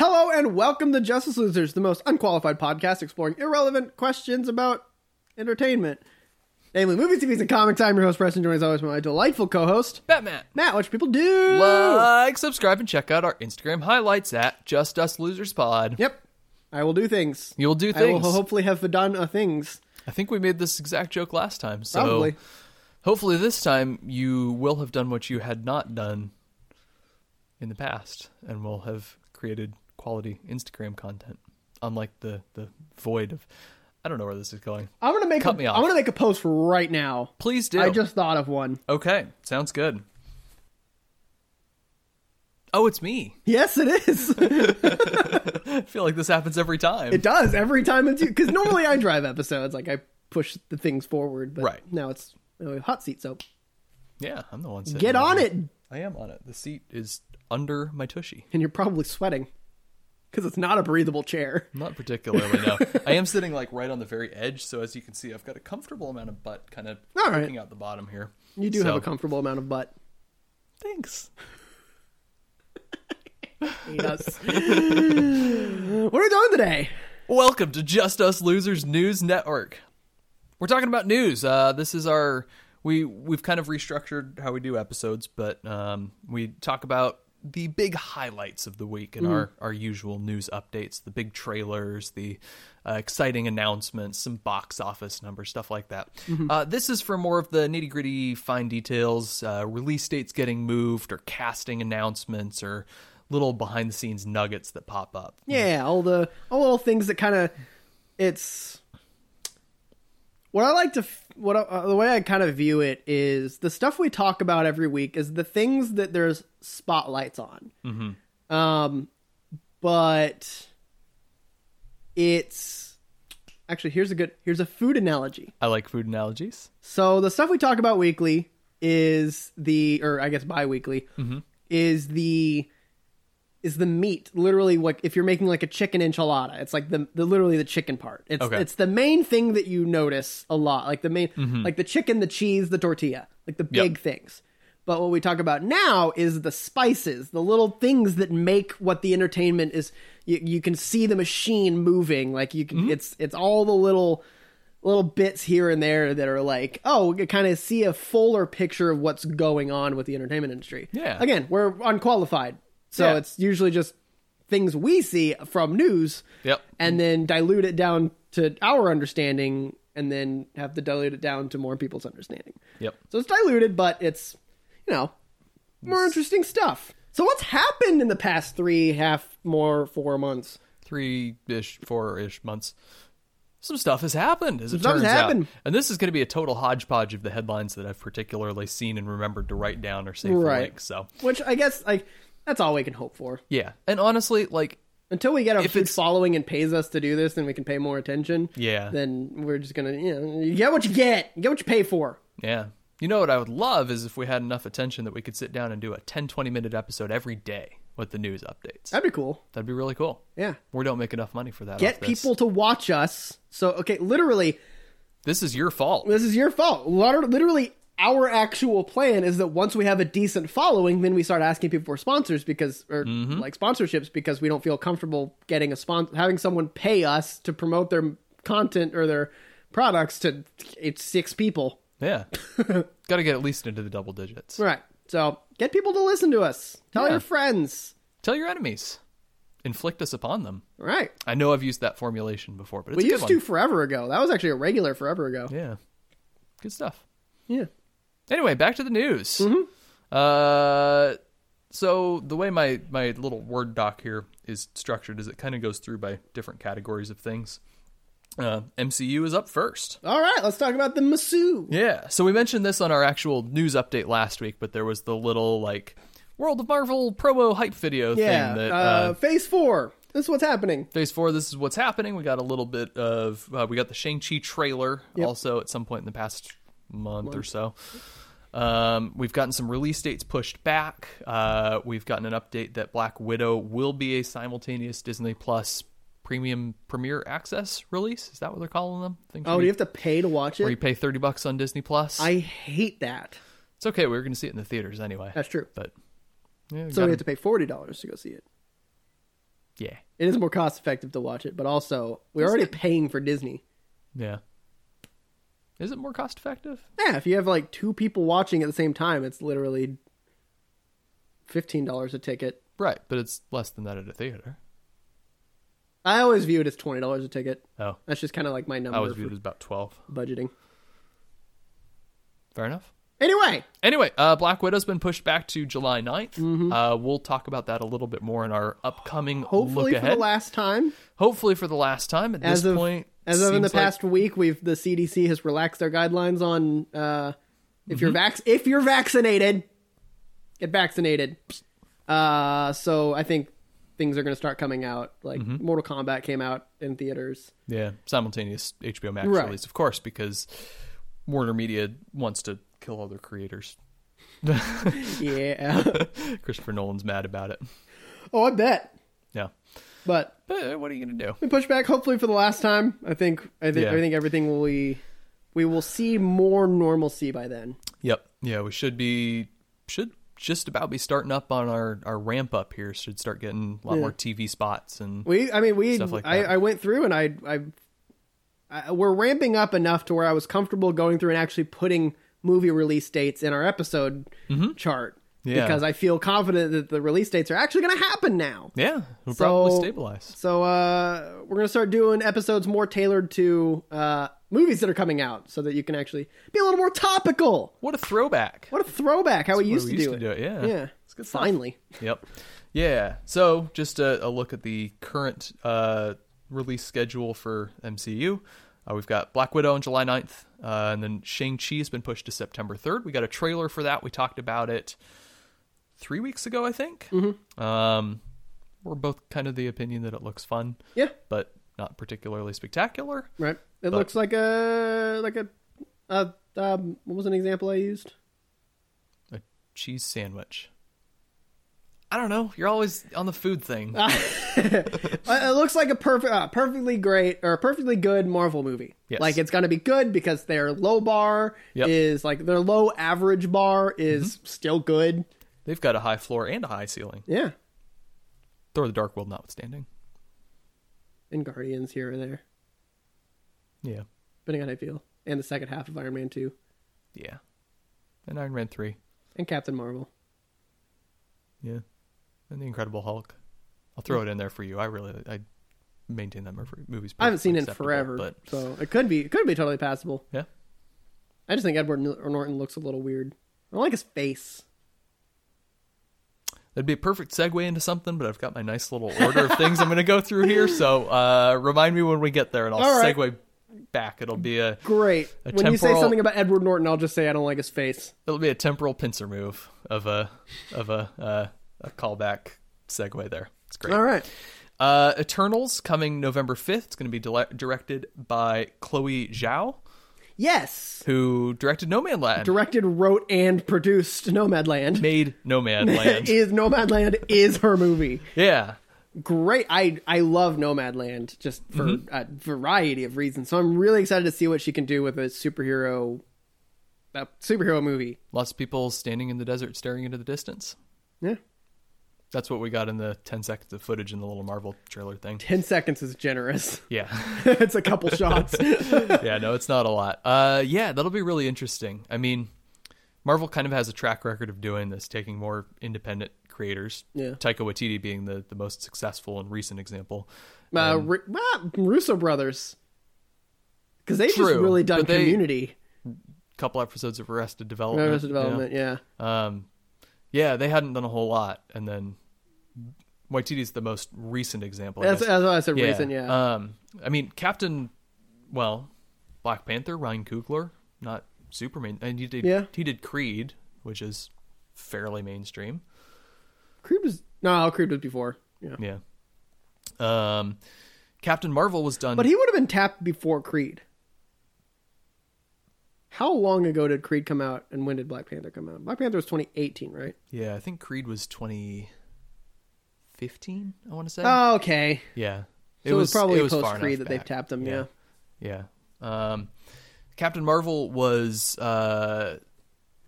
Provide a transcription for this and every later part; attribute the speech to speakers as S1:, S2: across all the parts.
S1: and welcome to Justice Losers, the most unqualified podcast exploring irrelevant questions about entertainment. Namely, movies, TVs, and comics. I'm your host, Preston, joined as always by my delightful co-host,
S2: Batman.
S1: Matt. What should people do?
S2: Like, subscribe, and check out our Instagram highlights at Just Us Losers Pod.
S1: Yep. I will do things.
S2: You'll do
S1: I will
S2: things.
S1: hopefully have done uh, things.
S2: I think we made this exact joke last time, so
S1: Probably.
S2: hopefully this time you will have done what you had not done in the past, and will have created quality Instagram content, unlike the the void of. I don't know where this is going.
S1: I'm gonna make
S2: Cut
S1: a,
S2: me off.
S1: I'm gonna make a post right now.
S2: Please do.
S1: I just thought of one.
S2: okay. Sounds good. Oh, it's me.
S1: Yes, it is.
S2: I feel like this happens every time.
S1: it does every time it's you. Because normally I drive episodes, like I push the things forward. But
S2: Right.
S1: now it's a hot seat. So
S2: yeah, I'm the one. sitting
S1: get
S2: there.
S1: on it,
S2: I am on it. The seat is under my tushy.
S1: and you're probably sweating because it's not a breathable chair.
S2: Not particularly, no. I am sitting like right on the very edge, so as you can see, I've got a comfortable amount of butt kind of
S1: All right.
S2: poking out the bottom here.
S1: You do
S2: So,
S1: have a comfortable amount of butt.
S2: Thanks.
S1: Hate us. what are we doing today?
S2: Welcome to Just Us Losers News Network. We're talking about news. Uh, this is our we we've kind of restructured how we do episodes, but um, we talk about the big highlights of the week and our our usual news updates, the big trailers, the uh, exciting announcements, some box office numbers, stuff like that. Uh, this is for more of the nitty gritty, fine details, uh, release dates getting moved, or casting announcements, or little behind the scenes nuggets that pop up.
S1: Yeah, all the all the little things that kind of it's what I like to f- what I, uh, the way I kind of view it is the stuff we talk about every week is the things that there's spotlights on. Mm-hmm. Um, but it's actually here's a good here's a food analogy.
S2: I like food analogies.
S1: So the stuff we talk about weekly is the, or I guess bi-weekly,
S2: Mm-hmm.
S1: is the is the meat. Literally, like if you're making like a chicken enchilada, it's like the, the literally the chicken part. It's
S2: Okay.
S1: it's the main thing that you notice a lot, like the main, like the chicken, the cheese, the tortilla, like the
S2: Mm-hmm. Yep.
S1: big things. But what we talk about now is the spices, the little things that make what the entertainment is. You, you can see the machine moving, like you can.
S2: Mm-hmm.
S1: It's it's all the little little bits here and there that are like, oh, we kind of see a fuller picture of what's going on with the entertainment industry.
S2: Yeah.
S1: Again, we're unqualified, so
S2: Yeah.
S1: it's usually just things we see from news.
S2: Yep.
S1: And then dilute it down to our understanding, and then have to dilute it down to more people's understanding.
S2: Yep.
S1: So it's diluted, but it's you know more interesting stuff. So what's happened in the past three, half more four months?
S2: Three ish, four ish months. Some stuff has happened, as it
S1: stuff has
S2: turns
S1: happened.
S2: out. And this is going to be a total hodgepodge of the headlines that I've particularly seen and remembered to write down or save
S1: Right.
S2: for links. So,
S1: Which I guess like that's all we can hope for.
S2: yeah. And honestly, like,
S1: until we get a huge
S2: it's-
S1: following and pays us to do this, then we can pay more attention.
S2: Yeah.
S1: Then we're just gonna, you know, you get what you get. You get what you pay for.
S2: yeah. You know what I would love is if we had enough attention that we could sit down and do a 10, 20 minute episode every day with the news updates.
S1: That'd be cool.
S2: That'd be really cool.
S1: Yeah.
S2: We don't make enough money for that.
S1: Get
S2: off this.
S1: people to watch us. So okay, literally,
S2: This is your fault.
S1: this is your fault. Lar- Literally, our actual plan is that once we have a decent following, then we start asking people for sponsors because, or
S2: Mm-hmm.
S1: like sponsorships, because we don't feel comfortable getting a sponsor, having someone pay us to promote their content or their products to it's six people.
S2: Yeah. Got to get at least into the double digits.
S1: Right. So get people to listen to us. Tell
S2: Yeah.
S1: your friends.
S2: Tell your enemies, inflict us upon them.
S1: All right.
S2: I know I've used that formulation before, but it's
S1: We
S2: a good
S1: used
S2: one.
S1: to forever ago. That was actually a regular forever ago.
S2: Yeah, good stuff.
S1: Yeah.
S2: Anyway, back to the news.
S1: Mm-hmm.
S2: Uh, so the way my my little word doc here is structured is it kind of goes through by different categories of things. Uh, MCU is up first.
S1: All right. Let's talk about the Masu.
S2: Yeah. So we mentioned this on our actual news update last week, but there was the little like World of Marvel promo hype video
S1: Yeah.
S2: thing that
S1: uh,
S2: uh,
S1: phase four. This is what's happening.
S2: Phase four. This is what's happening. We got a little bit of uh, we got the Shang Chi trailer also at some point in the past month, or so. Um, we've gotten some release dates pushed back. Uh, we've gotten an update that Black Widow will be a simultaneous Disney Plus premium premiere access release. Is that what they're calling them? Things
S1: Oh,
S2: where
S1: do you
S2: you,
S1: have to pay to watch
S2: where you
S1: it?
S2: pay thirty bucks on Disney Plus.
S1: I hate that.
S2: it's okay. We were going to see it in the theaters anyway.
S1: That's true.
S2: But yeah, we
S1: So
S2: got
S1: we
S2: a-
S1: have to pay forty dollars to go see it.
S2: Yeah.
S1: It is more cost effective to watch it, but also we're already paying for Disney.
S2: Yeah. Is it more cost effective?
S1: Yeah, if you have like two people watching at the same time, it's literally fifteen dollars a ticket.
S2: Right, but it's less than that at a theater.
S1: I always view it as twenty dollars a ticket.
S2: Oh,
S1: That's just kind of like my
S2: I
S1: number
S2: was
S1: for
S2: viewed as about 12.
S1: budgeting.
S2: Fair enough.
S1: Anyway,
S2: Anyway, uh, Black Widow's been pushed back to July 9th.
S1: Mm-hmm.
S2: Uh, we'll talk about that a little bit more in our upcoming
S1: hopefully
S2: look
S1: for
S2: ahead.
S1: the last time,
S2: Hopefully for the last time. At
S1: as
S2: this
S1: of
S2: point,
S1: as of in the
S2: seems like-
S1: past week, we've the CDC has relaxed their guidelines on uh, if
S2: Mm-hmm.
S1: you're vac- if you're vaccinated, get vaccinated. Uh, so I think things are going to start coming out. Like
S2: Mm-hmm.
S1: Mortal Kombat came out in theaters.
S2: yeah, simultaneous HBO Max
S1: Right.
S2: release, of course, because Warner Media wants to kill other creators.
S1: Yeah.
S2: Christopher Nolan's mad about it.
S1: oh, I bet.
S2: Yeah.
S1: But
S2: But uh, what are you going to do?
S1: we push back hopefully for the last time. I think I think
S2: Yeah.
S1: I think everything will be we will see more normalcy by then.
S2: Yep. Yeah, we should be should just about be starting up on our our ramp up here. Should start getting a lot more TV spots and
S1: We I mean we
S2: Stuff like
S1: I,
S2: that.
S1: I went through and I, I I we're ramping up enough to where I was comfortable going through and actually putting movie release dates in our episode chart
S2: Mm-hmm. Yeah.
S1: because I feel confident that the release dates are actually going to happen now.
S2: yeah, it'll
S1: So-
S2: probably stabilize.
S1: So uh, we're gonna start doing episodes more tailored to uh, movies that are coming out, so that you can actually be a little more topical.
S2: What a throwback.
S1: What a throwback! How we
S2: Where
S1: used,
S2: we
S1: to,
S2: used
S1: do
S2: to do it. Yeah.
S1: Yeah,
S2: It's good stuff.
S1: finally.
S2: Yep. Yeah. So just a, a look at the current uh, release schedule for MCU. Uh, we've got Black Widow on July 9th, uh, and then Shang-Chi has been pushed to September 3rd. We got a trailer for that. We talked about it three weeks ago, I think. Um, we're both kind of the opinion that it looks fun,
S1: Yeah,
S2: but not particularly spectacular.
S1: right. It looks like a like a uh, um, what was an example I used?
S2: A cheese sandwich. I don't know. You're always on the food thing.
S1: Uh, it looks like a perfect, uh, perfectly great or a perfectly good Marvel movie.
S2: Yes.
S1: Like it's gonna be good because their low bar
S2: Yep. Mm-hmm.
S1: is like their low average bar is still good.
S2: They've got a high floor and a high ceiling.
S1: Yeah,
S2: Thor the Dark World notwithstanding.
S1: and Guardians here or there.
S2: Yeah.
S1: depending on how I feel. And the second half of Iron Man 2
S2: Yeah. And Iron Man 3.
S1: and Captain Marvel.
S2: Yeah. And The Incredible Hulk. I'll throw it in there for you. I really I maintain that movie- movie's
S1: I haven't seen it in
S2: acceptable,
S1: forever,
S2: But
S1: so it could be it could be totally passable.
S2: yeah.
S1: I just think Edward N- Norton looks a little weird. I don't like his face.
S2: That'd be a perfect segue into something, but I've got my nice little order of things I'm going to go through here. So uh, remind me when we get there, and I'll
S1: All right.
S2: segue back. It'll be a
S1: Great.
S2: A
S1: when you say
S2: temporal-
S1: something about Edward Norton, I'll just say I don't like his face.
S2: it'll be a temporal pincer move of a of a uh, a callback segue there. It's great.
S1: All right.
S2: Uh, Eternals coming November 5th. It's going to be dile- directed by Chloe Zhao,
S1: Yes.
S2: who directed No Man Land.
S1: Directed, wrote, and produced Nomadland.
S2: made No Man Land.
S1: is Nomadland is her movie.
S2: yeah.
S1: Great. I I love Nomadland just for
S2: Mm-hmm.
S1: a variety of reasons. So I'm really excited to see what she can do with a superhero a superhero movie.
S2: Lots of people standing in the desert staring into the distance.
S1: Yeah.
S2: That's what we got in the 10 seconds of footage in the little Marvel trailer thing.
S1: 10 seconds is generous.
S2: Yeah.
S1: it's a couple shots. Uh,
S2: yeah, no, it's not a lot. Uh, yeah, that'll be really interesting. I mean, Marvel kind of has a track record of doing this, taking more independent creators.
S1: Yeah.
S2: Taika Waititi being the, the most successful and recent example. Um,
S1: uh, Ru- ah, Russo brothers. Cuz they've just
S2: True,
S1: really done
S2: but they-
S1: community.
S2: couple episodes of Arrested Development.
S1: Arrested Development, yeah.
S2: Yeah. Um, yeah, they hadn't done a whole lot, and then Waititi's the most recent example. I
S1: That's,
S2: guess.
S1: that's why I said recent, yeah.
S2: Um, I mean, Captain, well, Black Panther, Ryan Coogler, not Superman, and he did
S1: Yeah.
S2: he did Creed, which is fairly mainstream.
S1: Creed was No, Creed was before. Yeah.
S2: Yeah. Um, Captain Marvel was done.
S1: But he would have been tapped before Creed. How long ago did Creed come out and when did Black Panther come out? Black Panther was 2018, right?
S2: yeah, I think Creed was twenty fifteen. I want to say.
S1: Oh, okay.
S2: yeah.
S1: So it was, probably
S2: it was far
S1: post Creed
S2: enough
S1: that they've
S2: back.
S1: tapped him, yeah.
S2: Yeah. Um, Captain Marvel was. Uh,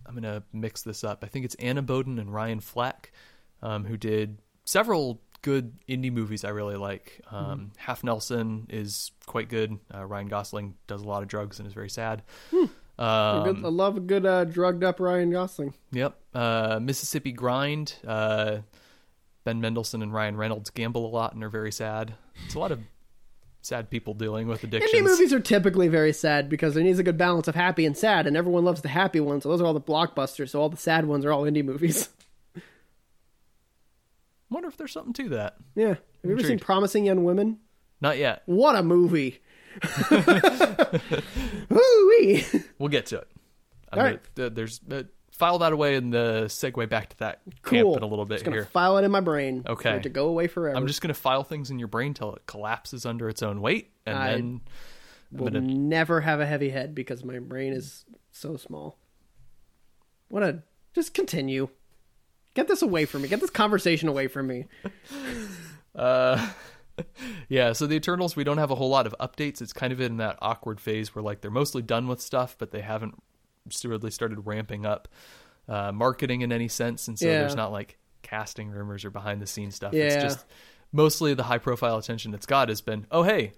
S2: I'm going to mix this up. I think it's Anna Boden and Ryan Flack, um, who did several good indie movies I really like. Um, Half Nelson is quite good. Uh, Ryan Gosling does a lot of drugs and is very sad. Um,
S1: Good- I love a good uh, drugged up Ryan Gosling.
S2: Yep. Uh, Mississippi Grind. Uh, ben Mendelsohn and Ryan Reynolds gamble a lot and are very sad. It's a lot of sad people dealing with
S1: Indie
S2: addictions.
S1: movies are typically very sad because there needs a good balance of happy and sad, and everyone loves the happy ones. So those are all the blockbusters. So all the sad ones are all indie movies.
S2: wonder if there's something to that.
S1: Yeah. Have you ever seen
S2: Intrigued.
S1: Promising Young Women?
S2: Not yet.
S1: What a movie! Woo-wee.
S2: We'll get to it. I
S1: All
S2: mean,
S1: right.
S2: th- there's uh, file that away and the segue back to that
S1: Cool.
S2: camp in a little bit
S1: Just gonna
S2: here.
S1: file it in my brain. for
S2: Okay.
S1: it to go away forever.
S2: I'm just gonna file things in your brain till it collapses under its own weight, and
S1: I-
S2: then
S1: will never have a heavy head because my brain is so small. What a just continue. Get this away from me. Get this conversation away from me.
S2: yeah. So the Eternals, we don't have a whole lot of updates. It's kind of in that awkward phase where like they're mostly done with stuff, but they haven't s- really started ramping up uh, marketing in any sense, and so
S1: Yeah.
S2: there's not like casting rumors or behind the scenes stuff.
S1: Yeah.
S2: It's just mostly the high profile attention it's got has been, oh hey.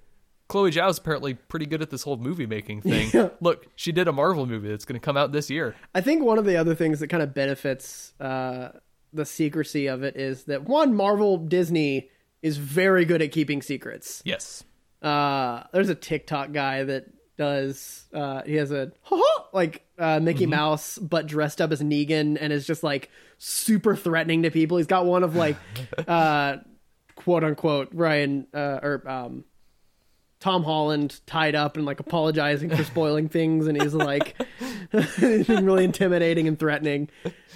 S2: Chloe Zhao's apparently pretty good at this whole movie making thing. Look, she did a Marvel movie that's going to come out this year.
S1: I think one of the other things that kind of benefits uh, the secrecy of it is that one, Marvel Disney is very good at keeping secrets.
S2: Yes.
S1: Uh, there's a TikTok guy that does. Uh, he has a like uh, Mickey Mouse, but dressed up as Negan, and is just like super threatening to people. He's got one of like, uh, quote unquote, Ryan uh, or um, Tom Holland tied up and like apologizing for spoiling things, and he's like really intimidating and threatening.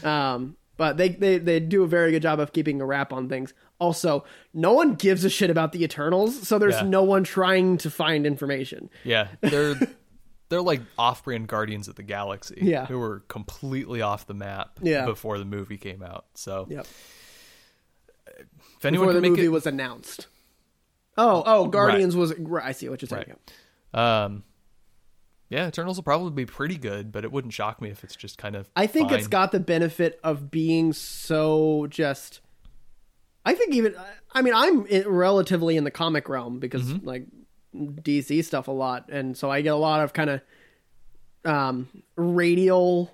S1: Um, but they, they they do a very good job of keeping a wrap on things. Also, no one gives a shit about the Eternals, so there's
S2: Yeah.
S1: no one trying to find information.
S2: Yeah, they're they're like off-brand Guardians of the Galaxy.
S1: Yeah.
S2: who were completely off the map.
S1: Yeah.
S2: before the movie came out. So
S1: Yep.
S2: if anyone
S1: Before the
S2: can make
S1: movie
S2: it,
S1: was announced. Oh, oh, Guardians was. right, I see what you're talking
S2: Right. um, yeah, Eternals will probably be pretty good, but it wouldn't shock me if it's just kind of.
S1: I think it's
S2: fine.
S1: got the benefit of being so just. I think even I mean I'm in, relatively in the comic realm because like DC stuff a lot, and so I get a lot of kind of um, radial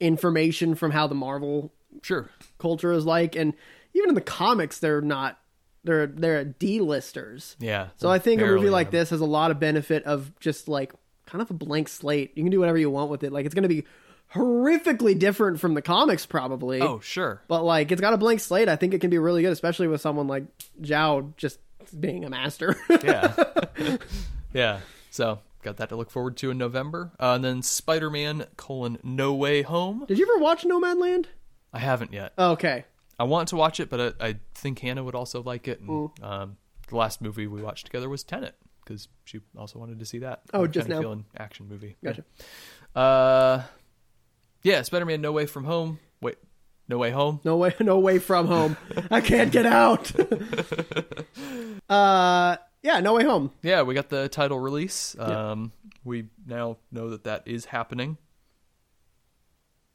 S1: information from how the Marvel
S2: sure.
S1: culture is like, and even in the comics they're not they're they're D-listers.
S2: Yeah.
S1: So I think a movie
S2: barely
S1: like
S2: on-
S1: this has a lot of benefit of just like kind of a blank slate. You can do whatever you want with it. Like it's going to be horrifically different from the comics probably.
S2: Oh sure.
S1: But like it's got a blank slate. I think it can be really good, especially with someone like Zhao just being a master.
S2: Yeah. yeah. So got that to look forward to in November, uh, and then Spider-Man: colon No Way Home.
S1: Did you ever watch Nomadland?
S2: I haven't yet.
S1: Oh, Okay.
S2: I want to watch it, but I, I think Hannah would also like it. And um, the last movie we watched together was Tenet because she also wanted to see that.
S1: Oh,
S2: We were
S1: just
S2: kinda
S1: now.
S2: feeling action movie.
S1: Gotcha.
S2: Yeah. Uh, yeah, Spider Man: No Way From Home. Wait, No Way Home.
S1: No way no way from home. I can't get out. uh yeah, no way home.
S2: Yeah, we got the title release. Um, we now know that that is happening.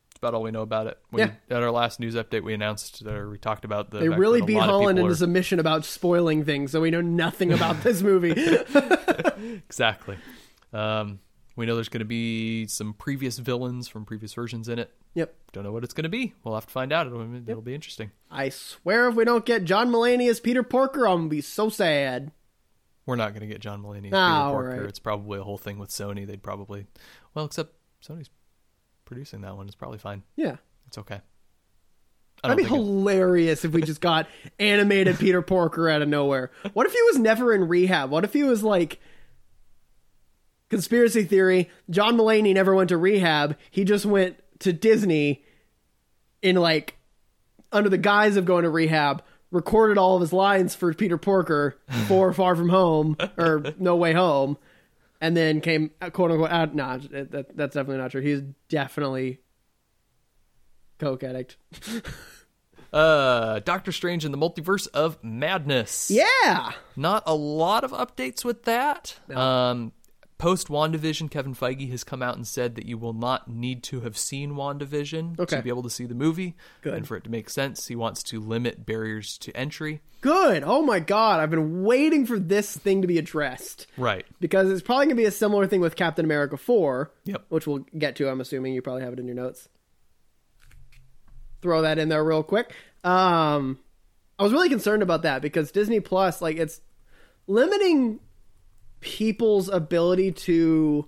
S2: That's about all we know about it. We,
S1: Yeah.
S2: At our last news update, we announced or we talked about the.
S1: They
S2: fact
S1: really
S2: that a
S1: beat
S2: lot of
S1: Holland
S2: people
S1: into
S2: are-
S1: submission about spoiling things, so we know nothing about this movie.
S2: Exactly. Um, we know there's going to be some previous villains from previous versions in it.
S1: yep.
S2: Don't know what it's going to be. We'll have to find out. It'll, it'll be interesting.
S1: I swear if we don't get John Mulaney as Peter Porker, I'm gonna be so sad.
S2: We're not going to get John Mulaney. as
S1: Ah,
S2: Peter Porker.
S1: alright.
S2: It's probably a whole thing with Sony. They'd probably, well, except Sony's producing that one. It's probably fine.
S1: Yeah.
S2: It's okay. I don't
S1: That'd be
S2: think it-
S1: hilarious if we just got animated Peter Porker out of nowhere. What if he was never in rehab? What if he was like conspiracy theory, John Mulaney never went to rehab. He just went to Disney in like under the guise of going to rehab, recorded all of his lines for Peter Porker for Far From Home or No Way Home, and then came uh, quote unquote out. Nah, that, that- that's definitely not true. He's definitely coke addict.
S2: uh, Doctor Strange and the Multiverse of Madness.
S1: Yeah.
S2: Not a lot of updates with that. Um, Post WandaVision, Kevin Feige has come out and said that you will not need to have seen WandaVision
S1: Okay.
S2: to be able to see the movie
S1: Good.
S2: and for it to make sense. He wants to limit barriers to entry.
S1: Good. Oh my god, I've been waiting for this thing to be addressed.
S2: Right.
S1: Because it's probably going to be a similar thing with Captain America 4,
S2: Yep.
S1: which we'll get to, I'm assuming you probably have it in your notes. Throw that in there real quick. Um I was really concerned about that because Disney Plus like it's limiting people's ability to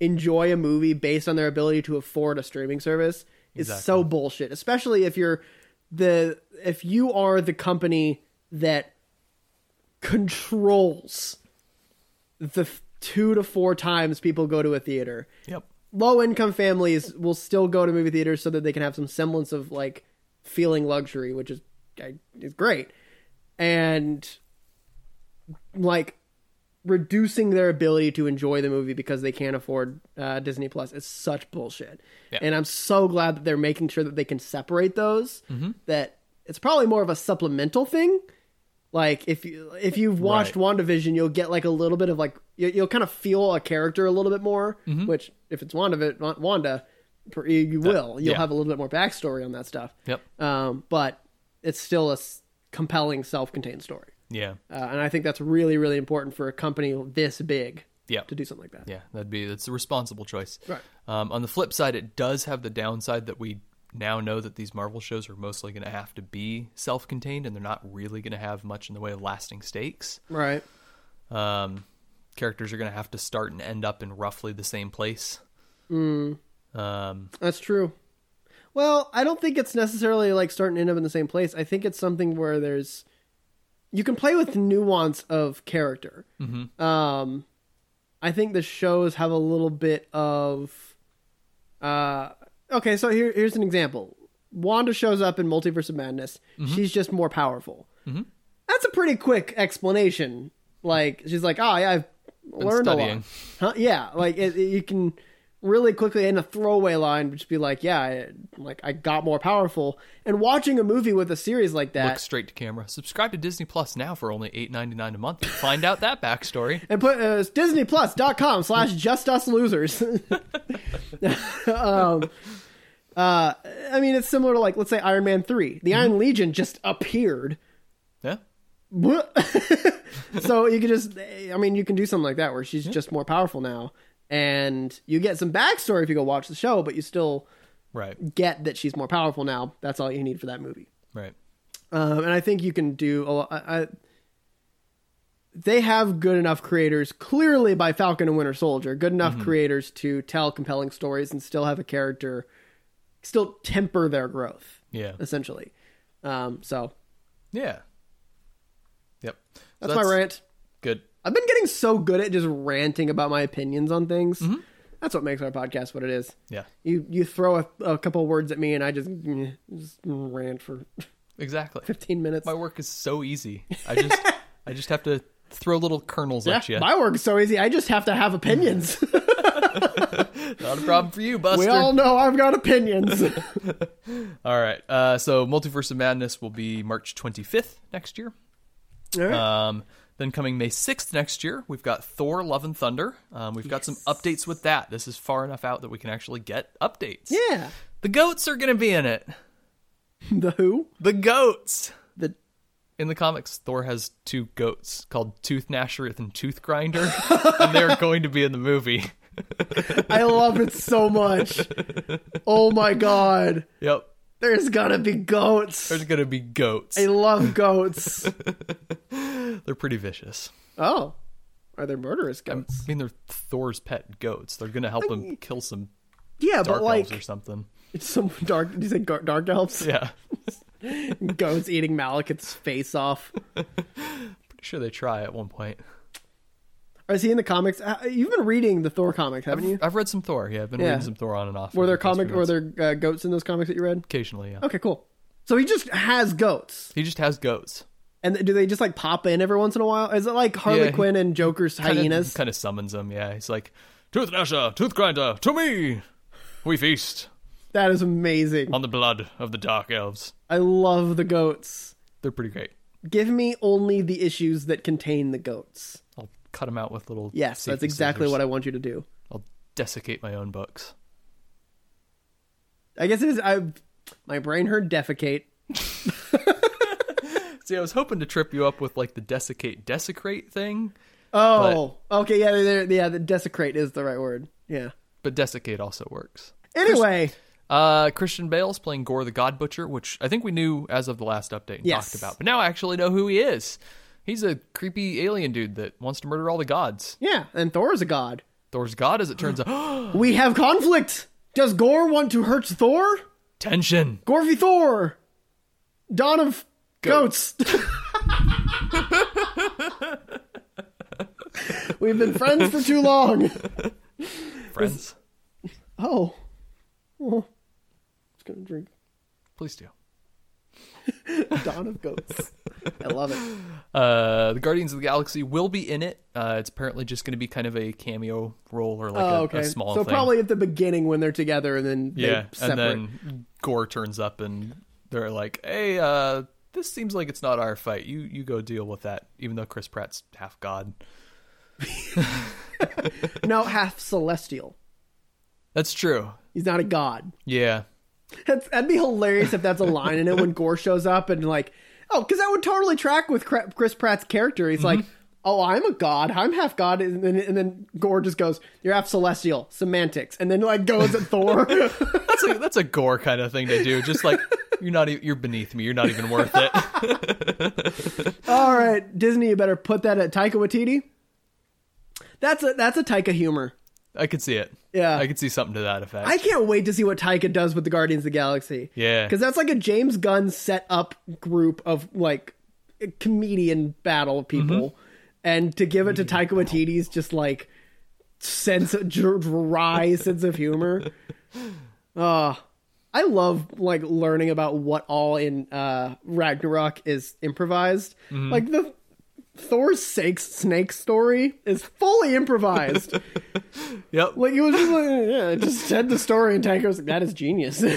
S1: enjoy a movie based on their ability to afford a streaming service is so bullshit especially if you're the if you are the company that controls the f- two to four times people go to a theater
S2: Yep.
S1: low income families will still go to movie theaters so that they can have some semblance of like feeling luxury, which is I- is great, and like reducing their ability to enjoy the movie because they can't afford uh, Disney Plus is such bullshit.
S2: Yeah.
S1: And I'm so glad that they're making sure that they can separate those. That it's probably more of a supplemental thing. Like if you if you've watched WandaVision, you'll get like a little bit of like you, you'll kind of feel a character a little bit more.
S2: Mm-hmm.
S1: Which if it's Wanda, Wanda, per- you, you will you'll
S2: yeah.
S1: have a little bit more backstory on that stuff.
S2: Yep.
S1: Um, but it's still a s- compelling self-contained story,
S2: Yeah.
S1: uh, and I think that's really really important for a company this big.
S2: Yeah.
S1: To do something like that.
S2: Yeah, that'd be that's a responsible choice.
S1: Right.
S2: Um, on the flip side, it does have the downside that we now know that these Marvel shows are mostly going to have to be self-contained, and they're not really going to have much in the way of lasting stakes.
S1: Right.
S2: Um, characters are going to have to start and end up in roughly the same place.
S1: Hmm.
S2: Um,
S1: That's true. Well, I don't think it's necessarily like starting and end up in the same place. I think it's something where there's you can play with the nuance of character. Um, I think the shows have a little bit of. Uh, okay, so here, here's an example. Wanda shows up in Multiverse of Madness. She's just more powerful. That's a pretty quick explanation. Like she's like, oh, yeah, I've learned a lot.
S2: studying.
S1: Huh? Yeah, like it, it- you can really quickly in a throwaway line just be like, yeah, I, like I got more powerful. And watching a movie with a series like that,
S2: look straight to camera. Subscribe to Disney Plus now for only eight ninety nine a month. to Find out that backstory.
S1: and put uh, disneyplus.com slash just us losers um, uh, i mean it's similar to like let's say iron man 3 the iron legion just appeared
S2: Yeah.
S1: so you can just i mean you can do something like that where she's just more powerful now and you get some backstory if you go watch the show but you still
S2: Right.
S1: get that she's more powerful now that's all you need for that movie
S2: Right.
S1: um, and I think you can do a lot. I, I- they have good enough creators, clearly by Falcon and Winter Soldier, good enough creators to tell compelling stories and still have a character, still temper their growth,
S2: Yeah.
S1: essentially. Um, so
S2: Yeah. Yep. So
S1: that's, my rant.
S2: Good.
S1: I've been getting so good at just ranting about my opinions on things. That's what makes our podcast what it is.
S2: Yeah.
S1: You you throw a, a couple words at me and I just, mm, just rant for
S2: Exactly.
S1: 15 minutes.
S2: My work is so easy. I just I just have to throw little kernels at you.
S1: My work's so easy. I just have to have opinions.
S2: Not a problem for you, Buster.
S1: We all know I've got opinions.
S2: all right. Uh, so Multiverse of Madness will be March 25th next year. Um, then coming May 6th next year, we've got Thor: Love and Thunder. Um, we've got some updates with that. This is far enough out that we can actually get updates.
S1: yeah.
S2: The goats are going to be in it.
S1: The Who?
S2: The goats.
S1: The
S2: in the comics, Thor has two goats called Tooth Gnasherith and Tooth Grinder, and they're going to be in the movie.
S1: I love it so much. Oh my god.
S2: Yep,
S1: There's gonna be goats.
S2: there's going to be goats.
S1: I love goats.
S2: They're pretty vicious.
S1: Oh. Are there murderous
S2: I
S1: goats?
S2: mean, they're Thor's pet goats. They're going to help him kill some
S1: Yeah,
S2: dark
S1: but like
S2: elves or something.
S1: it's some dark. Did you say gar- dark elves?
S2: Yeah,
S1: Goats eating Malekith's face off.
S2: pretty sure they try at one point.
S1: Is he in the comics? Uh, You've been reading the Thor comic, haven't you?
S2: I've read some Thor. Yeah, I've been
S1: Yeah.
S2: reading some Thor on and off.
S1: Were
S2: over
S1: there
S2: the past
S1: comic?
S2: few
S1: Were
S2: months.
S1: there uh, goats in those comics that you read?
S2: occasionally? Yeah,
S1: Okay, cool. So he just has goats.
S2: he just has goats.
S1: And do they just like pop in every once in a while? Is it like Harley
S2: Yeah, he-
S1: Quinn and Joker's hyenas?
S2: kind of summons them. Yeah, he's like Tooth Gnasher, Tooth Grinder, to me. We feast
S1: That is amazing.
S2: on the blood of the dark elves.
S1: I love the goats.
S2: They're pretty great.
S1: Give me only the issues that contain the goats.
S2: I'll cut them out with little.
S1: Yes, that's exactly what I want you to do.
S2: I'll desiccate my own books.
S1: I guess it is. I my brain heard defecate.
S2: See, I was hoping to trip you up with like the desiccate desecrate thing,
S1: Oh, okay, yeah, there, yeah. The desecrate is the right word. Yeah.
S2: but desiccate also works.
S1: Anyway,
S2: Uh, Christian Bale's playing Gore the God Butcher, which I think we knew as of the last update and
S1: Yes.
S2: talked about. But now I actually know who he is. He's a creepy alien dude that wants to murder all the gods.
S1: yeah, and Thor is a god.
S2: Thor's god, as it turns out.
S1: We have conflict. Does Gore want to hurt Thor?
S2: Tension.
S1: Gore v Thor. Dawn of goats. We've been friends for too long.
S2: Friends,
S1: Oh. Oh. It's gonna drink.
S2: please do.
S1: Dawn of goats. I love it.
S2: Uh, the Guardians of the Galaxy will be in it. Uh, it's apparently just going to be kind of a cameo role or like
S1: Oh,
S2: a,
S1: okay.
S2: a small
S1: so
S2: thing.
S1: probably at the beginning when they're together and then
S2: yeah,
S1: they
S2: and
S1: separate.
S2: then Gore turns up and they're like, "Hey, uh, this seems like it's not our fight. You you go deal with that." Even though Chris Pratt's half god,
S1: No, half celestial.
S2: that's true.
S1: He's not a god.
S2: Yeah,
S1: That's, that'd be hilarious if that's a line in it when Gore shows up and like, oh, because that would totally track with Cra- Chris Pratt's character. He's like, oh, I'm a god, I'm half god, and then, and then Gore just goes, you're half celestial, semantics, and then like goes at Thor.
S2: that's a that's a Gore kind of thing to do. Just like you're not e- you're beneath me. You're not even worth it.
S1: All right, Disney, you better put that at Taika Waititi. That's a that's a Taika humor.
S2: I could see it.
S1: Yeah.
S2: I could see something to that effect.
S1: I can't wait to see what Taika does with the Guardians of the Galaxy.
S2: Yeah.
S1: Because that's like a James Gunn set up group of like comedian battle people. And to give it to Taika Waititi's just like sense of dr- dry sense of humor. Uh, I love like learning about what all in uh, Ragnarok is improvised. Like the Thor's snake, snake story is fully improvised.
S2: yep.
S1: Like it was just like yeah, it just said the story and Tanker was like, that is genius.
S2: I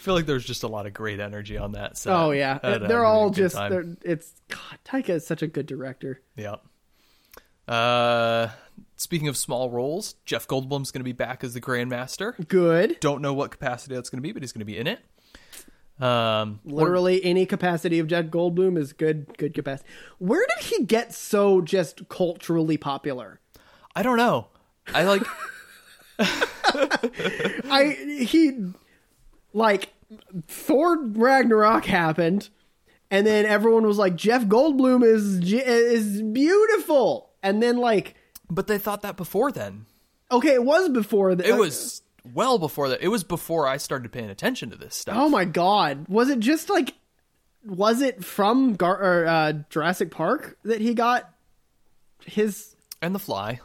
S2: feel like there's just a lot of great energy on that. set.
S1: oh yeah.
S2: I had a
S1: they're
S2: really
S1: all
S2: good
S1: just
S2: time.
S1: they're it's God, Taika is such a good director.
S2: Yeah. Uh, speaking of small roles, Jeff Goldblum's going to be back as the Grandmaster.
S1: Good.
S2: Don't know what capacity that's going to be, but he's going to be in it. Um,
S1: Literally any capacity of Jeff Goldblum is good good capacity. Where did he get so just culturally popular?
S2: I don't know. I like.
S1: I he like Thor Ragnarok happened, and then everyone was like Jeff Goldblum is ge- is beautiful, and then like
S2: but they thought that before then.
S1: okay, it was before that
S2: It was well before that. It was before I started paying attention to this stuff.
S1: Oh my god. Was it just like was it from Gar- or, uh, Jurassic Park that he got his
S2: And The Fly.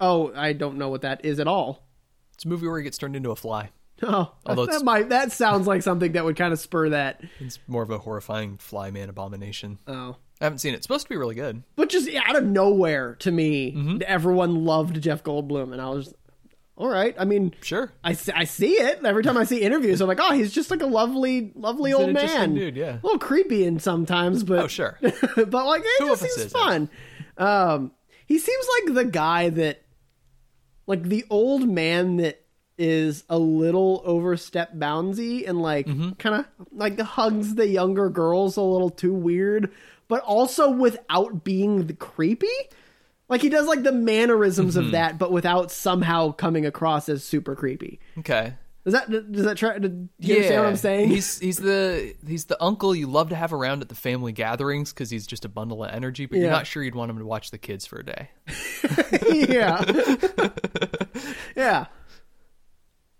S1: Oh, I don't know what that is at all.
S2: It's a movie where he gets turned into a fly.
S1: Oh,
S2: Although
S1: that
S2: it's-
S1: might that sounds like something that would kind of spur that.
S2: It's more of a horrifying fly man abomination.
S1: Oh.
S2: I haven't seen it. It's supposed to be really good.
S1: But just out of nowhere to me,
S2: Mm-hmm.
S1: everyone loved Jeff Goldblum and I was all right. I mean,
S2: Sure.
S1: I, s- I see it every time I see interviews. I'm like, oh, he's just like a lovely, lovely
S2: an
S1: old
S2: interesting
S1: man,
S2: dude, yeah.
S1: a little creepy in sometimes, but
S2: Oh, sure.
S1: but like it
S2: Who
S1: just
S2: of us
S1: seems
S2: isn't?
S1: fun. Um, he seems like the guy that, like the old man that is a little overstep boundsy and like kind of like hugs the younger girls a little too weird, but also without being the creepy. Like he does like the mannerisms of that, but without somehow coming across as super creepy.
S2: Okay.
S1: Does that does that try? Do you understand what I'm saying?
S2: He's he's the he's the uncle you love to have around at the family gatherings because he's just a bundle of energy, but
S1: Yeah.
S2: you're not sure you'd want him to watch the kids for a day.
S1: yeah. yeah.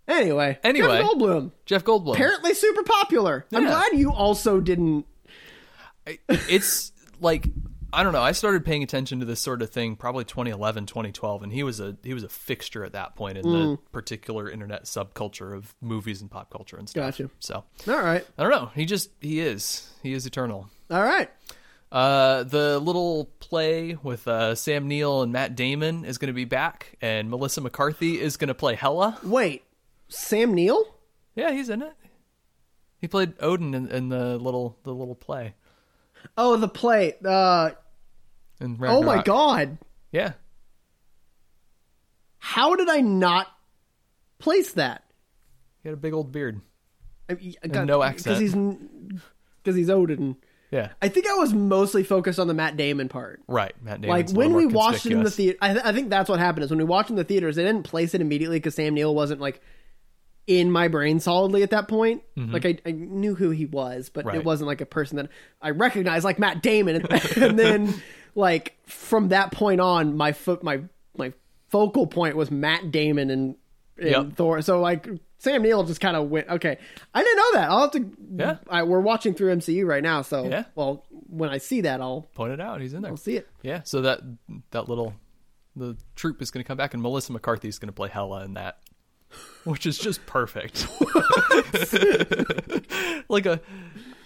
S1: Anyway.
S2: Anyway.
S1: Jeff Goldblum.
S2: Jeff Goldblum.
S1: Apparently super popular. I'm
S2: Yeah.
S1: glad you also didn't.
S2: I- it's like I don't know. I started paying attention to this sort of thing probably 2011, 2012, and he was a he was a fixture at that point in
S1: Mm.
S2: the particular internet subculture of movies and pop culture and stuff.
S1: Gotcha.
S2: So
S1: All right.
S2: I don't know. He just he is he is eternal.
S1: All right.
S2: Uh, the little play with uh, Sam Neill and Matt Damon is going to be back, and Melissa McCarthy is going to play Hella.
S1: Wait. Sam Neill?
S2: Yeah, he's in it. He played Odin in, in the little the little play.
S1: Oh, the play. Uh
S2: And
S1: Oh my
S2: Ragnarok.
S1: god.
S2: Yeah.
S1: How did I not place that?
S2: He had a big old beard.
S1: I mean,
S2: no accent.
S1: Because he's, n- 'cause he's Odin.
S2: Yeah.
S1: I think I was mostly focused on the Matt Damon part.
S2: Right. Matt Damon.
S1: like when we watched it in the theater, I, th- I think that's what happened. Is when we watched it in the theaters, they didn't place it immediately because Sam Neill wasn't like in my brain solidly at that point. Like I, I knew who he was, but
S2: Mm-hmm. Right.
S1: it wasn't like a person that I recognized, like Matt Damon. and then like from that point on, my fo- my my focal point was Matt Damon and, and
S2: Yep.
S1: Thor. So like Sam Neill just kind of went. Okay, I didn't know that. I'll have to.
S2: Yeah.
S1: I, we're watching through MCU right now, so
S2: Yeah.
S1: well when I see that, I'll
S2: Pointed out. He's in there.
S1: I'll see it.
S2: Yeah. So that that little the troop is going to come back, and Melissa McCarthy's going to play Hella in that, which is just perfect. like a,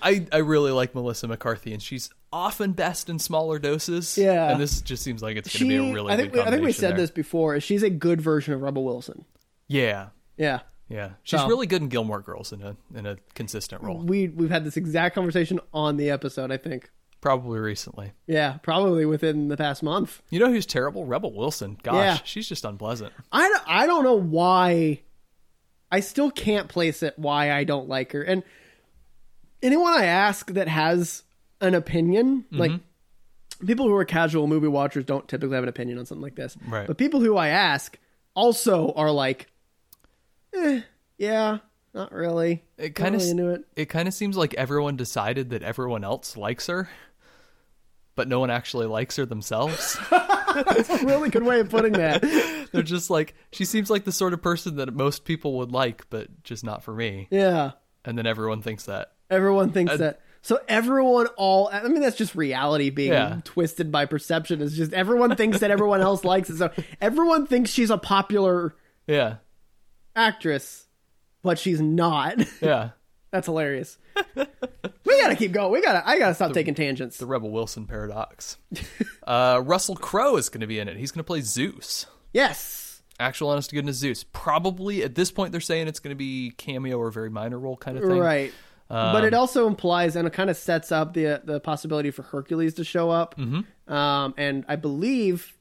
S2: I I really like Melissa McCarthy, and she's often best in smaller doses.
S1: Yeah.
S2: And this just seems like it's going to be a really.
S1: I think
S2: good
S1: I think we
S2: combination
S1: said
S2: there.
S1: this before. is She's a good version of Rebel Wilson.
S2: Yeah.
S1: Yeah,
S2: Yeah, she's
S1: So- Mm-hmm.
S2: really good in Gilmore Girls in a in a consistent role.
S1: we we've had this exact conversation on the episode. I think.
S2: Probably recently.
S1: Yeah, probably within the past month.
S2: You know who's terrible? Rebel Wilson. Gosh,
S1: Yeah.
S2: she's just unpleasant.
S1: I don't, I don't know why. I still can't place it. Why I don't like her and anyone I ask that has an opinion
S2: Mm-hmm.
S1: like. People who are casual movie watchers don't typically have an opinion on something like this.
S2: Right.
S1: But people who I ask also are like, eh, yeah, not really.
S2: It
S1: Not
S2: kinda
S1: really
S2: s-
S1: into it.
S2: It kind of seems like everyone decided that everyone else likes her, but no one actually likes her themselves.
S1: really good way of putting that.
S2: They're just like she seems like the sort of person that most people would like, but just not for me.
S1: Yeah.
S2: And then everyone thinks that.
S1: Everyone thinks that. So everyone all I mean that's just reality being
S2: Yeah.
S1: twisted by perception is just everyone thinks that everyone else likes it. So everyone thinks she's a popular
S2: Yeah,
S1: actress, but she's not.
S2: yeah.
S1: That's hilarious. we gotta keep going. We gotta I gotta stop taking tangents.
S2: The Rebel Wilson paradox. uh, Russell Crowe is going to be in it. He's going to play Zeus.
S1: yes.
S2: Actual honest to goodness Zeus. Probably at this point they're saying it's going to be cameo or very minor role kind of thing.
S1: Right. but it also implies and it kind of sets up the the possibility for Hercules to show up. Um, and I believe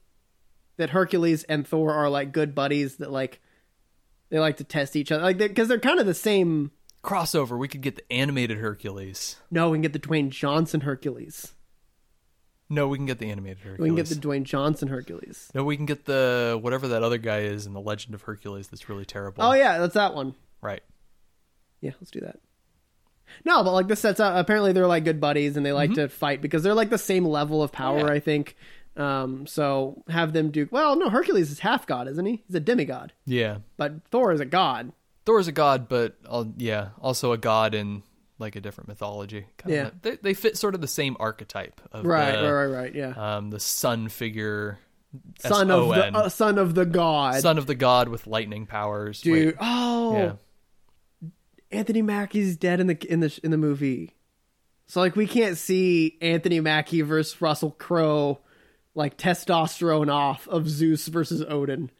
S1: that Hercules and Thor are like good buddies that like they like to test each other, like because they're kind of the same.
S2: Crossover. We could get the animated Hercules.
S1: No, we can get the Dwayne Johnson Hercules.
S2: No, we can get the animated Hercules.
S1: We can get the Dwayne Johnson Hercules.
S2: No, we can get the whatever that other guy is in the Legend of Hercules. That's really terrible.
S1: Oh yeah, that's that one.
S2: Right.
S1: Yeah, let's do that. No, but like this sets up. Apparently, they're like good buddies, and they like to fight because they're like the same level of power.
S2: Mm-hmm. Yeah.
S1: I think. Um, so have them do well. No, Hercules is half god, isn't he? He's a demigod,
S2: Yeah.
S1: but Thor is a god.
S2: Thor is a god, but uh, yeah, also a god in like a different mythology. Kind
S1: Yeah.
S2: Of, they, they fit sort of the same archetype of
S1: Right,
S2: the,
S1: right, right, right. Yeah,
S2: Um, the sun figure.
S1: son of
S2: S-O-N,
S1: the uh, son of the god,
S2: son of the god with lightning powers.
S1: dude.
S2: Wait,
S1: Oh,
S2: yeah.
S1: Anthony Mackie's dead in the in the in the movie, so like we can't see Anthony Mackie versus Russell Crowe, like testosterone off of Zeus versus Odin.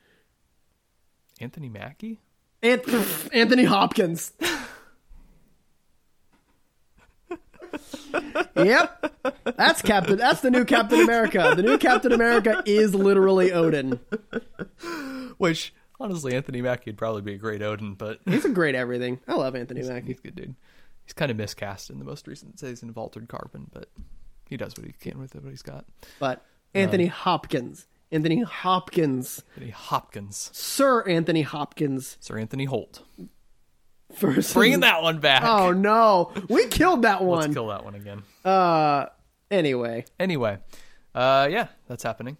S2: Anthony Mackie.
S1: Anth- Anthony Hopkins. yep. That's Captain that's the new Captain America. The new Captain America is literally Odin.
S2: Which honestly, Anthony Mackie would probably be a great Odin, but
S1: He's a great everything. I love Anthony Mackie.
S2: he's a good dude. He's kind of miscast in the most recent season of Altered Carbon, but he does what he can with what he's got.
S1: But Anthony Hopkins. Anthony Hopkins.
S2: Anthony Hopkins,
S1: Sir Anthony Hopkins
S2: Sir Anthony Holt,
S1: versus
S2: bringing that one back.
S1: Oh no. We killed that
S2: Let's
S1: one.
S2: kill that one again.
S1: Uh anyway.
S2: Anyway, uh, yeah, that's happening.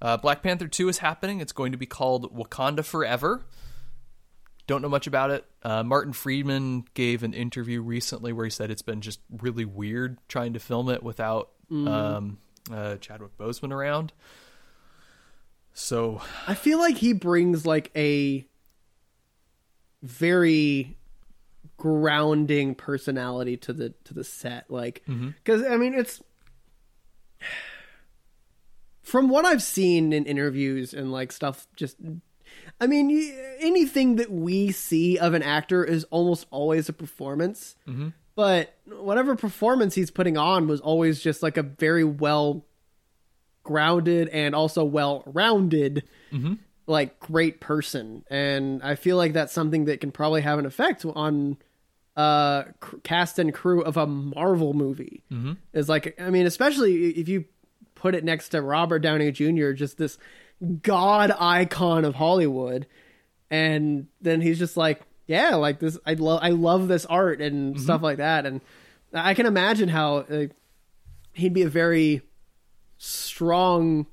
S2: Uh, Black Panther Two is happening. It's going to be called Wakanda Forever. Don't know much about it. Uh, Martin Friedman gave an interview recently where he said it's been just really weird trying to film it without um, uh, Chadwick Boseman around. So
S1: I feel like he brings like a very grounding personality to the to the set like cuz I mean it's from what I've seen in interviews and like stuff just I mean y- anything that we see of an actor is almost always a performance but whatever performance he's putting on was always just like a very well grounded and also well rounded like great person and i feel like that's something that can probably have an effect on uh cr- cast and crew of a marvel movie mm-hmm. is like i mean especially if you put it next to robert downey jr just this god icon of hollywood and then he's just like yeah like this i love i love this art and stuff like that and i can imagine how like, he'd be a very strong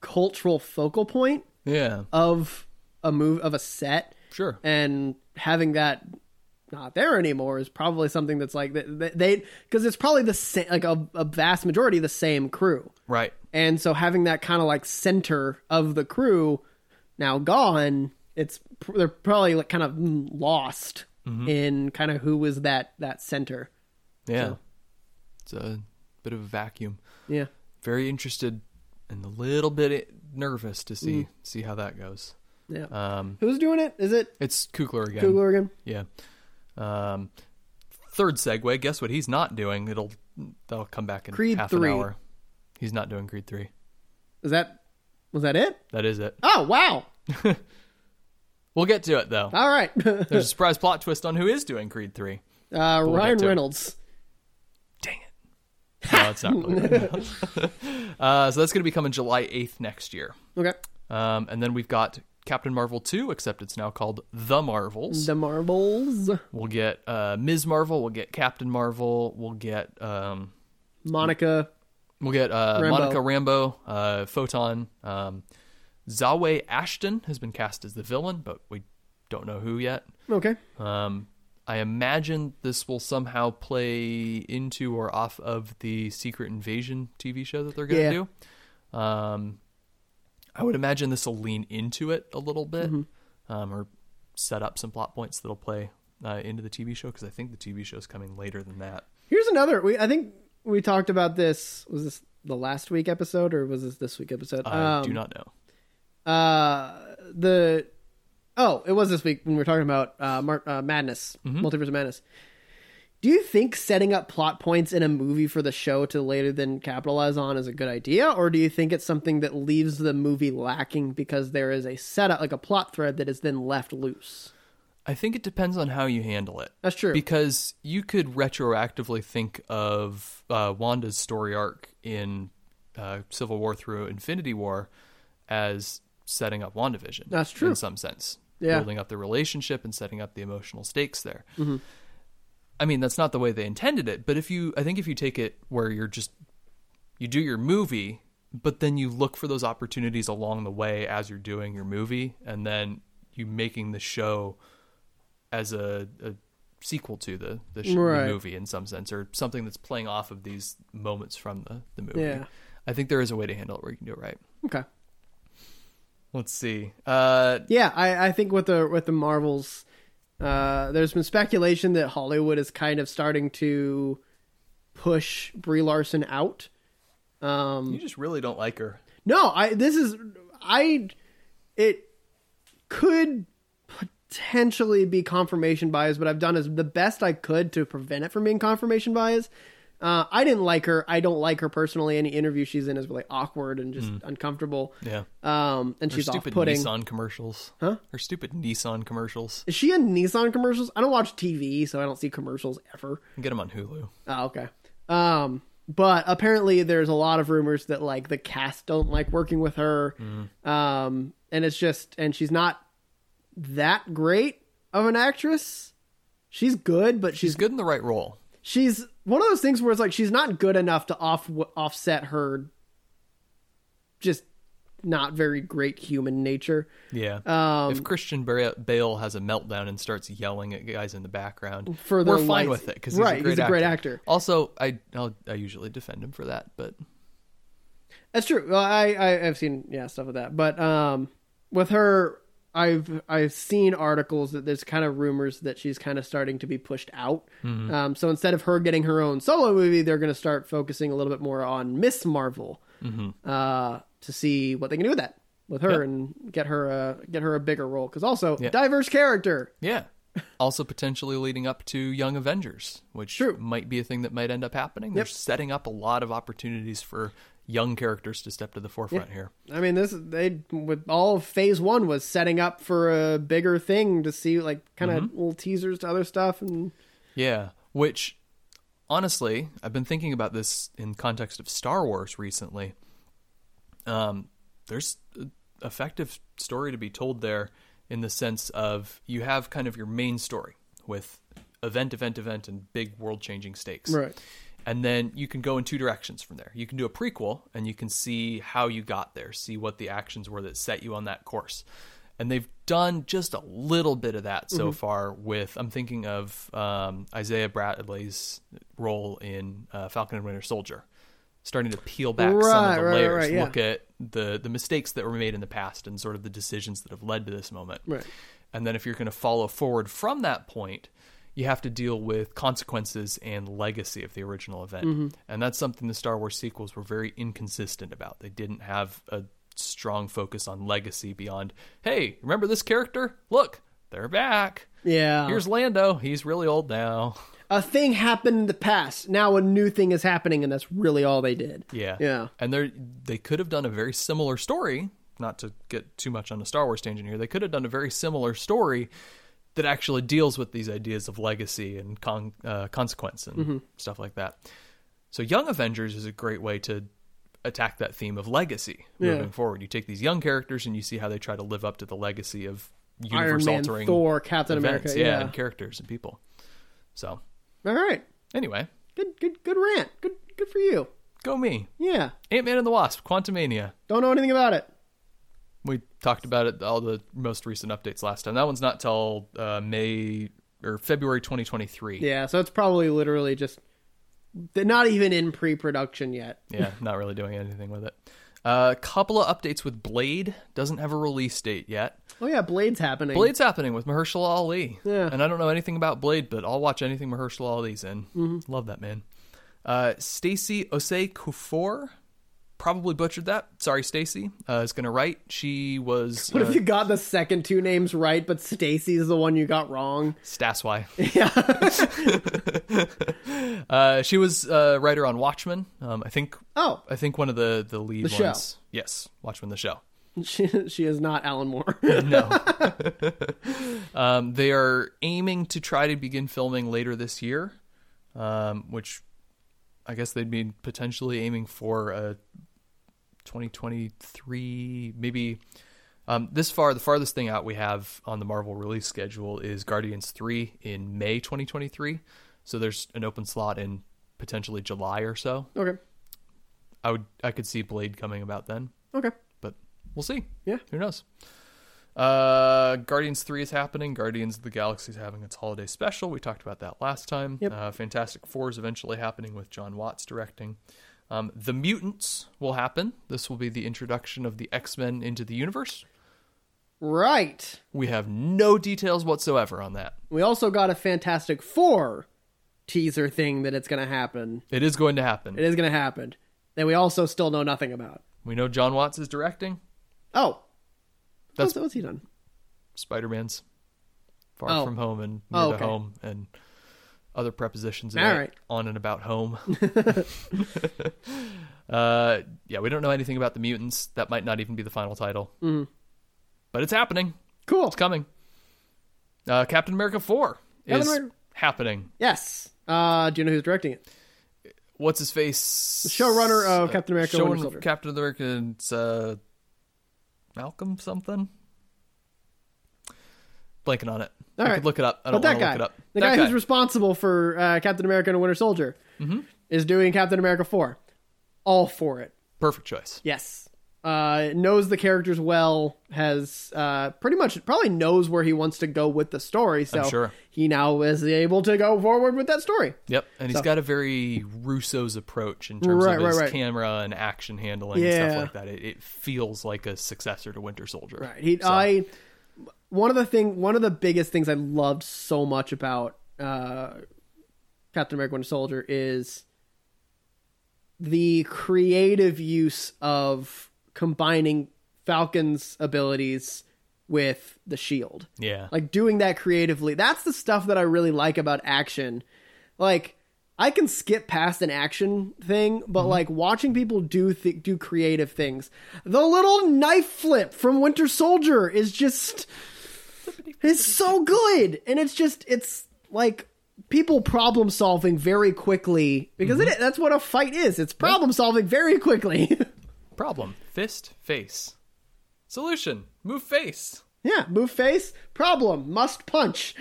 S1: cultural focal point
S2: Yeah.
S1: of a move of a set
S2: Sure.
S1: and having that not there anymore is probably something that's like that- that they because it's probably the same like a, a vast majority of the same crew
S2: Right.
S1: and so having that kind of like center of the crew now gone it's pr- they're probably like kind of lost
S2: Mm-hmm.
S1: in kind of who was that that center
S2: Yeah. It's a bit of a vacuum.
S1: yeah
S2: Very interested and a little bit nervous to see
S1: Mm.
S2: see how that goes.
S1: yeah
S2: Um,
S1: who's doing it is it
S2: it's Kukler again.
S1: Kugler again
S2: Yeah. Um, third segue. Guess what? He's not doing. It'll that'll come back in
S1: Creed
S2: half
S1: three.
S2: an hour. He's not doing Creed three.
S1: is that was that it
S2: That is it.
S1: oh wow
S2: We'll get to it though.
S1: all right
S2: There's a surprise plot twist on who is doing Creed three.
S1: Uh,
S2: we'll
S1: Ryan
S2: get to it.
S1: Reynolds.
S2: Dang it. No, it's not really. right now. uh, so that's going to be coming July 8th next year.
S1: Okay.
S2: Um, and then we've got Captain Marvel 2, except it's now called The Marvels.
S1: The Marbles.
S2: We'll get uh, Ms. Marvel. We'll get Captain Marvel. We'll get um,
S1: Monica.
S2: we'll get uh,
S1: Rambo.
S2: Monica Rambo, uh, Photon. Um, Zawe Ashton has been cast as the villain, but we don't know who yet.
S1: Okay.
S2: Um, I imagine this will somehow play into or off of the Secret Invasion TV show that they're going
S1: Yeah.
S2: to do. Um, I would imagine this will lean into it a little bit, um, or set up some plot points that'll play uh, into the TV show because I think the TV show is coming later than that.
S1: Here's another. We I think we talked about this. Was this the last week episode or was this this week episode?
S2: I do not know.
S1: Uh, the oh, it was this week when we were talking about uh, Mar- uh Madness, Multiverse of Madness. Do you think setting up plot points in a movie for the show to later then capitalize on is a good idea, or do you think it's something that leaves the movie lacking because there is a setup, like a plot thread that is then left loose?
S2: I think it depends on how you handle it.
S1: That's true.
S2: Because you could retroactively think of uh, Wanda's story arc in uh, Civil War through Infinity War as setting up WandaVision.
S1: That's true.
S2: In some sense.
S1: Yeah. Mm-hmm.
S2: Building up the relationship and setting up the emotional stakes there. I mean, that's not the way they intended it, but if you, I think if you take it where you're just, you do your movie, but then you look for those opportunities along the way as you're doing your movie, and then you making the show as a, a sequel to the the, sh-
S1: Right.
S2: the movie in some sense, or something that's playing off of these moments from the the movie.
S1: Yeah.
S2: I think there is a way to handle it where you can do it right.
S1: Okay.
S2: Let's see. Uh,
S1: Yeah, I, I think with the with the Marvels, uh, there's been speculation that Hollywood is kind of starting to push Brie Larson out. Um,
S2: you just really don't like her.
S1: no, I this is I it could potentially be confirmation bias, but I've done as the best I could to prevent it from being confirmation bias. Uh, I didn't like her. I don't like her personally. Any interview she's in is really awkward and just uncomfortable.
S2: Yeah.
S1: Um, and
S2: Hmm. Her
S1: she's
S2: stupid
S1: off-putting.
S2: Nissan commercials. Huh? Her stupid Nissan commercials.
S1: Is she in Nissan commercials? I don't watch TV, so I don't see commercials ever.
S2: Get them on Hulu.
S1: Oh, okay. Um, but apparently there's a lot of rumors that like the cast don't like working with her. Um, and it's just and she's not that great of an actress. She's good, but she's
S2: She's good in the right role.
S1: she's one of those things where it's like she's not good enough to off offset her just not very great human nature.
S2: Yeah.
S1: Um,
S2: if Christian Bra- Bale has a meltdown and starts yelling at guys in the background,
S1: For the
S2: we're fine
S1: lights-
S2: with it because he's,
S1: Right,
S2: a great
S1: he's a
S2: actor.
S1: great actor.
S2: Also, I I'll, I usually defend him for that, but
S1: That's true. Well, I, I I've seen yeah stuff with that, but um, with her, I've I've seen articles that there's kind of rumors that she's kind of starting to be pushed out. Um, so instead of her getting her own solo movie, they're going to start focusing a little bit more on Miss Marvel uh, to see what they can do with that with her and get her a get her a bigger role because also diverse character.
S2: yeah. also, potentially leading up to Young Avengers, which
S1: True.
S2: might be a thing that might end up happening. They're setting up a lot of opportunities for young characters to step to the forefront here.
S1: I mean, this they with all of phase one was setting up for a bigger thing to see, like kind of little teasers to other stuff, and
S2: Yeah, which honestly, I've been thinking about this in context of Star Wars recently. Um, there's a effective story to be told there in the sense of you have kind of your main story with event, event, event, and big world-changing stakes.
S1: Right.
S2: And then you can go in two directions from there. You can do a prequel and you can see how you got there, see what the actions were that set you on that course. And they've done just a little bit of that
S1: Mm-hmm.
S2: so far with, I'm thinking of um, Isaiah Bradley's role in uh, Falcon and Winter Soldier, starting to peel back some of
S1: Right,
S2: the
S1: right,
S2: layers,
S1: right, yeah.
S2: look at the, the mistakes that were made in the past and sort of the decisions that have led to this moment.
S1: Right.
S2: And then if you're going to follow forward from that point, you have to deal with consequences and legacy of the original event. And that's something the Star Wars sequels were very inconsistent about. They didn't have a strong focus on legacy beyond, hey, remember this character? Look, they're back.
S1: yeah,
S2: Here's Lando. He's really old now.
S1: a thing happened in the past. Now a new thing is happening, and that's really all they did.
S2: Yeah.
S1: yeah,
S2: And they they could have done a very similar story, not to get too much on a Star Wars tangent here. They could have done a very similar story that actually deals with these ideas of legacy and con- uh, consequence and
S1: Mm-hmm.
S2: stuff like that. So Young Avengers is a great way to attack that theme of legacy moving forward. You take these young characters and you see how they try to live up to the legacy of
S1: Iron
S2: universe
S1: Man,
S2: altering
S1: Thor, Captain
S2: events,
S1: America. Yeah.
S2: and characters and people. So,
S1: all right,
S2: anyway,
S1: good, good, good rant. Good, good for you.
S2: go me.
S1: Yeah,
S2: Ant-Man and the Wasp, Quantumania.
S1: don't know anything about it.
S2: We talked about it all the most recent updates last time. That one's not till uh, May or February 2023.
S1: Yeah, so it's probably literally just they're not even in pre-production yet.
S2: Yeah, not really doing anything with it. A uh, couple of updates with Blade doesn't have a release date yet.
S1: Oh yeah, Blade's happening.
S2: Blade's happening with Mahershala Ali.
S1: Yeah.
S2: And I don't know anything about Blade, but I'll watch anything Mahershala Ali's in.
S1: Mm-hmm.
S2: Love that man. Uh, Stacy Osei Kufor probably butchered that. Sorry, Stacy uh, is going to write. She was
S1: What
S2: uh,
S1: if you got the second two names right, but Stacy's the one you got wrong?
S2: Staswy.
S1: Yeah,
S2: Uh, she was a uh, writer on Watchmen. Um, I think.
S1: Oh.
S2: I think one of the the lead
S1: The show.
S2: ones. Yes, Watchmen the show.
S1: she, she is not Alan Moore.
S2: No. um, they are aiming to try to begin filming later this year, um, which I guess they'd be potentially aiming for uh, a 2023, maybe. Um, this far, the farthest thing out we have on the Marvel release schedule is Guardians 3 in May 2023. So there's an open slot in potentially July or so.
S1: okay,
S2: I would I could see Blade coming about then,
S1: okay,
S2: but we'll see.
S1: Yeah.
S2: who knows? Uh, Guardians three is happening. Guardians of the Galaxy is having its holiday special. We talked about that last time.
S1: Yep.
S2: Uh, Fantastic Four is eventually happening with John Watts directing. Um, the Mutants will happen. This will be the introduction of the X Men into the universe.
S1: right.
S2: We have no details whatsoever on that.
S1: We also got a Fantastic Four teaser thing that it's gonna happen.
S2: It is going to happen.
S1: It is gonna happen. That we also still know nothing about.
S2: We know John Watts is directing
S1: Oh, what's,
S2: That's-
S1: what's he done?
S2: Spider Man's Far
S1: Oh.
S2: From Home and Near
S1: Oh,
S2: to
S1: okay.
S2: Home and other prepositions
S1: All
S2: about
S1: right.
S2: on and about home. uh, yeah, we don't know anything about the mutants. That might not even be the final title.
S1: Mm-hmm.
S2: But it's happening.
S1: Cool.
S2: It's coming. Uh, Captain America 4
S1: Captain
S2: is
S1: America-
S2: happening.
S1: Yes. Uh, do you know who's directing it?
S2: What's his face? Uh,
S1: showrunner of Captain America: Winter
S2: Showrunner
S1: Soldier.
S2: of Captain America and it's, uh, Malcolm something. Blanking on it.
S1: All
S2: I
S1: right.
S2: could look it up.
S1: But
S2: I don't
S1: that
S2: want to
S1: guy,
S2: look it up.
S1: the
S2: That
S1: guy, who's responsible for uh, Captain America and Winter Soldier,
S2: Mm-hmm.
S1: is doing Captain America four. All for it.
S2: Perfect choice.
S1: Yes. Uh, knows the characters well. Has uh, pretty much probably knows where he wants to go with the story. So
S2: I'm sure.
S1: he now is able to go forward with that story.
S2: Yep, and he's got a very Russo's approach in terms
S1: Right,
S2: of
S1: right,
S2: his
S1: right.
S2: camera and action handling and
S1: Yeah.
S2: stuff like that. It, it feels like a successor to Winter Soldier.
S1: Right. He, I one of the thing one of the biggest things I loved so much about uh, Captain America: Winter Soldier is the creative use of combining Falcon's abilities with the shield.
S2: Yeah.
S1: Like doing that creatively. That's the stuff that I really like about action. Like I can skip past an action thing, but like watching people do th- do creative things. The little knife flip from Winter Soldier is just it's so good, and it's just it's like people problem solving very quickly because it, that's what a fight is. It's problem solving very quickly.
S2: Problem. Fist, face. Solution. Move face.
S1: Yeah, move face, problem, must punch.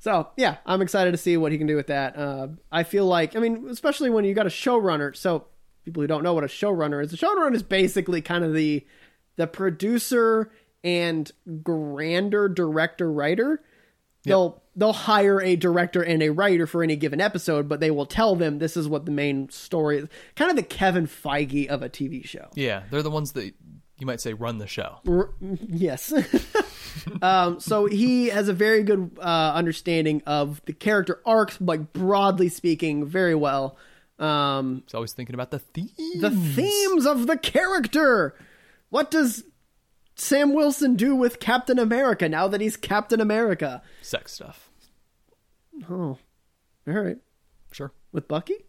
S1: so, yeah, I'm excited to see what he can do with that. Uh, I feel like, I mean, especially when you got a showrunner. So, people who don't know what a showrunner is, a showrunner is basically kind of the the producer and grander director writer. They'll they'll hire a director and a writer for any given episode, but they will tell them this is what the main story is. Kind of the Kevin Feige of a TV show.
S2: Yeah, they're the ones that you might say run the show.
S1: R- yes. um, so he has a very good uh, understanding of the character arcs, like broadly speaking, very well. Um,
S2: He's always thinking about the theme.
S1: the themes of the character. What does Sam Wilson do with Captain America now that he's Captain America?
S2: Sex stuff.
S1: Oh, all right.
S2: Sure.
S1: With Bucky?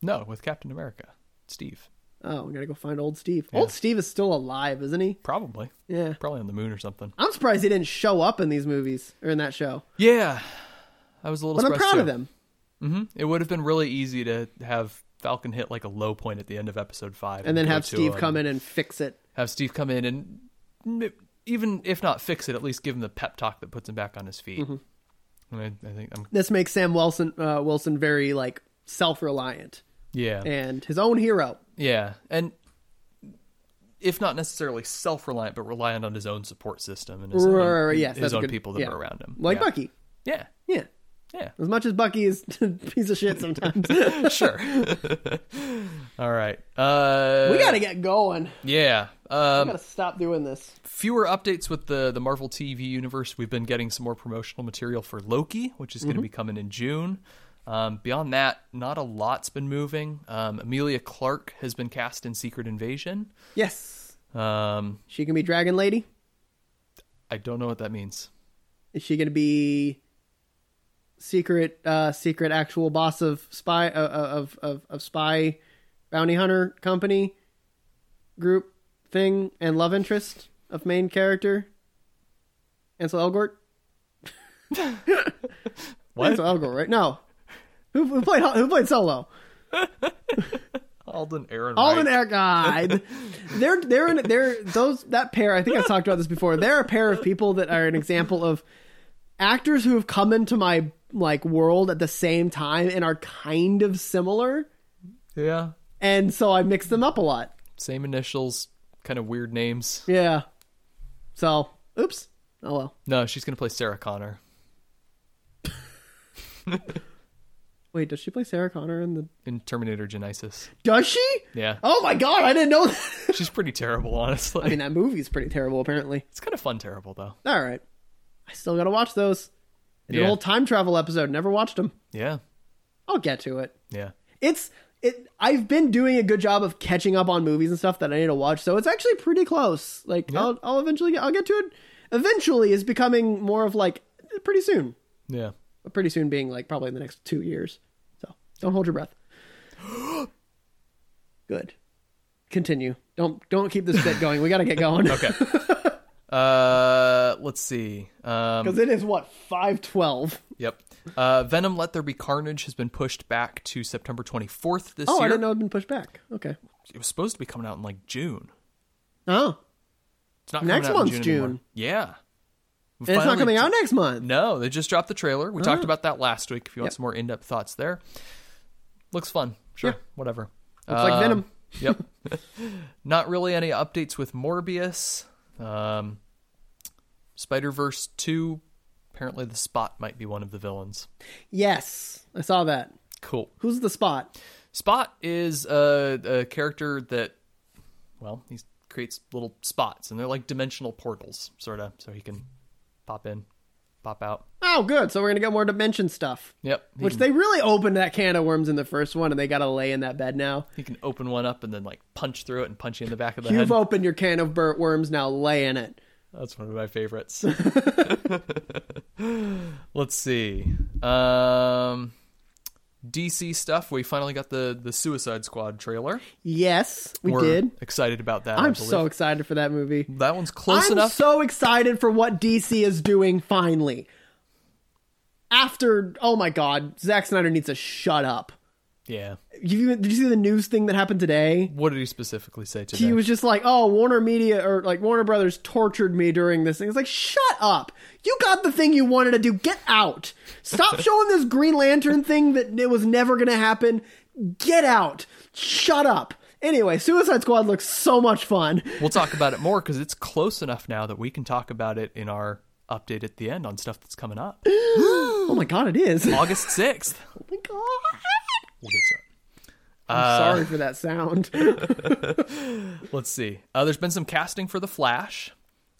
S2: No, with Captain America. Steve.
S1: Oh, we gotta go find old Steve. Old Steve is still alive, isn't he?
S2: Probably.
S1: Yeah.
S2: Probably on the moon or something.
S1: I'm surprised he didn't show up in these movies or in that show.
S2: Yeah. I was a little
S1: But I'm proud
S2: surprised too.
S1: of them.
S2: hmm It would have been really easy to have Falcon hit like a low point at the end of episode five.
S1: And then
S2: go
S1: have
S2: to
S1: Steve
S2: him.
S1: come in and fix it.
S2: Have Steve come in and m- even if not fix it, at least give him the pep talk that puts him back on his feet.
S1: Mm-hmm.
S2: And I, I think I'm.
S1: this makes Sam Wilson uh, Wilson very like self reliant
S2: Yeah.
S1: and his own hero.
S2: Yeah, and if not necessarily self-reliant, but reliant on his own support system and his
S1: Or-
S2: own,
S1: yes,
S2: his
S1: that's a
S2: own
S1: good-
S2: people that
S1: yeah.
S2: were around him,
S1: like
S2: yeah.
S1: Bucky.
S2: Yeah,
S1: Yeah,
S2: yeah,
S1: as much as Bucky is a piece of shit sometimes,
S2: sure. All right, uh,
S1: we gotta get going.
S2: yeah.
S1: We
S2: Um,
S1: gotta stop doing this.
S2: fewer updates with the the Marvel TV universe. We've been getting some more promotional material for Loki, which is going
S1: Mm-hmm.
S2: to be coming in June. Um, beyond that, not a lot's been moving. Um, Amelia Clark has been cast in Secret Invasion.
S1: Yes,
S2: Um,
S1: she can be Dragon Lady.
S2: I don't know what that means.
S1: Is she gonna be secret uh secret actual boss of spy uh, of of of spy bounty hunter company group thing and love interest of main character Ansel Elgort?
S2: What?
S1: Ansel Elgort, right? No. Who, who played who played Solo?
S2: Alden Aaron.
S1: Alden Air God. They're they're in they're those that pair. I think I've talked about this before. They're a pair of people that are an example of actors who have come into my like world at the same time and are kind of similar.
S2: Yeah.
S1: And so I mix them up a lot.
S2: Same initials, kind of weird names.
S1: Yeah. So oops. Oh well.
S2: No, she's going to play Sarah Connor.
S1: Wait, does she play Sarah Connor in the?
S2: In Terminator Genesis.
S1: Does she?
S2: Yeah.
S1: Oh my god, I didn't know. That.
S2: She's pretty terrible, honestly.
S1: I mean, that movie's pretty terrible. Apparently.
S2: it's kind of fun, terrible, though.
S1: All right. I still gotta watch those. The
S2: Yeah.
S1: old time travel episode. Never watched them.
S2: Yeah.
S1: I'll get to it.
S2: Yeah.
S1: it's it i've been doing a good job of catching up on movies and stuff that i need to watch so it's actually pretty close like I'll, I'll eventually get i'll get to it eventually is becoming more of like pretty soon
S2: Yeah.
S1: pretty soon being like probably in the next two years so don't hold your breath good continue don't don't keep this bit going we gotta get going
S2: Okay. uh, let's see. Um,
S1: because it is what 512
S2: yep. Uh, Venom Let There Be Carnage has been pushed back to September 24th this
S1: oh
S2: year.
S1: i didn't know it'd been pushed back okay
S2: It was supposed to be coming out in like June.
S1: oh
S2: It's not
S1: Next
S2: coming out in
S1: month's
S2: June. anymore.
S1: June.
S2: Yeah.
S1: and it's not coming out next month
S2: No, they just dropped the trailer. We talked about that last week. If you
S1: Ah.
S2: want
S1: Yep.
S2: some more in-depth thoughts there, looks fun. Sure, whatever. Um,
S1: Looks like Venom.
S2: yep. Not really any updates with Morbius. Um, Spider Verse two. Apparently, the Spot might be one of the villains.
S1: yes i saw that
S2: Cool.
S1: who's the spot
S2: Spot is a, a character that, well, he creates little spots, and they're like dimensional portals, sort of, so he can pop in, pop out.
S1: Oh, good. So we're gonna get more dimension stuff.
S2: Yep. He
S1: Which
S2: can-
S1: they really opened that can of worms in the first one, and they gotta lay in that bed now.
S2: He can open one up and then like punch through it and punch you in the back of the head.
S1: You've opened your can of burnt worms. Now lay in it.
S2: That's one of my favorites. Let's see. Um, DC stuff. We finally got the the Suicide Squad trailer.
S1: Yes, we
S2: We're
S1: did.
S2: Excited about that. I
S1: I'm
S2: believe.
S1: so excited for that movie.
S2: that one's close
S1: I'm
S2: enough.
S1: so excited for what DC is doing finally. After oh my god, Zack Snyder needs to shut up.
S2: yeah.
S1: You, did you see the news thing that happened today?
S2: What did he specifically say today?
S1: He was just like, "Oh, Warner Media or like Warner Brothers tortured me during this thing." It's like, "Shut up! You got the thing you wanted to do. Get out! Stop showing this Green Lantern thing that it was never going to happen. Get out! Shut up!" Anyway, Suicide Squad looks so much fun.
S2: we'll talk about it more because it's close enough now that we can talk about it in our update at the end on stuff that's coming up.
S1: Oh my god, it is! Oh
S2: August 6th.
S1: my god!
S2: We'll get to it.
S1: I'm sorry for that sound.
S2: Let's see. Uh, there's been some casting for The Flash.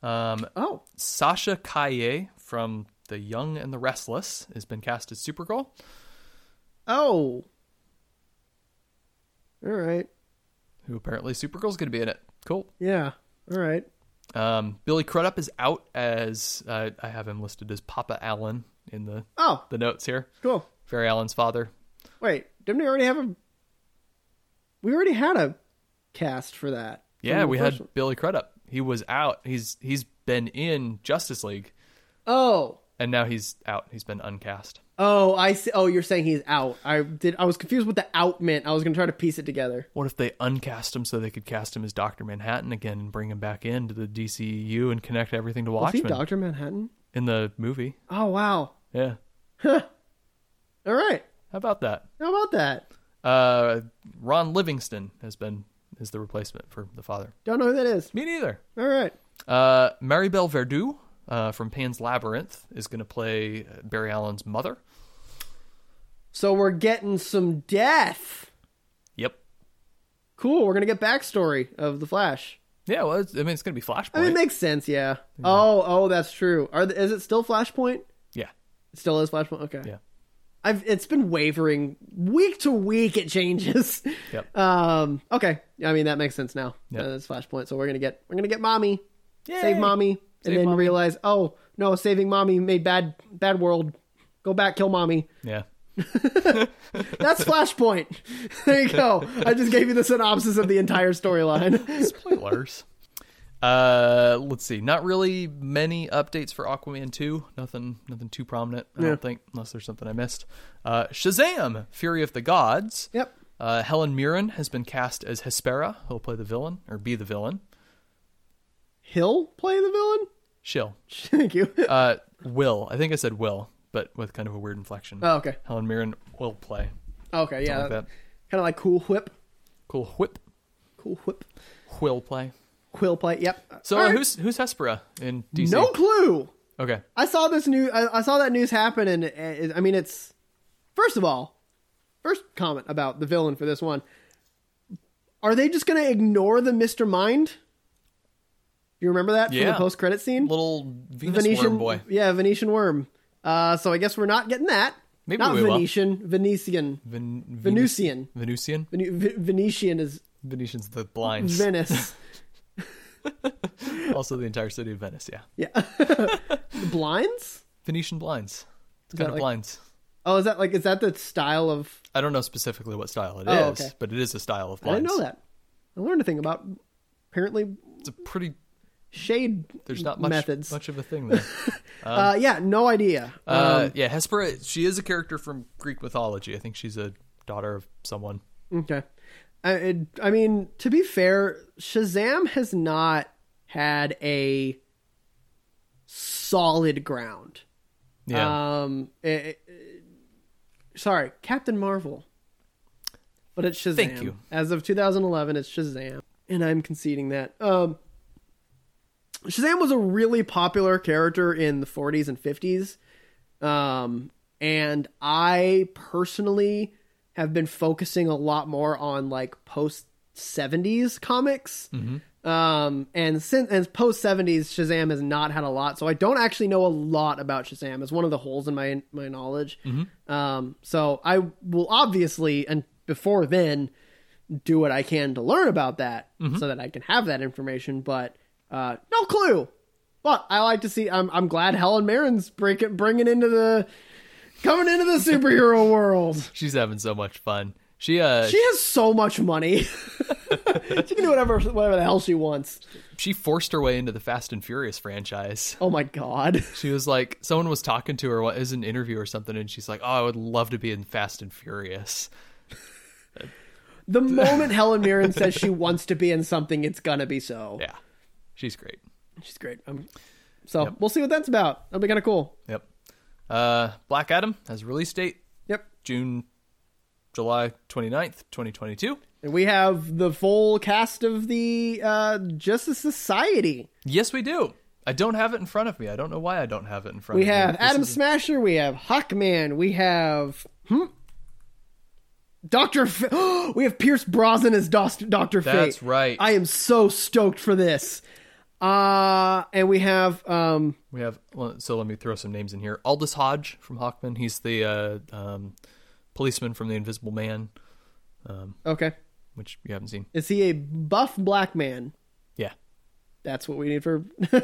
S2: Um,
S1: oh,
S2: Sasha Kaye from The Young and the Restless has been cast as Supergirl.
S1: oh. All right.
S2: who apparently Supergirl's going to be in it. Cool.
S1: Yeah. All right.
S2: Um, Billy Crudup is out as uh, I have him listed as Papa Allen in the
S1: Oh,
S2: the notes here.
S1: cool.
S2: Barry Allen's father.
S1: Wait, didn't we already have a? We already had a cast for that.
S2: Yeah,
S1: From the
S2: we
S1: first one.
S2: had Billy Crudup. He was out. He's he's been in Justice League,
S1: Oh,
S2: and now he's out. He's been uncast.
S1: oh, I see. Oh, you're saying he's out. I did. I was confused what the out meant. I was gonna try to piece it together.
S2: What if they uncast him so they could cast him as Doctor Manhattan again and bring him back into the DCU and connect everything to
S1: Was he
S2: Watchmen
S1: Doctor Manhattan?
S2: in the movie?
S1: Oh wow.
S2: Yeah,
S1: All right.
S2: how about that?
S1: How about that?
S2: Uh, Ron Livingston has been is the replacement for the father.
S1: Don't know who that is.
S2: Me neither.
S1: All right.
S2: Uh, Maribel Verdú uh, from Pan's Labyrinth is going to play uh, Barry Allen's mother.
S1: So we're getting some death.
S2: Yep.
S1: Cool. We're gonna get backstory of the Flash.
S2: Yeah, well, it's, I mean, it's going to be Flashpoint.
S1: I mean, it makes sense. Yeah. Oh, oh, that's true. Are the, is it still Flashpoint?
S2: yeah.
S1: It still is Flashpoint. Okay.
S2: Yeah.
S1: I've it's been wavering week to week. It changes.
S2: Yep.
S1: Um. Okay. I mean that makes sense now.
S2: Yep.
S1: Uh, that's Flashpoint. So we're gonna get we're gonna get mommy. Save
S2: Yay!
S1: mommy,
S2: Save
S1: and then
S2: mommy.
S1: realize oh no, saving mommy made bad bad world. Go back, kill mommy.
S2: Yeah.
S1: That's Flashpoint. there you go. I just gave you the synopsis of the entire storyline.
S2: Spoilers. uh, let's see. Not really many updates for Aquaman 2. Nothing nothing too prominent, I
S1: Yeah.
S2: don't think, unless there's something I missed. Uh, Shazam! Fury of the Gods.
S1: yep.
S2: Uh, Helen Mirren has been cast as Hespera, who'll play the villain, or be the villain.
S1: He'll play the villain.
S2: She'll.
S1: Thank you.
S2: Uh, Will. I think I said Will, but with kind of a weird inflection.
S1: oh, okay.
S2: Helen Mirren will play.
S1: Okay. Yeah.
S2: like that.
S1: Kind of like Cool Whip.
S2: Cool whip.
S1: Cool Whip.
S2: Will play.
S1: Quill play. Yep.
S2: So
S1: All
S2: uh,
S1: right.
S2: who's who's Hespera in DC?
S1: no clue.
S2: Okay.
S1: I saw this new. I, I saw that news happen, and uh, I mean, it's first of all, first comment about the villain for this one. Are they just going to ignore the Mister Mind? Do you remember that from
S2: Yeah.
S1: the post-credit scene?
S2: Little Venus
S1: Venetian
S2: worm boy.
S1: yeah, Venetian worm. Uh, so I guess we're not getting that.
S2: Maybe
S1: not
S2: we will.
S1: Venetian, Venetian,
S2: Ven- Venus-
S1: Venusian.
S2: Venusian.
S1: Venu- Ve- Venetian is
S2: Venetian's the blinds.
S1: Venice.
S2: also the entire city of Venice. Yeah.
S1: yeah, The blinds.
S2: Venetian blinds. It's
S1: that
S2: kind of
S1: like-
S2: blinds.
S1: Oh, is that like is that the style of?
S2: I don't know specifically what style it is,
S1: Oh, okay.
S2: but it is a style of
S1: I
S2: blinds.
S1: didn't know that. I learned a thing about apparently
S2: It's a pretty.
S1: shade
S2: There's not much
S1: methods.
S2: much of a thing there.
S1: uh, yeah, no idea.
S2: uh,
S1: Um,
S2: yeah, Hespera. She is a character from Greek mythology. I think she's a daughter of someone.
S1: Uh, okay. I, it- I mean, to be fair, Shazam has not had a solid ground.
S2: Yeah.
S1: Um, it- it- sorry, Captain Marvel. But it's Shazam.
S2: Thank you.
S1: As of 2011, it's Shazam, and I'm conceding that. Um, Shazam was a really popular character in the 40s and 50s, um, and I personally have been focusing a lot more on like post 70s comics. Um, and since and post 70s, Shazam has not had a lot, so I don't actually know a lot about Shazam. It's one of the holes in my my knowledge. Um, so I will obviously and before then do what I can to learn about that so that I can have that information, but uh, no clue. But I like to see. I'm I'm glad Helen Mirren's breaking bringing into the coming into the superhero world.
S2: She's having so much fun. She uh
S1: She has so much money. she can do whatever whatever the hell she wants.
S2: she forced her way into the Fast and Furious franchise.
S1: Oh my god.
S2: She was like, someone was talking to her as an interview or something, and she's like, "Oh, I would love to be in Fast and Furious."
S1: The moment Helen Mirren says she wants to be in something, it's gonna be so.
S2: Yeah, she's great.
S1: She's great. Um, so we'll see what that's about. That'll be kind of cool.
S2: Yep. Uh, Black Adam has a release date
S1: Yep.
S2: June, July 29th, twenty twenty two.
S1: And we have the full cast of the uh, Justice Society.
S2: Yes, we do. I don't have it in front of me. I don't know why I don't have it in front
S1: We
S2: of me.
S1: have
S2: This
S1: Adam
S2: is-
S1: Smasher. We have Hawkman. We have hmm? Doctor. F- we have Pierce Brosnan as Doctor Fate.
S2: That's right.
S1: I am so stoked for this. Uh, and we have um,
S2: We have well, so let me throw some names in here. Aldous Hodge from Hawkman. He's the uh, um, policeman from The Invisible Man,
S1: okay.
S2: which you haven't seen.
S1: Is he a buff black man?
S2: Yeah.
S1: That's what we need for for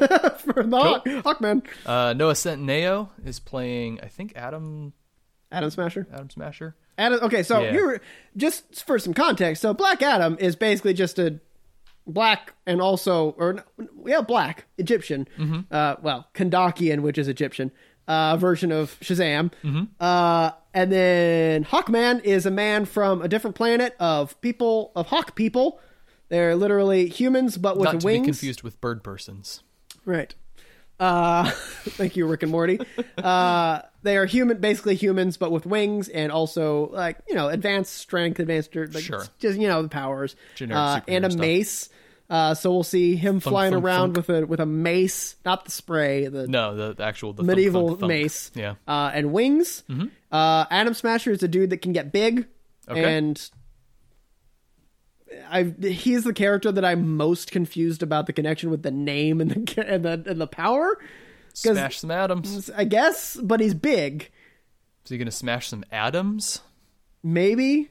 S1: the Hawk, Hawkman.
S2: Uh, Noah Centineo is playing. I think Adam
S1: Adam Smasher.
S2: Adam Smasher.
S1: Adam. Okay, so
S2: Yeah.
S1: here, just for some context, so Black Adam is basically just a black and also, or yeah, black Egyptian,
S2: Mm-hmm.
S1: uh, well, Kandakian, which is Egyptian, uh, version of Shazam,
S2: Mm-hmm.
S1: uh, and then Hawkman is a man from a different planet of people of hawk people. They're literally humans, but with
S2: Not to
S1: wings.
S2: be confused with Bird Persons.
S1: Right. Uh, thank you, Rick and Morty. Uh, they are human, basically humans, but with wings and also like you know advanced strength, advanced like
S2: Sure.
S1: just you know the powers,
S2: Generic
S1: uh, and a
S2: superhero stuff.
S1: mace. Uh, so we'll see him flying
S2: thunk,
S1: around with a with a mace, not the spray, the
S2: No, the, the actual the thunk,
S1: medieval
S2: thunk, thunk.
S1: mace,
S2: Yeah, Mm-hmm.
S1: uh, and wings. Uh, Adam Smasher is a dude that can get big,
S2: Okay.
S1: and I he's the character that I'm most confused about the connection with the name and the and the, and the power. Because
S2: smash some atoms. Is
S1: I guess, but he's big.
S2: he gonna smash some atoms?
S1: Maybe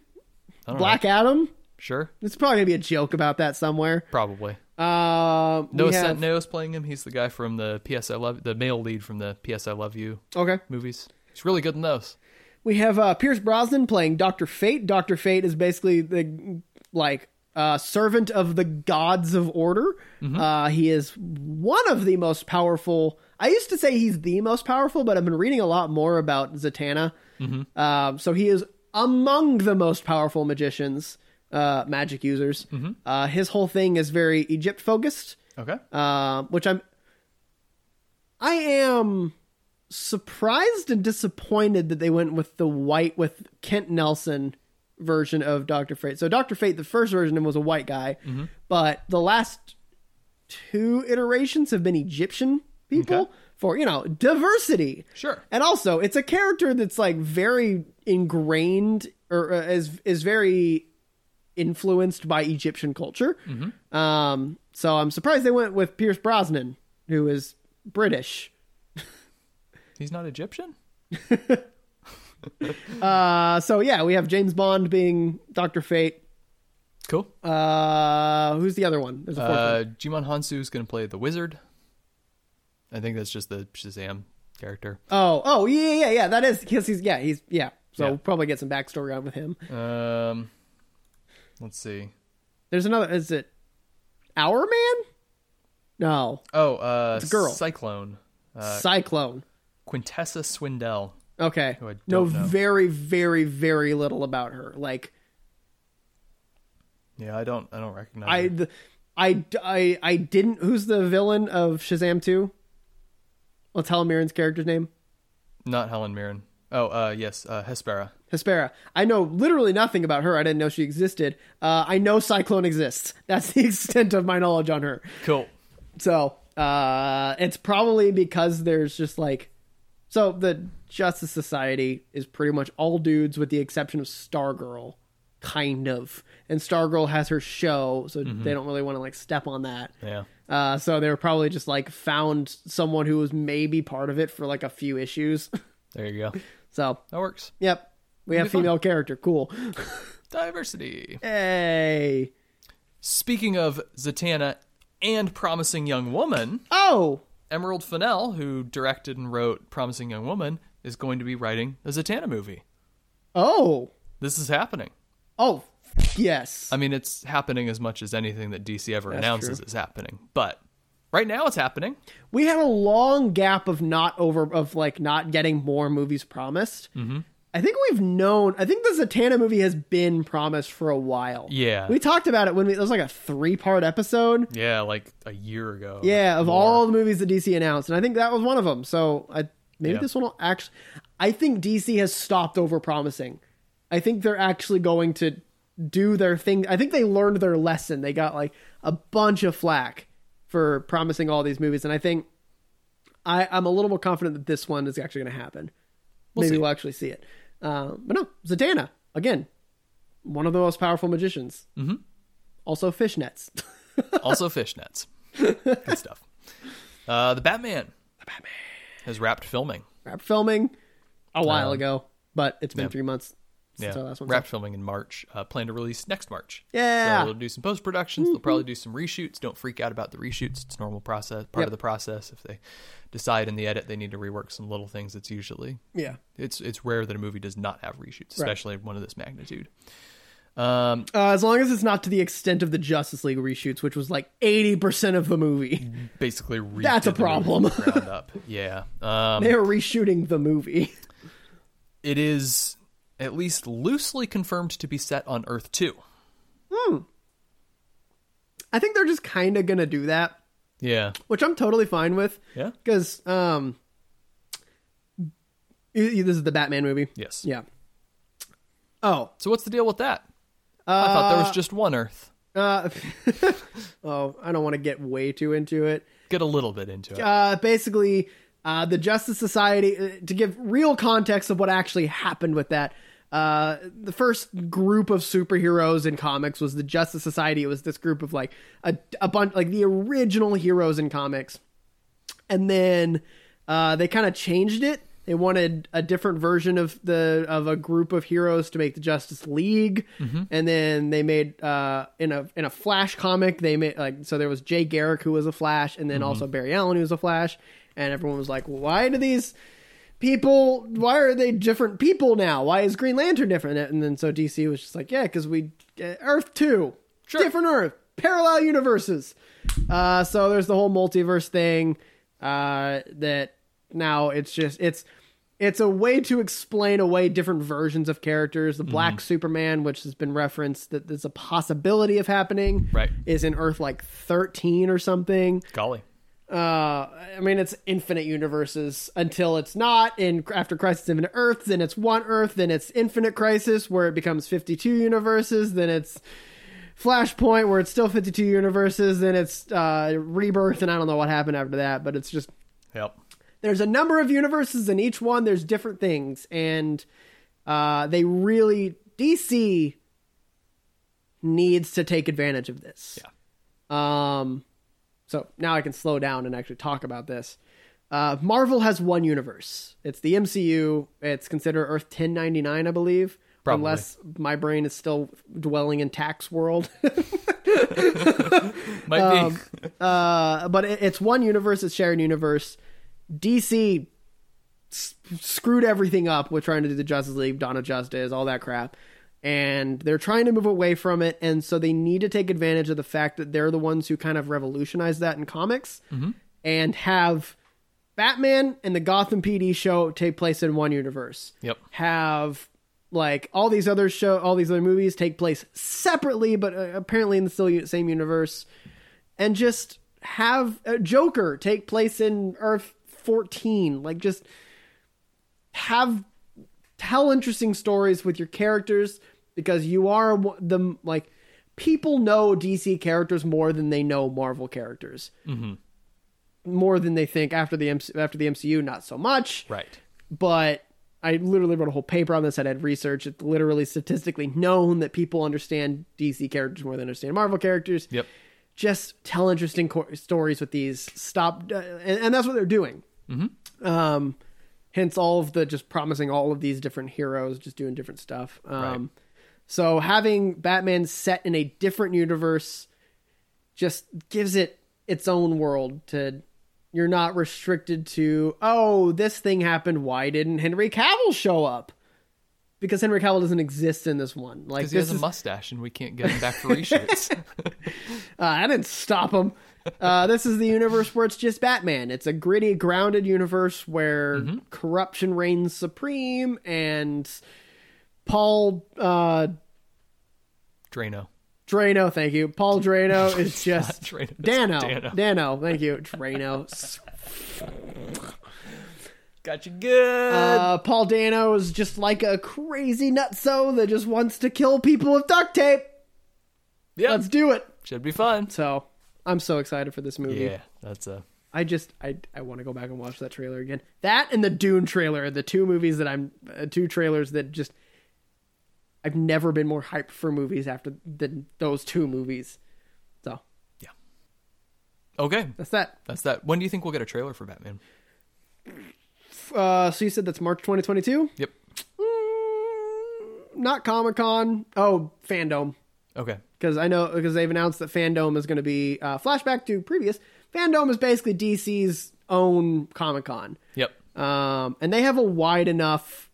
S2: I don't
S1: Black Adam.
S2: know. Sure,
S1: It's probably gonna be a joke about that somewhere.
S2: probably.
S1: Um, we
S2: Noah
S1: have-
S2: Centineo's playing him. He's the guy from the PS I Love, the male lead from the PS I Love You
S1: Okay.
S2: movies. He's really good in those.
S1: We have uh, Pierce Brosnan playing Doctor Fate. Doctor Fate is basically the like uh, servant of the gods of order. Uh, he is one of the most powerful. I used to say he's the most powerful, but I've been reading a lot more about Zatanna. Um, so he is among the most powerful magicians, uh, magic users. Uh, his whole thing is very Egypt focused
S2: Okay.
S1: um, which I'm I am surprised and disappointed that they went with the white with Kent Nelson version of Doctor Fate. So Doctor Fate, the first version of him was a white guy,
S2: Mm-hmm.
S1: but the last two iterations have been Egyptian people
S2: Okay.
S1: for you know diversity.
S2: Sure.
S1: And also, it's a character that's like very ingrained or uh, is is very influenced by Egyptian culture.
S2: Mm-hmm.
S1: Um, so I'm surprised they went with Pierce Brosnan, who is British.
S2: He's not Egyptian.
S1: Uh, so yeah, we have James Bond being Doctor Fate.
S2: Cool.
S1: Uh, who's the other one? There's a fourth one.
S2: Uh, Jimon Hansu is going to play the wizard. I think that's just the Shazam character.
S1: Oh, oh yeah, yeah, yeah. That is because he's yeah he's yeah. So
S2: Yeah.
S1: we'll probably get some backstory on with him.
S2: Um, let's see.
S1: There's another. Is it Our Man? No,
S2: Oh, uh,
S1: a girl.
S2: Cyclone. Uh,
S1: Cyclone.
S2: Quintessa Swindell.
S1: Okay.
S2: who I don't
S1: know
S2: know.
S1: very, very, very little about her. Like
S2: Yeah, I don't, I don't recognize.
S1: I,
S2: her.
S1: the, I, I, I didn't. Who's the villain of Shazam Two? What's Helen Mirren's character's name?
S2: not Helen Mirren. Oh, uh, yes, uh, Hespera.
S1: Hespera. I know literally nothing about her. I didn't know she existed. Uh, I know Cyclone exists. That's the extent of my knowledge on her.
S2: Cool.
S1: So uh, it's probably because there's just like, so the Justice Society is pretty much all dudes with the exception of Stargirl, kind of. And Stargirl has her show, so they don't really want to like step on that.
S2: Yeah.
S1: Uh, so they were probably just like found someone who was maybe part of it for like a few issues.
S2: There you go.
S1: so
S2: That works.
S1: yep, we have
S2: fun.
S1: female character. Cool.
S2: Diversity.
S1: hey.
S2: Speaking of Zatanna and Promising Young Woman,
S1: Oh.
S2: Emerald Fennell, who directed and wrote Promising Young Woman, is going to be writing a Zatanna movie.
S1: Oh,
S2: This is happening.
S1: oh, f- yes.
S2: I mean, it's happening as much as anything that DC ever announces
S1: true.
S2: is happening. But right now, it's happening.
S1: we had a long gap of not over of like not getting more movies promised. Mm-hmm. I think we've known. I think the Zatanna movie has been promised for a while.
S2: Yeah.
S1: we talked about it when we, it was like a three part episode.
S2: Yeah, like a year ago.
S1: Yeah, of
S2: More.
S1: all the movies that DC announced, and I think that was one of them. So I maybe
S2: Yeah.
S1: this one will actually. I think DC has stopped over promising. I think they're actually going to do their thing. I think they learned their lesson. They got like a bunch of flack for promising all these movies, and I think I, I'm a little more confident that this one is actually going to happen. maybe
S2: see.
S1: we'll actually see it. Uh, but no, Zatanna again, one of the most powerful magicians. Mm-hmm. Also, fishnets.
S2: also fishnets. Good stuff. Uh, the Batman. The Batman has wrapped filming.
S1: wrapped uh, filming a while ago, but it's been three months since our
S2: Um, yeah,
S1: last one.
S2: wrapped filming in March. Uh, plan to release next March.
S1: Yeah.
S2: so they'll do some post productions. They'll probably do some reshoots. Don't freak out about the reshoots. It's normal process, part
S1: Yep.
S2: of the process. If they decide in the edit they need to rework some little things, it's usually
S1: yeah.
S2: it's it's rare that a movie does not have reshoots, especially one of this magnitude. Um,
S1: Uh, as long as it's not to the extent of the Justice League reshoots, which was like eighty percent of the movie.
S2: basically, redid
S1: That's a
S2: the movie from
S1: problem.
S2: the ground up, yeah. Um,
S1: They are reshooting the movie.
S2: it is at least loosely confirmed to be set on Earth 2.
S1: I think they're just kind of gonna do that,
S2: Yeah.
S1: which I'm totally fine with.
S2: Yeah?
S1: because um, you- you- this is the Batman movie.
S2: Yes.
S1: Yeah. Oh,
S2: So what's the deal with that? I thought there was just one Earth.
S1: uh, oh, I don't want to get way too into it.
S2: Get a little bit into it.
S1: uh, basically uh, the Justice Society. uh, To give real context of what actually happened with that, uh, the first group of superheroes in comics was the Justice Society. It was this group of like a, a bunch, like the original heroes in comics, and then uh, they kind of changed it. They wanted a different version of the of a group of heroes to make the Justice League, and then they made uh, in a in a Flash comic they made like so there was Jay Garrick who was a Flash, and then also Barry Allen who was a Flash, and everyone was like, why do these people why are they different people now why is green lantern different and then so dc was just like yeah because we uh, earth 2 different earth parallel universes uh, so there's the whole multiverse thing uh, that now it's just it's it's a way to explain away different versions of characters the black superman which has been referenced that there's a possibility of happening
S2: Right.
S1: is in earth like 13 or something
S2: Golly.
S1: uh, I mean, it's infinite universes until it's not. And after Crisis Infinite Earth, then it's one Earth, then it's Infinite Crisis, where it becomes 52 universes, then it's Flashpoint, where it's still 52 universes, then it's uh, Rebirth, and I don't know what happened after that, but it's just
S2: Yep.
S1: there's a number of universes in each one there's different things and uh, they really dc needs to take advantage of this yeah um so now i can slow down and actually talk about this uh, marvel has one universe it's the mcu it's considered earth 1099 i believe
S2: Probably.
S1: unless my brain is still dwelling in tax world
S2: Might
S1: Um,
S2: be.
S1: uh, but it, it's one universe, it's shared universe. DC s- screwed everything up with trying to do the Justice League, Dawn of Justice, all that crap. And they're trying to move away from it, and so they need to take advantage of the fact that they're the ones who kind of revolutionized that in comics and have Batman and the Gotham PD show take place in one universe
S2: Yep.
S1: have like all these other show all these other movies take place separately but uh, apparently in the still u- same universe and just have uh, joker take place in earth 14 like just have tell interesting stories with your characters because you are w- the like people know dc characters more than they know marvel characters
S2: Mm-hmm.
S1: more than they think after the MC- after the mcu not so much
S2: Right.
S1: but I literally wrote a whole paper on this. I had research. It's literally statistically known that people understand DC characters more than they understand Marvel characters.
S2: Yep.
S1: Just tell interesting co- stories with these. Stop, uh, and, and that's what they're doing. Mm-hmm. Um, hence all of the just promising all of these different heroes, just doing different stuff. Um,
S2: Right.
S1: so having Batman set in a different universe just gives it its own world to you're not restricted to oh this thing happened why didn't henry cavill show up because henry cavill doesn't exist in this one like
S2: Because he
S1: this
S2: has a
S1: is, uh,
S2: mustache and we can't get him back for reshoots.
S1: Uh, i didn't stop him uh, this is the universe where it's just batman it's a gritty grounded universe where
S2: Mm-hmm.
S1: corruption reigns supreme and paul uh,
S2: Drano.
S1: drano thank you paul drano is just
S2: Drano.
S1: Dano,
S2: Dano.
S1: Dano, thank you, Drano.
S2: Got you good.
S1: Uh, Paul Dano is just like a crazy nutso that just wants to kill people with duct tape.
S2: yeah,
S1: Let's do it.
S2: should be fun.
S1: So I'm so excited for this movie.
S2: Yeah, that's uh, a.
S1: I just I I want to go back and watch that trailer again. That and the Dune trailer are the two movies that I'm uh, two trailers that just I've never been more hyped for movies after than those two movies. So
S2: Okay,
S1: that's that.
S2: that's that. When do you think we'll get a trailer for Batman?
S1: Uh, so you said that's March 2022.
S2: Yep.
S1: Not Comic Con. Oh, Fandom.
S2: Okay.
S1: because I know because they've announced that Fandom is going to be uh, flashback to previous. Fandom is basically DC's own Comic Con,
S2: Yep.
S1: um, and they have a wide enough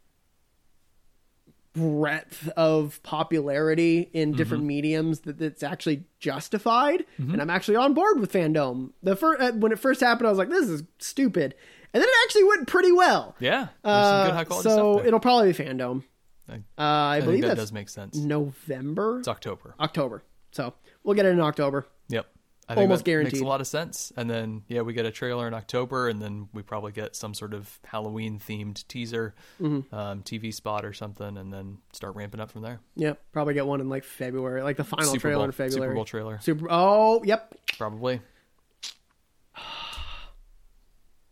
S1: breadth of popularity in different
S2: Mm-hmm.
S1: mediums that it's actually justified. And I'm actually on board with Fandom. The first uh, when it first happened, I was like, "This is stupid," and then it actually went pretty well.
S2: Yeah. There's some
S1: Uh,
S2: good high quality
S1: so
S2: stuff. There.
S1: it'll probably be Fandom.
S2: I,
S1: Uh, I,
S2: I
S1: believe
S2: think that
S1: that's
S2: does make sense.
S1: November,
S2: It's October.
S1: October. So we'll get it in October.
S2: Yep. I
S1: Almost
S2: that Makes
S1: guaranteed.
S2: a lot of sense. And then yeah, we get a trailer in October, and then we probably get some sort of Halloween themed teaser,
S1: Mm-hmm.
S2: um, TV spot or something, and then start ramping up from there.
S1: Yep, probably get one in like February, like the final
S2: Super
S1: trailer
S2: Bowl,
S1: in February.
S2: Super Bowl trailer,
S1: Super. Oh, yep.
S2: probably.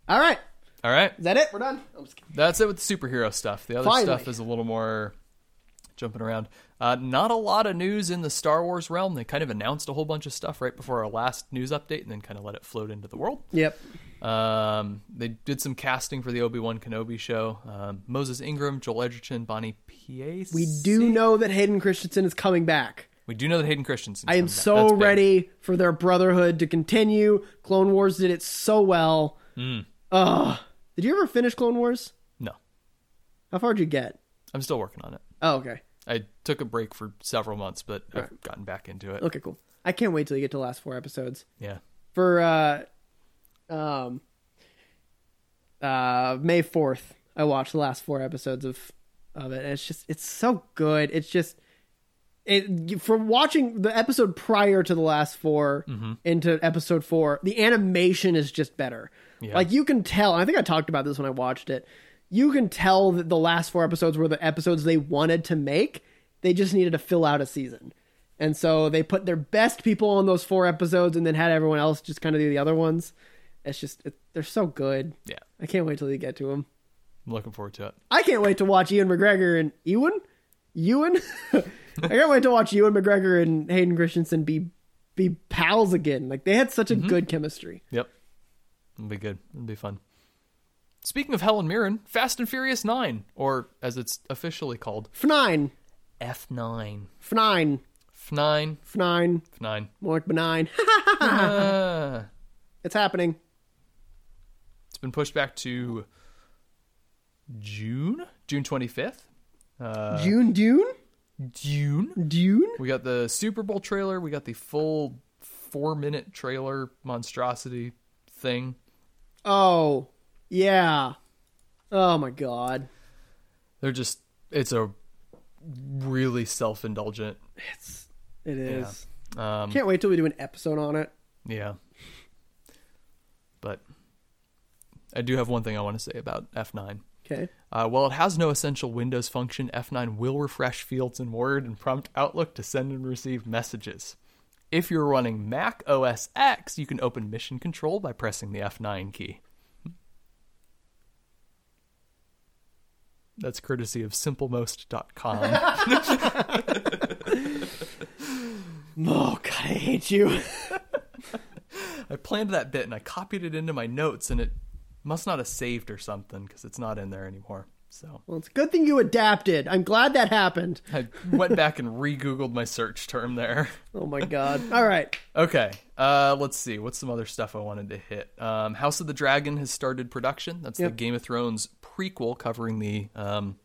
S1: All right,
S2: All right.
S1: is that it? We're done. I'm just kidding.
S2: That's it with the superhero stuff. The other
S1: Finally.
S2: stuff is a little more jumping around. Uh, not a lot of news in the Star Wars realm. They kind of announced a whole bunch of stuff right before our last news update and then kind of let it float into the world.
S1: Yep.
S2: Um, they did some casting for the Obi Wan Kenobi show. Um, Moses Ingram, Joel Edgerton, Bonnie Pace.
S1: We do know that Hayden Christensen is coming back.
S2: We do know that Hayden Christensen.
S1: I am so ready for their brotherhood to continue. Clone Wars did it so well. Ugh. Did you ever finish Clone Wars?
S2: No,
S1: How far did you get?
S2: I'm still working on it.
S1: Oh, okay.
S2: I took a break for several months, but I've gotten back into it.
S1: Okay, cool. I can't wait till you get to the last four episodes.
S2: Yeah.
S1: for uh um uh May 4th I watched the last four episodes of of it and it's just it's so good it's just it from watching the episode prior to the last 4 into episode 4 the animation is just better
S2: Yeah.
S1: like you can tell I think I talked about this when I watched it you can tell that the last four episodes were the episodes they wanted to make they just needed to fill out a season and so they put their best people on those four episodes and then had everyone else just kind of do the other ones. It's just, it, they're so good.
S2: Yeah.
S1: I can't wait till they get to them.
S2: I'm looking forward to it.
S1: I can't wait to watch Ian McGregor and Ewan? Ewan? I can't wait to watch Ewan McGregor and Hayden Christensen be be pals again. Like they had such a good chemistry.
S2: Yep. It'll be good. It'll be fun. Speaking of Helen Mirren, Fast and Furious 9, or as it's officially called,
S1: F9.
S2: F9.
S1: F9.
S2: F9.
S1: F9.
S2: F9.
S1: More like benign.
S2: Ah.
S1: it's happening.
S2: it's been pushed back to June? June 25th? Uh,
S1: June Dune?
S2: June?
S1: Dune?
S2: We got the Super Bowl trailer. We got the full four minute trailer monstrosity thing.
S1: Oh, yeah. Oh my god.
S2: They're just, it's a really self indulgent.
S1: It's it is.
S2: Um,
S1: Can't wait till we do an episode on it.
S2: Yeah. But I do have one thing I want to say about F9.
S1: Okay.
S2: Uh, while it has no essential Windows function, F9 will refresh fields in Word and prompt Outlook to send and receive messages. If you're running Mac OS X, you can open Mission Control by pressing the F9 key. That's courtesy of simplemost.com.
S1: Oh god, I hate you.
S2: I planned that bit and I copied it into my notes, and it must not have saved or something because it's not in there anymore. So
S1: Well, it's a good thing you adapted. I'm glad that happened.
S2: I went back and re Googled my search term there.
S1: Oh my god. All right.
S2: Okay, uh, let's see. What's some other stuff I wanted to hit? Um, House of the Dragon has started production. That's the
S1: Yep.
S2: Game of Thrones prequel covering the um,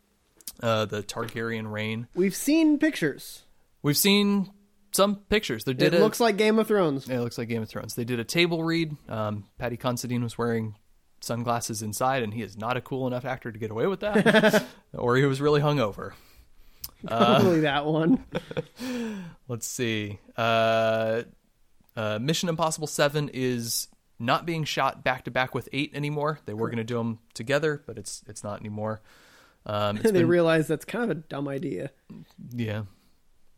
S2: uh, the Targaryen reign.
S1: We've seen pictures.
S2: We've seen some pictures. They did
S1: it
S2: a-
S1: looks like Game of Thrones.
S2: it looks like Game of Thrones. They did a table read. Um, Patty Considine was wearing sunglasses inside, and he is not a cool enough actor to get away with that, or he was really hungover. Uh,
S1: Probably that one.
S2: Let's see. Uh, uh, Mission Impossible 7 is not being shot back to back with 8 anymore. They were going to do them together, but it's it's not anymore. Um, it's
S1: they
S2: been-
S1: realize that's kind of a dumb idea.
S2: yeah.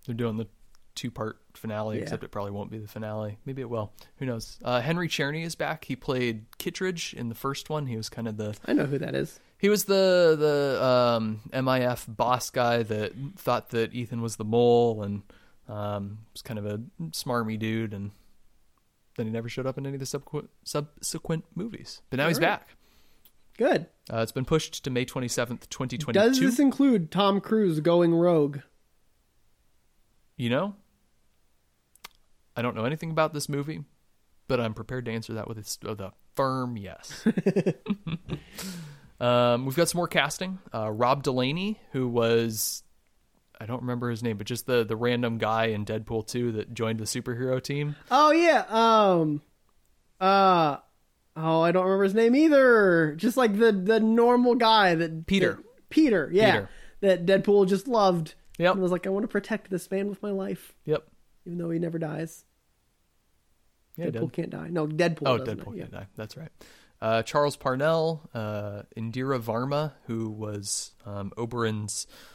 S2: They're doing the two part finale,
S1: Yeah.
S2: except it probably won't be the finale. Maybe it will. Who knows? Uh, Henry Cherney is back. He played Kittredge in the first one. He was kind of the
S1: I know who that is.
S2: he was the the um, MIF boss guy that thought that Ethan was the mole and um, was kind of a smarmy dude, and then he never showed up in any of the subsequent, subsequent movies. But now he's
S1: Alright.
S2: back.
S1: Good.
S2: Uh, it's been pushed to May twenty seventh, twenty twenty
S1: Does
S2: two.
S1: this include Tom Cruise going rogue?
S2: You know, I don't know anything about this movie, but I'm prepared to answer that with a, s- with a firm yes. um, we've got some more casting. Uh, Rob Delaney, who was, I don't remember his name, but just the, the random guy in Deadpool 2 that joined the superhero team.
S1: Oh yeah. Um. Uh. Oh, I don't remember his name either. Just like the the normal guy that
S2: Peter.
S1: that- Peter. Yeah.
S2: Peter.
S1: That Deadpool just loved.
S2: Yep.
S1: And was like, I want to protect this man with my life,
S2: Yep.
S1: even though he never dies.
S2: Yeah, he did.
S1: Deadpool can't die. No, Deadpool.
S2: Oh,
S1: doesn't
S2: Deadpool
S1: Yeah.
S2: can't die. That's right. Uh, Charles Parnell, uh, Indira Varma, who was um, Oberon's, I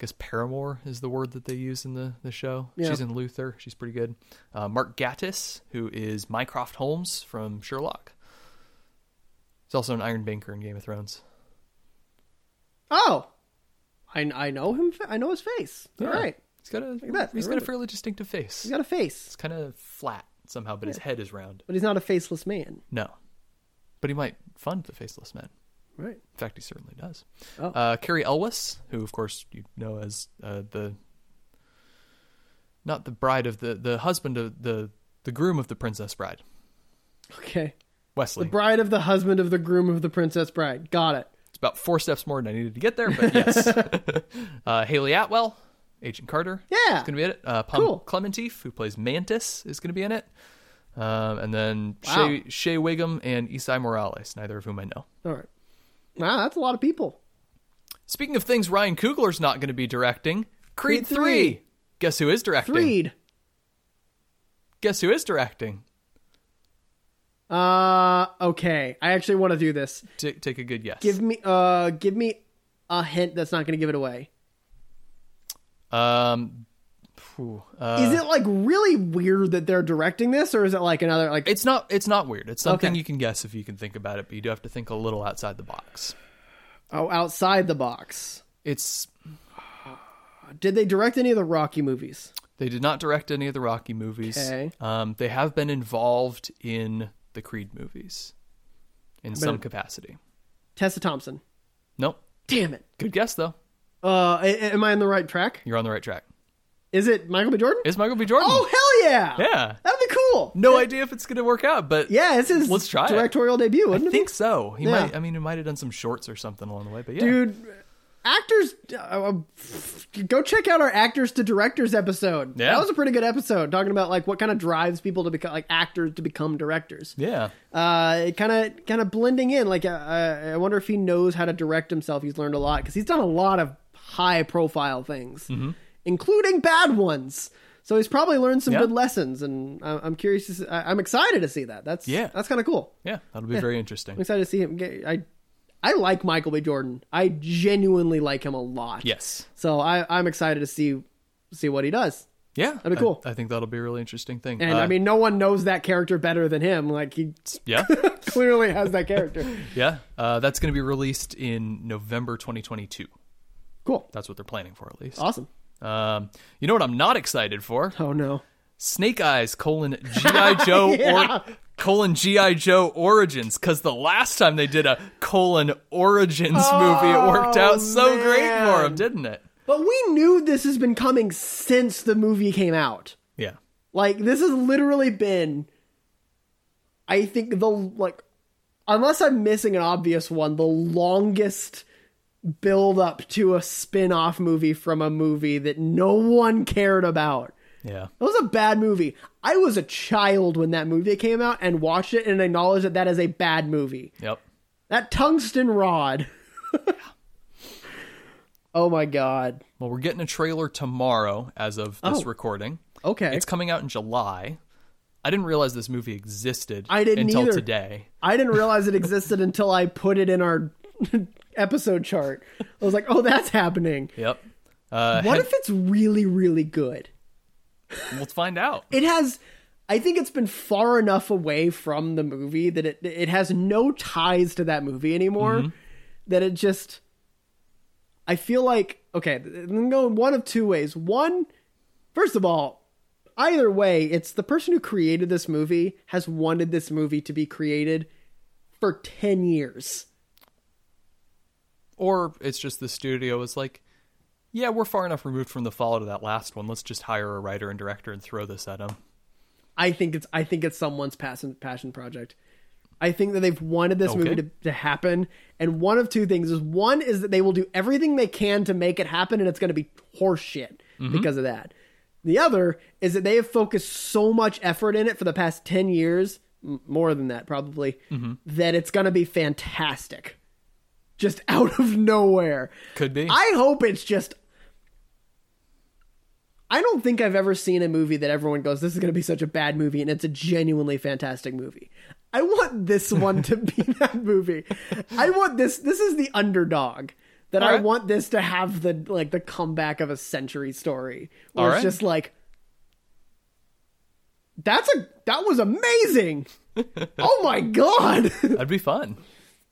S2: guess paramour is the word that they use in the the show.
S1: Yeah.
S2: She's in Luther. She's pretty good. Uh, Mark Gatiss, who is Mycroft Holmes from Sherlock. He's also an Iron Banker in Game of Thrones.
S1: Oh, I I know him. fa- I know his face. All
S2: Yeah.
S1: right,
S2: He's got a
S1: at that.
S2: he's
S1: I
S2: got a
S1: remember.
S2: fairly distinctive face.
S1: he's got a
S2: It's
S1: face,
S2: kind of flat somehow, but his head is round.
S1: but he's not a faceless man.
S2: No, but he might fund the faceless men.
S1: Right.
S2: In fact, he certainly does.
S1: Oh.
S2: Uh, Carrie Elwes, who of course you know as uh, the not the bride of the the husband of the the groom of the Princess Bride,
S1: Okay.
S2: Wesley.
S1: The bride of the husband of the groom of the princess bride. Got it.
S2: it's about four steps more than I needed to get there, but yes. uh, Haley Atwell, Agent Carter.
S1: Yeah.
S2: It's gonna be in it. Uh, Pom
S1: Cool.
S2: Clementif, who plays Mantis, is gonna be in it. Um, and then
S1: Wow.
S2: Shea, Shea Wiggum and Isai Morales, neither of whom I know.
S1: All right. Wow, that's a lot of people.
S2: Speaking of things Ryan Coogler's not going to be directing, Creed,
S1: Creed three.
S2: 3. Guess who is directing?
S1: Freed.
S2: Guess who is directing?
S1: Uh, okay. I actually want to do this.
S2: T- take a good guess.
S1: Give me, uh, give me a hint that's not going to give it away.
S2: um, phew, uh,
S1: is it like really weird that they're directing this, or is it like another like?
S2: it's not. It's not weird. It's something
S1: Okay.
S2: you can guess if you can think about it, but you do have to think a little outside the box.
S1: oh, outside the box.
S2: It's
S1: Did they direct any of the Rocky movies?
S2: they did not direct any of the Rocky movies.
S1: Okay.
S2: Um, they have been involved in the Creed movies in some capacity.
S1: Tessa Thompson.
S2: Nope.
S1: Damn it.
S2: Good guess though.
S1: Uh, a- a- am I on the right track?
S2: You're on the right track.
S1: Is it Michael B. Jordan?
S2: Is Michael B. Jordan?
S1: oh hell yeah!
S2: yeah.
S1: that'd be cool.
S2: No idea if it's going to work out, but
S1: Yeah, it's his
S2: Let's try it.
S1: directorial debut,
S2: I
S1: wouldn't it?
S2: think so. He
S1: Yeah.
S2: might. I mean, he might have done some shorts or something along the way. But yeah,
S1: be? Dude, actors, uh, uh, go check out our actors to directors episode.
S2: Yeah.
S1: that was a pretty good episode talking about like what kind of drives people to become like actors to become directors.
S2: yeah,
S1: Uh, it kind of kind of blending in. Like, uh, uh, I wonder if he knows how to direct himself. He's learned a lot because he's done a lot of high profile things,
S2: Mm-hmm.
S1: including bad ones. So he's probably learned some
S2: Yeah.
S1: good lessons, and I- I'm curious. To see, I- I'm excited to see that. That's
S2: Yeah.
S1: that's kind of cool.
S2: yeah. That'll be very interesting.
S1: I'm excited to see him. Get, I I like Michael B. Jordan. I genuinely like him a lot.
S2: Yes,
S1: So I I'm excited to see see what he does.
S2: yeah.
S1: be
S2: I-
S1: cool.
S2: I, think that'll be a really interesting thing.
S1: And
S2: Uh,
S1: I mean, no one knows that character better than him. Like he
S2: yeah,
S1: clearly has that character.
S2: yeah. Uh, that's going to be released in November 2022.
S1: Cool.
S2: That's what they're planning for, at least.
S1: Awesome.
S2: Um, you know what I'm not excited for?
S1: Oh no.
S2: Snake Eyes colon GI Joe
S1: Yeah.
S2: or colon GI Joe Origins because the last time they did a colon Origins movie, it worked out so great for
S1: Oh, man.
S2: him, didn't it?
S1: But we knew this has been coming since the movie came out.
S2: Yeah,
S1: Like this has literally been I think the like unless I'm missing an obvious one, the longest build up to a spin-off movie from a movie that no one cared about.
S2: yeah.
S1: That was a bad movie. I was a child when that movie came out and watched it and acknowledged that that is a bad movie.
S2: Yep.
S1: That tungsten rod. oh my god.
S2: Well, we're getting a trailer tomorrow as of this
S1: Oh.
S2: recording.
S1: Okay.
S2: It's coming out in July. I didn't realize this movie existed
S1: I didn't
S2: until
S1: either.
S2: today.
S1: I didn't realize it existed until I put it in our episode chart. I was like, "Oh, that's happening."
S2: Yep. Uh,
S1: What if it's really really good?
S2: let's find out.
S1: It has I think it's been far enough away from the movie that it it has no ties to that movie anymore that it just I feel like okay, it can go one of two ways. One, first of all, either way, it's the person who created this movie has wanted this movie to be created for 10 years.
S2: Or it's just the studio is like, yeah, we're far enough removed from the fallout of that last one. Let's just hire a writer and director and throw this at them.
S1: I think it's I think it's someone's passion passion project. I think that they've wanted this movie
S2: Okay.
S1: to, to happen, and one of two things is one is that they will do everything they can to make it happen, and it's going to be horseshit
S2: Mm-hmm.
S1: because of that. The other is that they have focused so much effort in it for the past ten years, m- more than that probably,
S2: Mm-hmm.
S1: that it's going to be fantastic, just out of nowhere.
S2: Could be.
S1: I hope it's just. I don't think I've ever seen a movie that everyone goes, "This is going to be such a bad movie," and it's a genuinely fantastic movie. I want this one to be that movie. I want this. This is the underdog that I
S2: Alright.
S1: want this to have the like the comeback of a century story. Where
S2: Alright.
S1: it's just like, that's a that was amazing. oh my god!
S2: That'd be fun.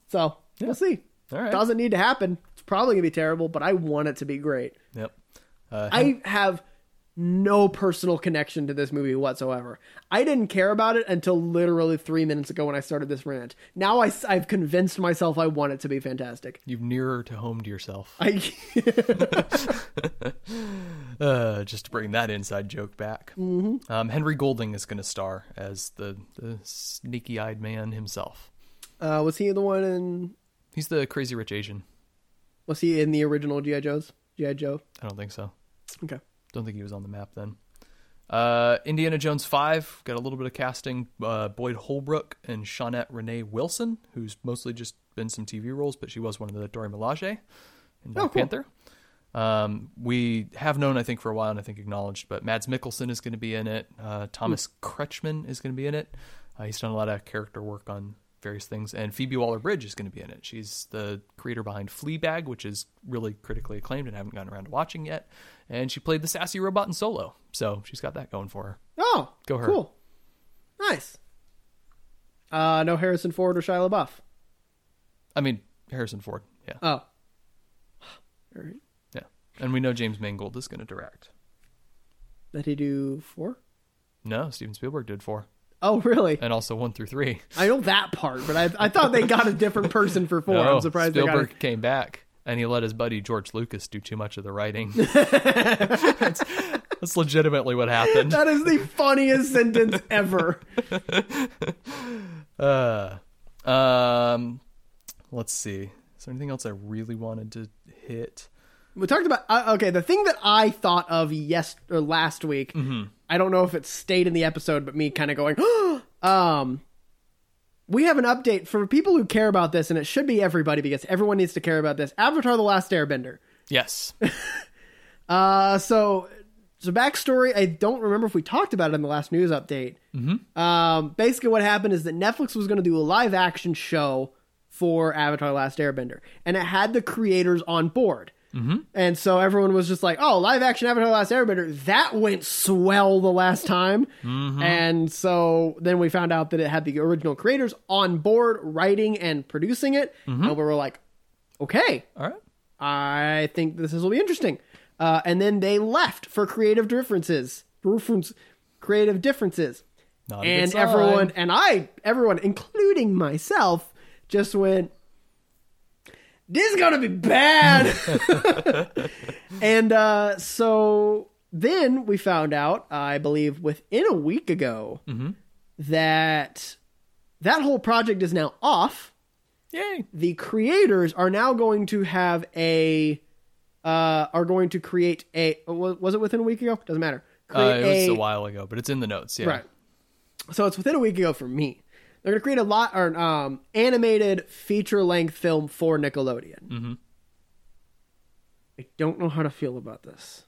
S1: so we'll see.
S2: All right.
S1: Doesn't need to happen. It's probably gonna be terrible, but I want it to be great.
S2: Yep.
S1: I have no personal connection to this movie whatsoever. I didn't care about it until literally three minutes ago when I started this rant. Now I, have convinced myself I want it to be fantastic.
S2: You've nearer to home to yourself.
S1: I,
S2: Uh, just to bring that inside joke back. Mm-hmm. Um, Henry Golding is going to star as the, the sneaky eyed man himself.
S1: uh, was he the one in?
S2: He's the crazy rich Asian.
S1: Was he in the original GI Joes? GI Joe.
S2: I don't think so.
S1: Okay.
S2: Don't think he was on the map then. Uh, Indiana Jones 5 got a little bit of casting. Uh, Boyd Holbrook and Shawnette Renee Wilson, who's mostly just been some TV roles, but she was one of the Dory Melage in Black
S1: cool.
S2: Panther. Um, we have known, I think, for a while, and I think acknowledged, but Mads Mikkelsen is going to be in it. Uh, Thomas Kretschmann is going to be in it. Uh, he's done a lot of character work on various things, and Phoebe Waller Bridge is going to be in it. She's the creator behind Fleabag, which is really critically acclaimed and I haven't gotten around to watching yet. And she played the sassy robot in Solo, so she's got that going for her.
S1: Oh,
S2: Go her.
S1: Cool. Nice. Uh, no Harrison Ford or Shia LaBeouf.
S2: I mean, Harrison Ford, yeah,
S1: Oh. All right.
S2: yeah. And we know James Mangold is going to direct.
S1: Did he do four?
S2: No, Steven Spielberg did four,
S1: Oh, really?
S2: and also one through three.
S1: I know that part, but I, I thought they got a different person for four.
S2: No,
S1: I'm surprised they got.
S2: Oh, Spielberg
S1: A,
S2: came back and he let his buddy George Lucas do too much of the writing. that's, that's legitimately what happened.
S1: that is the funniest sentence ever.
S2: Uh, um, let's see. Is there anything else I really wanted to hit?
S1: We talked about uh, okay. The thing that I thought of yes or last week,
S2: Mm-hmm.
S1: I don't know if it stayed in the episode, but me kind of going, um, we have an update for people who care about this, and it should be everybody because everyone needs to care about this. Avatar: The Last Airbender.
S2: Yes.
S1: Uh, so so backstory. I don't remember if we talked about it in the last news update. Mm-hmm. Um, basically, what happened is that Netflix was going to do a live action show for Avatar: Last Airbender, and it had the creators on board. Mm-hmm. And so everyone was just like, "Oh, live action Avatar: Last Airbender that went swell the last time." And so then we found out that it had the original creators on board, writing and producing it, and we were like, "Okay,
S2: All right.
S1: I think this will be interesting. Uh, and then they left for creative differences. Difference, creative differences.
S2: Not a good
S1: and
S2: sign.
S1: everyone and I everyone including myself just went this is gonna be bad and uh, so then we found out I believe within a week ago
S2: Mm-hmm.
S1: that that whole project is now off
S2: Yay.
S1: the creators are now going to have a uh, are going to create a wa- was it within a week ago doesn't matter
S2: Uh,
S1: Create
S2: it was
S1: a-
S2: a while ago, but it's in the notes. Yeah.
S1: Right. So it's within a week ago for me. They're going to create a lot or um, animated feature length film for Nickelodeon. Mm-hmm. I don't know how to feel about this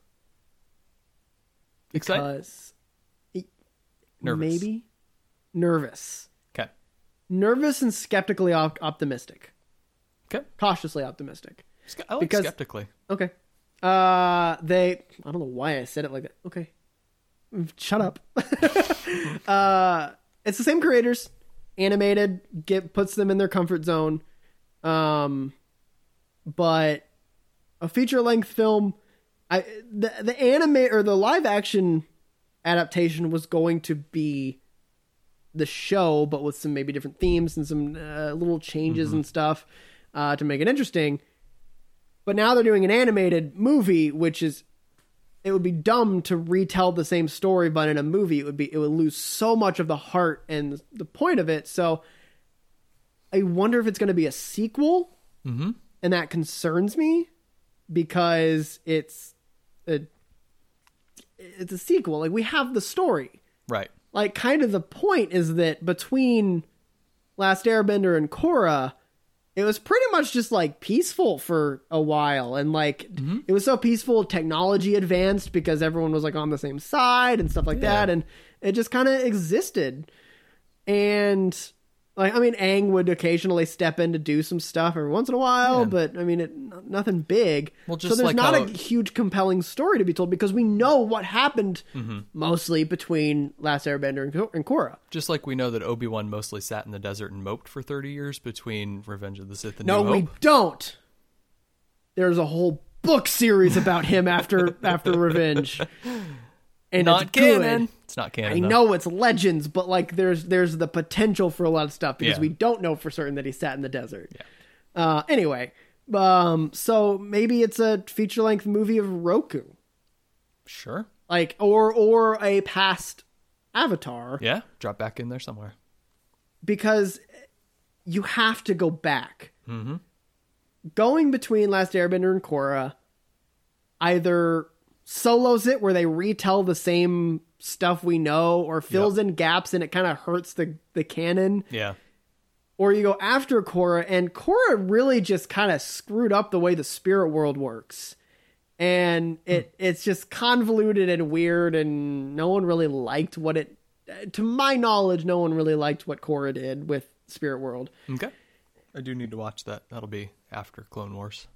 S2: Excited.
S1: because it-
S2: Nervous.
S1: maybe nervous,
S2: Okay.
S1: nervous, and skeptically op- optimistic,
S2: Okay.
S1: cautiously optimistic.
S2: Ske- I like
S1: Because-
S2: skeptically.
S1: Okay. Uh, they. I don't know why I said it like that. Okay. Shut up. uh, it's the same creators, animated. Get puts them in their comfort zone. Um, but a feature length film. I the the anime or the live action adaptation was going to be the show, but with some maybe different themes and some uh, little changes and stuff uh, to make it interesting. But now they're doing an animated movie, which is it would be dumb to retell the same story, but in a movie it would be it would lose so much of the heart and the point of it. So I wonder if it's going to be a sequel, mm-hmm. and that concerns me because it's a it's a sequel. Like we have the story
S2: Right.
S1: like kind of the point is that between Last Airbender and Korra, it was pretty much just like peaceful for a while, and like
S2: Mm-hmm.
S1: it was so peaceful. Technology advanced because everyone was like on the same side and stuff like that, and it just kind of existed. And like, I mean, Aang would occasionally step in to do some stuff every once in a while, but I mean, it, n- nothing big.
S2: Well,
S1: so
S2: just
S1: there's
S2: like
S1: not
S2: how-
S1: a huge compelling story to be told because we know what happened
S2: Mm-hmm.
S1: mostly between Last Airbender and, Ko- and Korra.
S2: Just like we know that Obi Wan mostly sat in the desert and moped for thirty years between Revenge of the Sith and
S1: No,
S2: New
S1: we
S2: Hope.
S1: don't. There's a whole book series about him after after Revenge, and
S2: Not
S1: it's good.
S2: canon. It's not canon.
S1: I
S2: no.
S1: know it's legends, but like there's there's the potential for a lot of stuff because
S2: Yeah.
S1: we don't know for certain that he sat in the desert. Yeah. Uh, anyway, um, so maybe it's a feature length movie of Roku,
S2: Sure.
S1: like or or a past Avatar.
S2: Yeah. Drop back in there somewhere.
S1: because you have to go back. Mm-hmm. Going between Last Airbender and Korra either solos it where they retell the same stuff we know or fills in gaps and it kind of hurts the, the canon
S2: Yeah.
S1: or you go after Korra, and Korra really just kind of screwed up the way the spirit world works, and it it's just convoluted and weird, and no one really liked what it. To my knowledge, no one really liked what Korra did with Spirit World.
S2: Okay. I do need to watch that. That'll be after Clone Wars.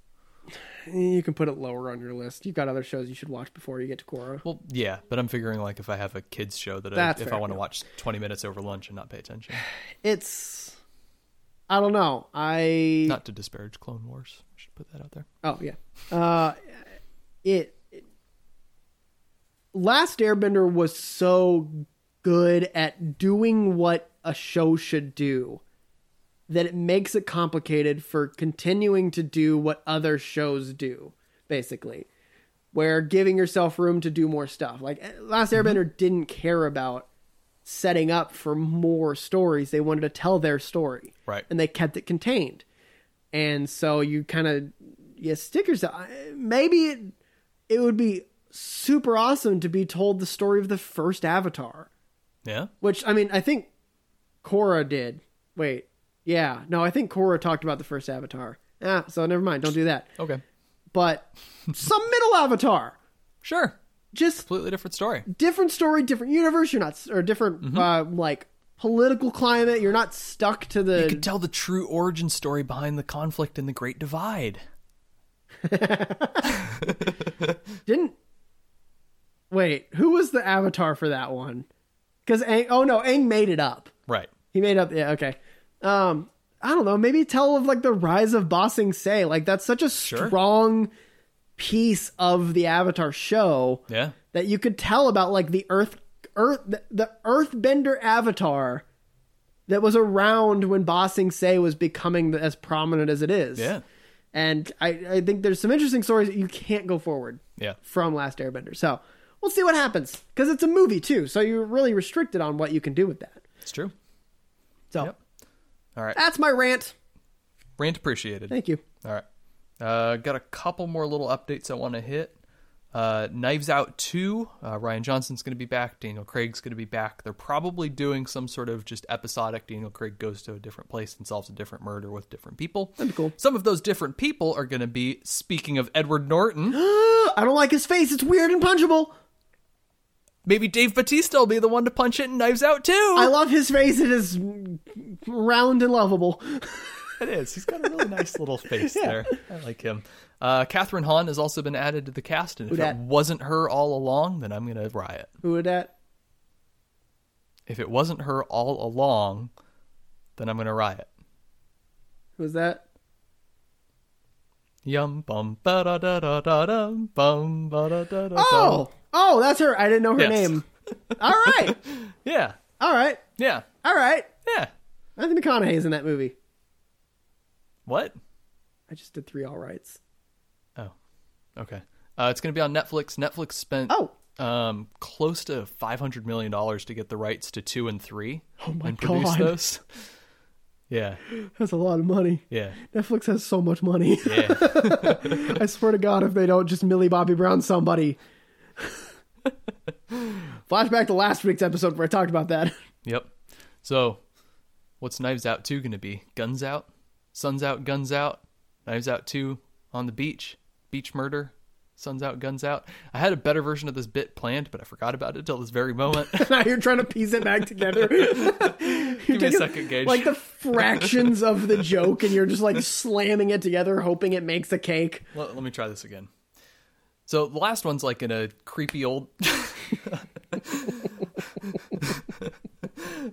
S1: You can put it lower on your list. You've got other shows you should watch before you get to Korra.
S2: Well, yeah, but I'm figuring like if I have a kids show that I,
S1: That's
S2: if I
S1: fair,
S2: want to
S1: yeah.
S2: watch 20 minutes over lunch and not pay attention.
S1: It's I don't know. I
S2: not to disparage Clone Wars. I should put that out there.
S1: Oh yeah. Uh, it, it- Last Airbender was so good at doing what a show should do that it makes it complicated for continuing to do what other shows do, basically. Where giving yourself room to do more stuff. Like eh, Last Airbender didn't care about setting up for more stories. They wanted to tell their story.
S2: Right.
S1: And they kept it contained and so you kind of you stick yourself. I- Maybe it, it would be super awesome to be told the story of the first Avatar,
S2: Yeah.
S1: which I mean I think Korra did. Wait, yeah, no, I think Korra talked about the first Avatar. Ah, so never mind. Don't do that.
S2: Okay.
S1: But some middle Avatar,
S2: Sure.
S1: just
S2: Completely different story.
S1: different story, different universe. You're not or different
S2: Mm-hmm.
S1: uh, like political climate. You're not stuck to the
S2: You could tell the true origin story behind the conflict in the Great Divide.
S1: Didn't wait? Who was the avatar for that one? Because Aang, oh no, Aang made it up.
S2: Right.
S1: He made up. Yeah, okay. Um, I don't know. Maybe tell of like the rise of Bossing Say. Like that's such a strong piece of the Avatar show
S2: Yeah.
S1: that you could tell about like the Earth Earth, the, the Earthbender avatar that was around when Ba Sing Se was becoming as prominent as it is.
S2: Yeah.
S1: And I, I think there's some interesting stories that you can't go forward
S2: Yeah.
S1: from Last Airbender. So we'll see what happens because it's a movie too. So you're really restricted on what you can do with that.
S2: It's true.
S1: So
S2: Yep. All right.
S1: that's my rant.
S2: Rant appreciated.
S1: Ah. Thank you.
S2: All right. Uh, got a couple more little updates I want to hit. Uh, Knives Out 2. Uh, Ryan Johnson's going to be back. Daniel Craig's going to be back. They're probably doing some sort of just episodic Daniel Craig goes to a different place and solves a different murder with different people.
S1: That'd be cool.
S2: Some of those different people are going to be, speaking of Edward Norton,
S1: I don't like his face. It's weird and punchable.
S2: maybe Dave Batista will be the one to punch it in Knives Out 2.
S1: I love his face. It is round and lovable.
S2: It is. He's got a really nice little face there. I like him. Uh, Catherine Hahn has also been added to the cast, and if
S1: dat?
S2: it wasn't her all along, then I'm going to riot.
S1: Who would that?
S2: If it wasn't her all along, then I'm going to riot.
S1: Who was that?
S2: Yum bum ba da da da da dum bum ba da da da.
S1: Oh, oh, that's her. I didn't know her
S2: Yes.
S1: name. All right,
S2: yeah,
S1: all right,
S2: yeah,
S1: all right.
S2: yeah.
S1: Anthony McConaughey's in that movie.
S2: What?
S1: I just did three all rights.
S2: Oh, okay. Uh, it's going to be on Netflix. Netflix spent
S1: Oh.
S2: um, close to five hundred million dollars to get the rights to two and three.
S1: Oh my
S2: and produce
S1: God.
S2: Those. Yeah,
S1: That's a lot of money.
S2: yeah,
S1: Netflix has so much money.
S2: yeah.
S1: I swear to God, if they don't just Millie Bobby Brown somebody. Flashback to last week's episode where I talked about that.
S2: Yep. So, what's Knives Out 2 going to be? Guns Out? Sun's Out, Guns Out? Knives Out 2 on the beach? Beach murder? Sun's Out, Guns Out? I had a better version of this bit planned, but I forgot about it till this very moment.
S1: now you're trying to piece it back together. Give
S2: me a second, Gage.
S1: Like the fractions of the joke, and you're just like slamming it together, hoping it makes a cake.
S2: let, let me try this again. So, the last one's like in a creepy old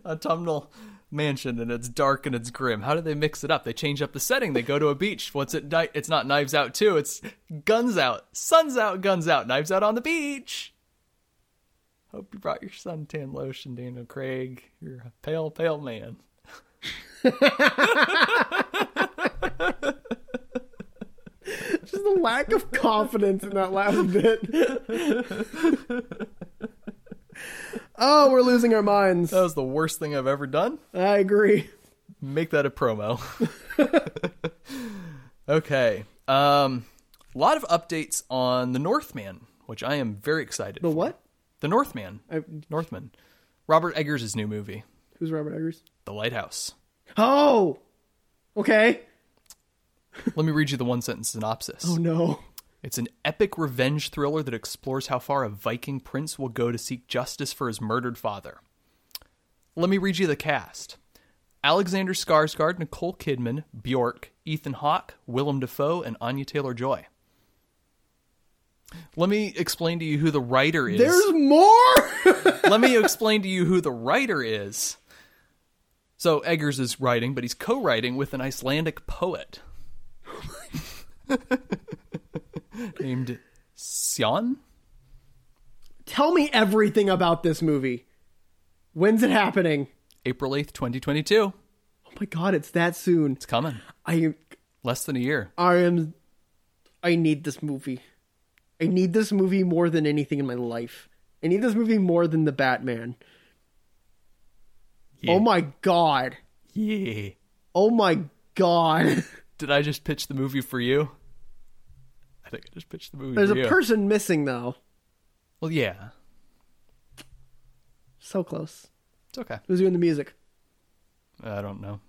S2: autumnal mansion and it's dark and it's grim. How do they mix it up? They change up the setting. They go to a beach. What's it night? It's not knives out too. It's guns out. Sun's out, guns out. Knives out on the beach. Hope you brought your suntan lotion, Daniel Craig. You're a pale, pale man.
S1: Just the lack of confidence in that last bit. oh, we're losing our minds.
S2: That was the worst thing I've ever done.
S1: I agree.
S2: Make that a promo. okay. Um, a lot of updates on the Northman, which I am very excited.
S1: The
S2: for.
S1: what?
S2: The Northman.
S1: I,
S2: Northman. Robert Eggers' new movie,
S1: who's Robert Eggers?
S2: The Lighthouse.
S1: Oh, okay.
S2: Let me read you the one sentence synopsis.
S1: Oh no.
S2: It's an epic revenge thriller that explores how far a Viking prince will go to seek justice for his murdered father. Let me read you the cast Alexander Skarsgård, Nicole Kidman, Bjork, Ethan Hawke, Willem Dafoe, and Anya Taylor Joy. Let me explain to you who the writer is.
S1: There's more.
S2: Let me explain to you who the writer is. So Eggers is writing, but he's co-writing with an Icelandic poet named Sion.
S1: Tell me everything about this movie. When's it happening?
S2: April eighth, twenty twenty-two.
S1: Oh my god, it's that soon.
S2: It's coming.
S1: I
S2: Less than a year.
S1: I am I need this movie. I need this movie more than anything in my life. I need this movie more than the Batman.
S2: Yeah.
S1: Oh my god.
S2: Yeah.
S1: Oh my god.
S2: Did I just pitch the movie for you? I think I just pitched the movie
S1: There's
S2: for
S1: a
S2: you.
S1: person missing though.
S2: well, yeah.
S1: So close.
S2: It's okay.
S1: Who's doing the music?
S2: I don't know.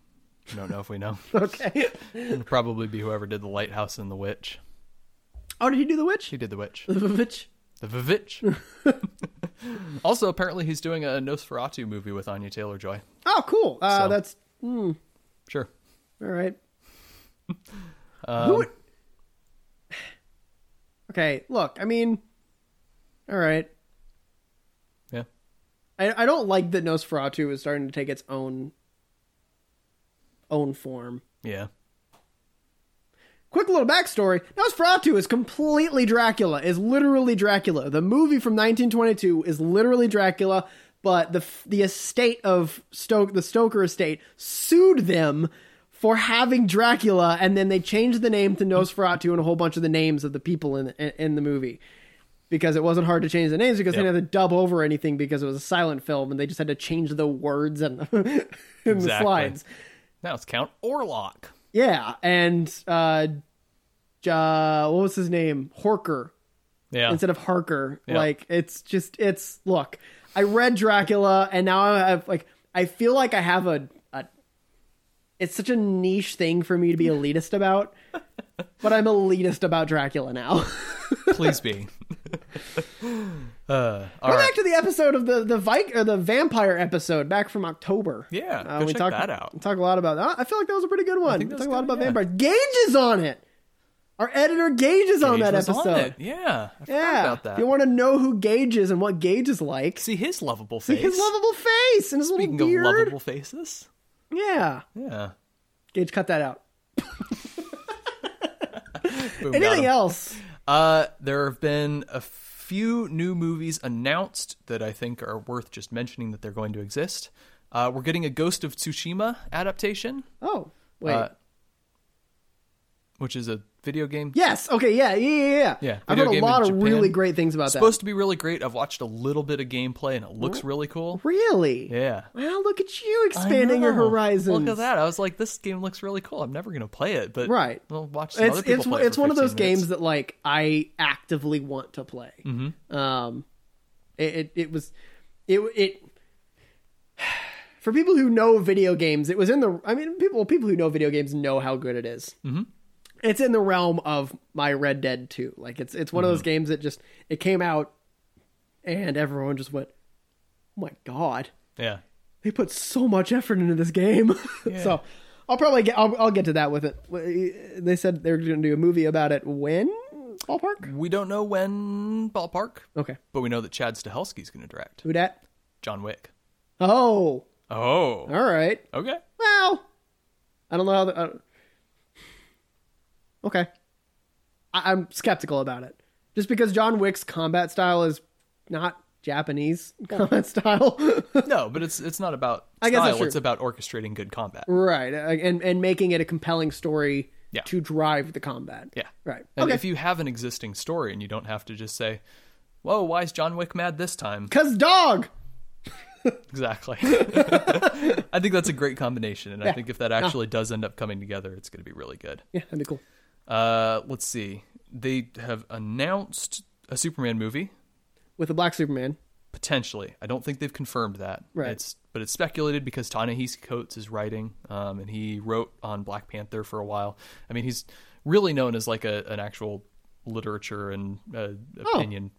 S2: I don't know if we know.
S1: Okay.
S2: It'll probably be whoever did The Lighthouse and The Witch.
S1: oh, did he do the witch?
S2: She did The Witch.
S1: The witch.
S2: The Vivitch. also, apparently, he's doing a Nosferatu movie with Anya Taylor Joy.
S1: Oh, cool. Uh,
S2: So-
S1: That's hmm.
S2: Sure.
S1: All right.
S2: Um,
S1: Who would... Okay, look, I mean, all right.
S2: Yeah.
S1: I, I don't like that Nosferatu is starting to take its own own form.
S2: Yeah.
S1: Quick little backstory: Nosferatu is completely Dracula. Is literally Dracula. The movie from 1922 is literally Dracula. But the f- the estate of Stoke, the Stoker estate, sued them for having Dracula, and then they changed the name to Nosferatu and a whole bunch of the names of the people in in, in the movie because it wasn't hard to change the names because they
S2: Yep.
S1: didn't have to dub over anything because it was a silent film and they just had to change the words and in the
S2: Exactly.
S1: slides.
S2: Now it's Count Orlok.
S1: Yeah, and uh, uh, what was his name? Horker
S2: Yeah.
S1: instead of Harker.
S2: Yeah.
S1: Like it's just it's look. I read Dracula and now I have like I feel like I have a, a it's such a niche thing for me to be elitist about. but I'm elitist about Dracula now.
S2: Please be. uh, all
S1: Go
S2: right.
S1: back to the episode of the the Vik- or the vampire episode back from October.
S2: Yeah,
S1: Uh,
S2: go
S1: we
S2: check
S1: talk
S2: that out.
S1: we Talk a lot about that. I feel like that was a pretty good one. We
S2: think that
S1: talk
S2: was
S1: a lot
S2: good,
S1: about
S2: yeah.
S1: vampires. Gage is on it. Our editor Gage is on
S2: Gage
S1: that
S2: was on
S1: episode.
S2: it. Yeah. I forgot
S1: Yeah.
S2: about that.
S1: If you want to know who Gage is and what Gage is like,
S2: See his lovable face.
S1: his lovable face and his little
S2: Speaking
S1: beard.
S2: of lovable faces.
S1: Yeah.
S2: Yeah.
S1: Gage, cut that out.
S2: Boom, got
S1: Anything
S2: him.
S1: else?
S2: Uh, there have been a few new movies announced that I think are worth just mentioning that they're going to exist. Uh, we're getting a Ghost of Tsushima adaptation,
S1: Oh, wait.
S2: uh, which is a video game.
S1: yes. Okay. Yeah. Yeah. Yeah. Yeah.
S2: Yeah,
S1: I've
S2: video
S1: heard a
S2: game
S1: lot
S2: in
S1: of really
S2: Japan.
S1: great things about that.
S2: Supposed to be really great. I've watched a little bit of gameplay and it looks really cool.
S1: Really?
S2: Yeah.
S1: Well, look at you
S2: I
S1: expanding your
S2: know.
S1: horizons.
S2: Look at that. I was like, this game looks really cool. I'm never going to play it, but
S1: Right.
S2: I'll watch some
S1: It's
S2: other people
S1: it's
S2: play it
S1: it's
S2: for
S1: one of those
S2: 15 minutes.
S1: games that like I actively want to play.
S2: Mm-hmm.
S1: Um, it, it it was it it for people who know video games. It was in the I mean people people who know video games know how good it is.
S2: Mm-hmm.
S1: It's in the realm of my Red Dead 2. Like it's it's one
S2: Mm-hmm.
S1: of those games that just it came out and everyone just went, oh my god
S2: Yeah.
S1: they put so much effort into this game. so I'll probably get I'll, I'll get to that with it. eh, They said they were going to do a movie about it. When ballpark?
S2: We don't know when ballpark,
S1: Okay,
S2: but we know that Chad Stahelski's going to direct
S1: who dat?
S2: John Wick.
S1: Oh,
S2: Oh.
S1: all right.
S2: Okay.
S1: Well, I don't know how. The, I don't- okay, I, I'm skeptical about it, just because John Wick's combat style is not Japanese combat style.
S2: No, but it's it's not about style.
S1: I guess that's true.
S2: It's about orchestrating good combat.
S1: Right, uh, and and making it a compelling story
S2: Yeah.
S1: to drive the combat.
S2: Yeah.
S1: right.
S2: And
S1: okay,
S2: if you have an existing story and you don't have to just say, "Whoa, why is John Wick mad this time?"
S1: cause dog.
S2: Exactly. I think that's a great combination, and I think if that actually does end up coming together, it's going to be really good.
S1: Yeah, that'd be cool.
S2: Uh, let's see. They have announced a Superman movie
S1: With a black Superman.
S2: potentially. I don't think they've confirmed that.
S1: Right.
S2: It's but it's speculated because Ta-Nehisi Coates is writing, um, and he wrote on Black Panther for a while. I mean, he's really known as like a an actual literature and uh, opinion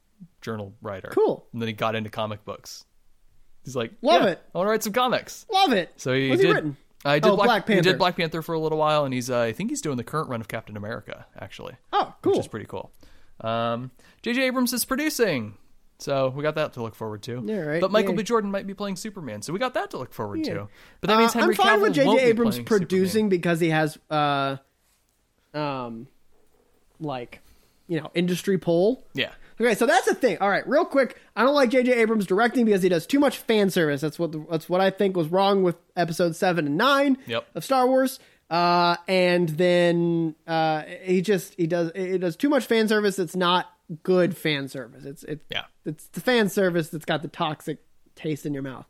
S2: journal writer.
S1: Oh. Cool.
S2: And then he got into comic books. He's like,
S1: Love
S2: "Yeah,
S1: it."
S2: I want to write some comics.
S1: Love it.
S2: So he
S1: What's
S2: did.
S1: he written?
S2: I did
S1: Oh,
S2: Black,
S1: Black
S2: He
S1: Panther.
S2: did Black Panther for a little while, and he's uh, I think he's doing the current run of Captain America actually.
S1: Oh,
S2: Which
S1: cool.
S2: is pretty cool. Um, J.J. Abrams is producing, so we got that to look forward to.
S1: Yeah, right,
S2: But Michael
S1: yeah.
S2: B. Jordan might be playing Superman, so we got that to look forward
S1: Yeah.
S2: to. But that means
S1: Uh,
S2: Henry
S1: I'm fine
S2: Cavill
S1: with J.J.
S2: won't be
S1: Abrams
S2: playing
S1: producing because he has, uh, um, like, you know, industry pull.
S2: Superman.
S1: Okay, so that's the thing. All right, real quick, I don't like J.J. Abrams directing because he does too much fan service. That's what that's what I think was wrong with Episode Seven and Nine
S2: Yep.
S1: of Star Wars. Uh, and then uh, he just he does it does too much fan service. It's not good fan service. It's it's
S2: Yeah.
S1: it's the fan service that's got the toxic taste in your mouth.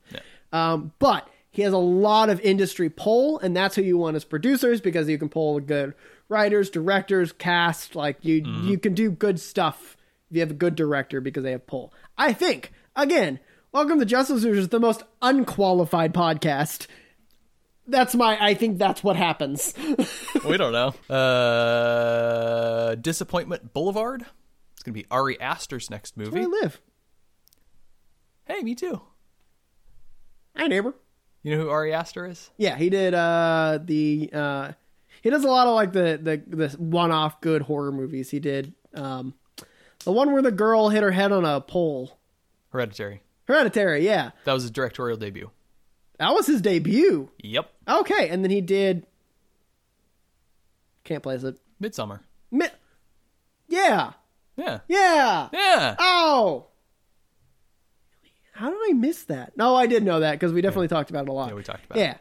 S1: Um, but he has a lot of industry pull, and that's who you want as producers because you can pull good writers, directors, cast. Like you, you can do good stuff if you have a good director because they have pull. I think again, welcome to Justice Losers, the most unqualified podcast. That's my. I think that's what happens.
S2: Yeah, we don't know. Uh, Disappointment Boulevard. It's gonna be Ari Aster's next
S1: Where I
S2: movie.
S1: live.
S2: Hey, me too.
S1: Hi, neighbor.
S2: You know who Ari Aster is?
S1: Yeah, he did uh the uh he does a lot of like the the, the one off good horror movies. He did um the one where the girl hit her head on a pole.
S2: Hereditary.
S1: Hereditary, yeah.
S2: That was his directorial debut.
S1: That was his debut.
S2: Yep.
S1: Okay, and then he did can't place it.
S2: Midsummer.
S1: Mi- yeah,
S2: Yeah.
S1: yeah.
S2: Yeah.
S1: Oh, how did I miss that? No, I did know that because we definitely talked about it a lot.
S2: Yeah, we talked about it.
S1: Yeah,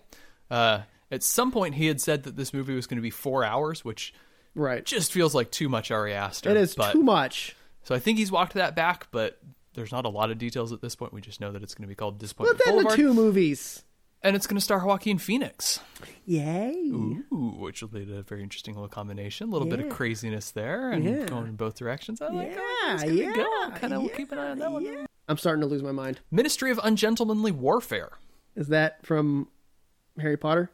S2: Uh, at some point, he had said that this movie was going to be four hours, which
S1: right.
S2: just feels like too much Ari Aster.
S1: it is
S2: but,
S1: too much.
S2: So I think he's walked that back, but there's not a lot of details at this point. We just know that it's going to be called
S1: But
S2: Disappointment
S1: then
S2: Boulevard,
S1: the two movies.
S2: and it's going to star Joaquin Phoenix,
S1: Yay!
S2: Ooh, which will be a very interesting little combination. A little bit of
S1: Yeah.
S2: craziness there, and
S1: Yeah.
S2: going in both directions. I
S1: Oh
S2: like
S1: Yeah,
S2: that. It's
S1: yeah,
S2: Kind of keep an eye on that one.
S1: yeah. I'm starting to lose my mind.
S2: Ministry of Ungentlemanly Warfare.
S1: Is that from Harry Potter?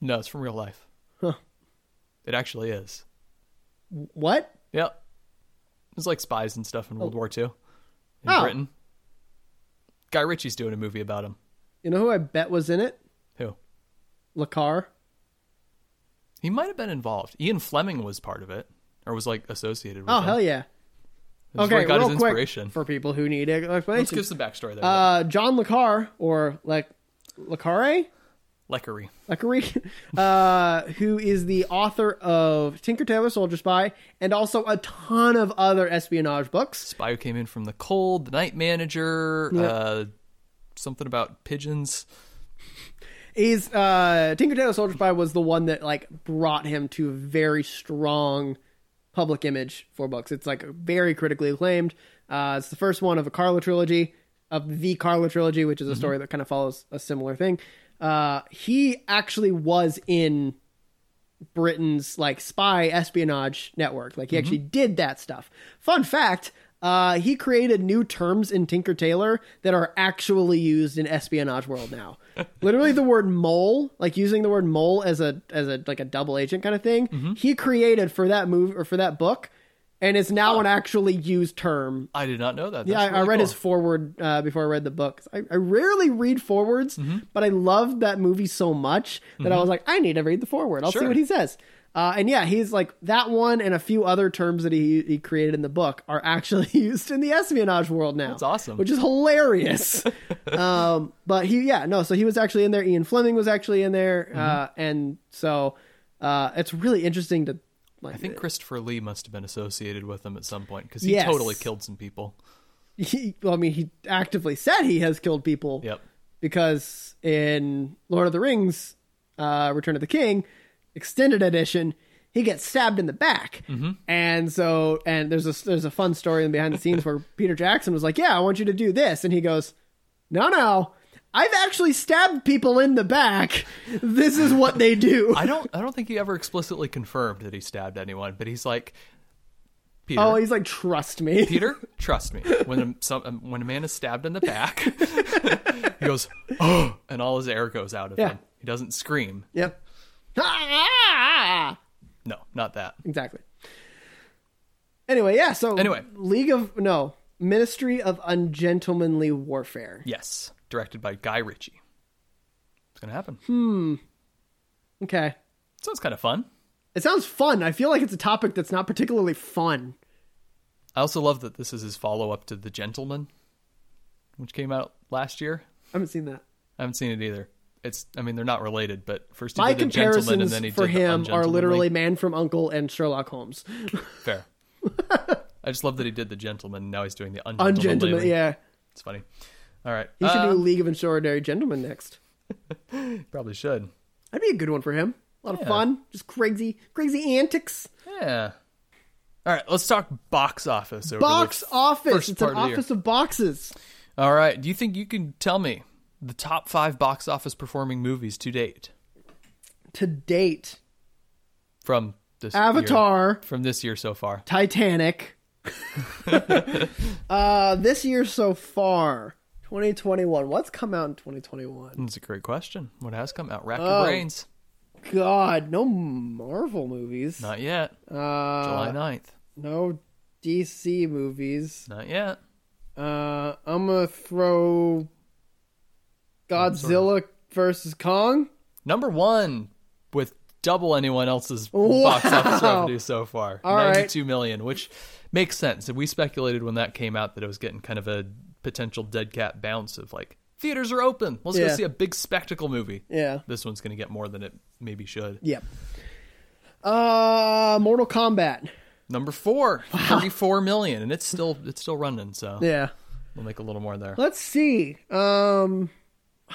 S2: No, it's from real life.
S1: Huh.
S2: It actually is.
S1: What?
S2: Yep. It was like spies and stuff in World War II in
S1: Oh.
S2: Britain. Guy Ritchie's doing a movie about him.
S1: You know who I bet was in it?
S2: Who?
S1: Lacar.
S2: He might have been involved. Ian Fleming was part of it, or was like associated with
S1: Oh
S2: him.
S1: hell yeah!
S2: That's where
S1: Okay,
S2: he got
S1: real
S2: his
S1: quick
S2: inspiration.
S1: for people who need
S2: Let's
S1: explanation.
S2: give some backstory there.
S1: uh, John Lacar or like Lacare,
S2: Leckery.
S1: Lacare, uh, who is the author of Tinker Tailor Soldier Spy and also a ton of other espionage books.
S2: Spy who came in from the cold, the night manager, uh, something about pigeons.
S1: is uh Tinker Tailor Soldier Spy was the one that like brought him to a very strong public image for books. It's like very critically acclaimed. Uh it's the first one of a Carla trilogy, of the Carla trilogy, which is a story that kind of follows a similar thing. Uh he actually was in Britain's like spy espionage network. Like he actually did that stuff. Fun fact, uh, he created new terms in Tinker Tailor that are actually used in espionage world now. Literally the word mole, like using the word mole as a as a like a double agent kind of thing, he created for that move or for that book and it's now an actually used term
S2: I did not know that.
S1: yeah, I, I
S2: That's really
S1: read
S2: cool.
S1: his forward uh, before I read the book. I, I rarely read forwards,
S2: Mm-hmm.
S1: but I loved that movie so much that I was like, I need to read the forward. I'll see
S2: Sure.
S1: what he says. Uh, and yeah, he's like that one and a few other terms that he, he created in the book are actually used in the espionage world now. That's
S2: awesome.
S1: which is hilarious. um, but he, yeah, no, so he was actually in there. Ian Fleming was actually in there, uh,
S2: Mm-hmm.
S1: and so uh, it's really interesting to. Like,
S2: I think Christopher Lee must have been associated with him at some point because he
S1: Yes.
S2: totally killed some people.
S1: he, well, I mean, he actively said he has killed people.
S2: Yep.
S1: because in Lord of the Rings, uh, Return of the King, extended edition, he gets stabbed in the back, and so and there's a there's a fun story in behind the scenes where Peter Jackson was like, "Yeah, I want you to do this," and he goes, "No, no." I've actually stabbed people in the back. This is what they do.
S2: I don't. I don't think he ever explicitly confirmed that he stabbed anyone, but he's like, Peter.
S1: Oh, he's like, trust me.
S2: Peter, trust me. When a, some, um, when a man is stabbed in the back, he goes, oh, and all his air goes out of
S1: Yeah.
S2: him. He doesn't scream.
S1: Yep. Ah!
S2: No, not that.
S1: Exactly. Anyway, yeah. So
S2: Anyway.
S1: League of no Ministry of Ungentlemanly Warfare.
S2: Yes, directed by Guy Ritchie. It's gonna happen.
S1: Hmm. Okay,
S2: Sounds kind of fun.
S1: it sounds fun. I feel like it's a topic that's not particularly fun.
S2: I also love that this is his follow up to The Gentleman, which came out last year.
S1: I haven't seen that.
S2: I haven't seen it either. It's. I mean, they're not related, but first he
S1: My
S2: did The Gentleman, and
S1: comparisons
S2: then he
S1: for
S2: did The
S1: him are
S2: Ungentlemanly.
S1: literally Man from Uncle and Sherlock Holmes.
S2: fair. I just love that he did The Gentleman. and Now he's doing the Ungentleman.
S1: Ungentleman.
S2: lately.
S1: Yeah,
S2: It's funny. All right.
S1: he should
S2: Uh,
S1: do League of Extraordinary Gentlemen next.
S2: Probably should.
S1: That'd be a good one for him. A lot
S2: Yeah.
S1: of fun, just crazy, crazy antics.
S2: Yeah. All right, let's talk box office. over
S1: Box
S2: the-
S1: office.
S2: first
S1: It's an
S2: part of the year.
S1: office of boxes.
S2: All right, do you think you can tell me the top five box office performing movies to date
S1: To date,
S2: from this year,
S1: Avatar,
S2: from this year so far?
S1: Titanic. uh, this year so far, 2021. What's come out in 2021?
S2: That's a great question. What has come out? Rack your
S1: Oh.
S2: brains.
S1: God, no Marvel movies.
S2: Not yet. July
S1: uh,
S2: 9th.
S1: no DC movies.
S2: Not yet.
S1: Uh, I'm gonna throw Godzilla versus Kong.
S2: Number one with double anyone else's box office revenue so far.
S1: All right.
S2: ninety-two million, which makes sense. And we speculated when that came out that it was getting kind of a potential dead cat bounce of like theaters are open. Let's
S1: Yeah.
S2: go see a big spectacle movie.
S1: Yeah.
S2: This one's going to get more than it maybe should.
S1: Yep. Uh, Mortal Kombat.
S2: Number four, 34 million, and it's still it's still running. So
S1: Yeah.
S2: we'll make a little more there.
S1: Let's see. Um,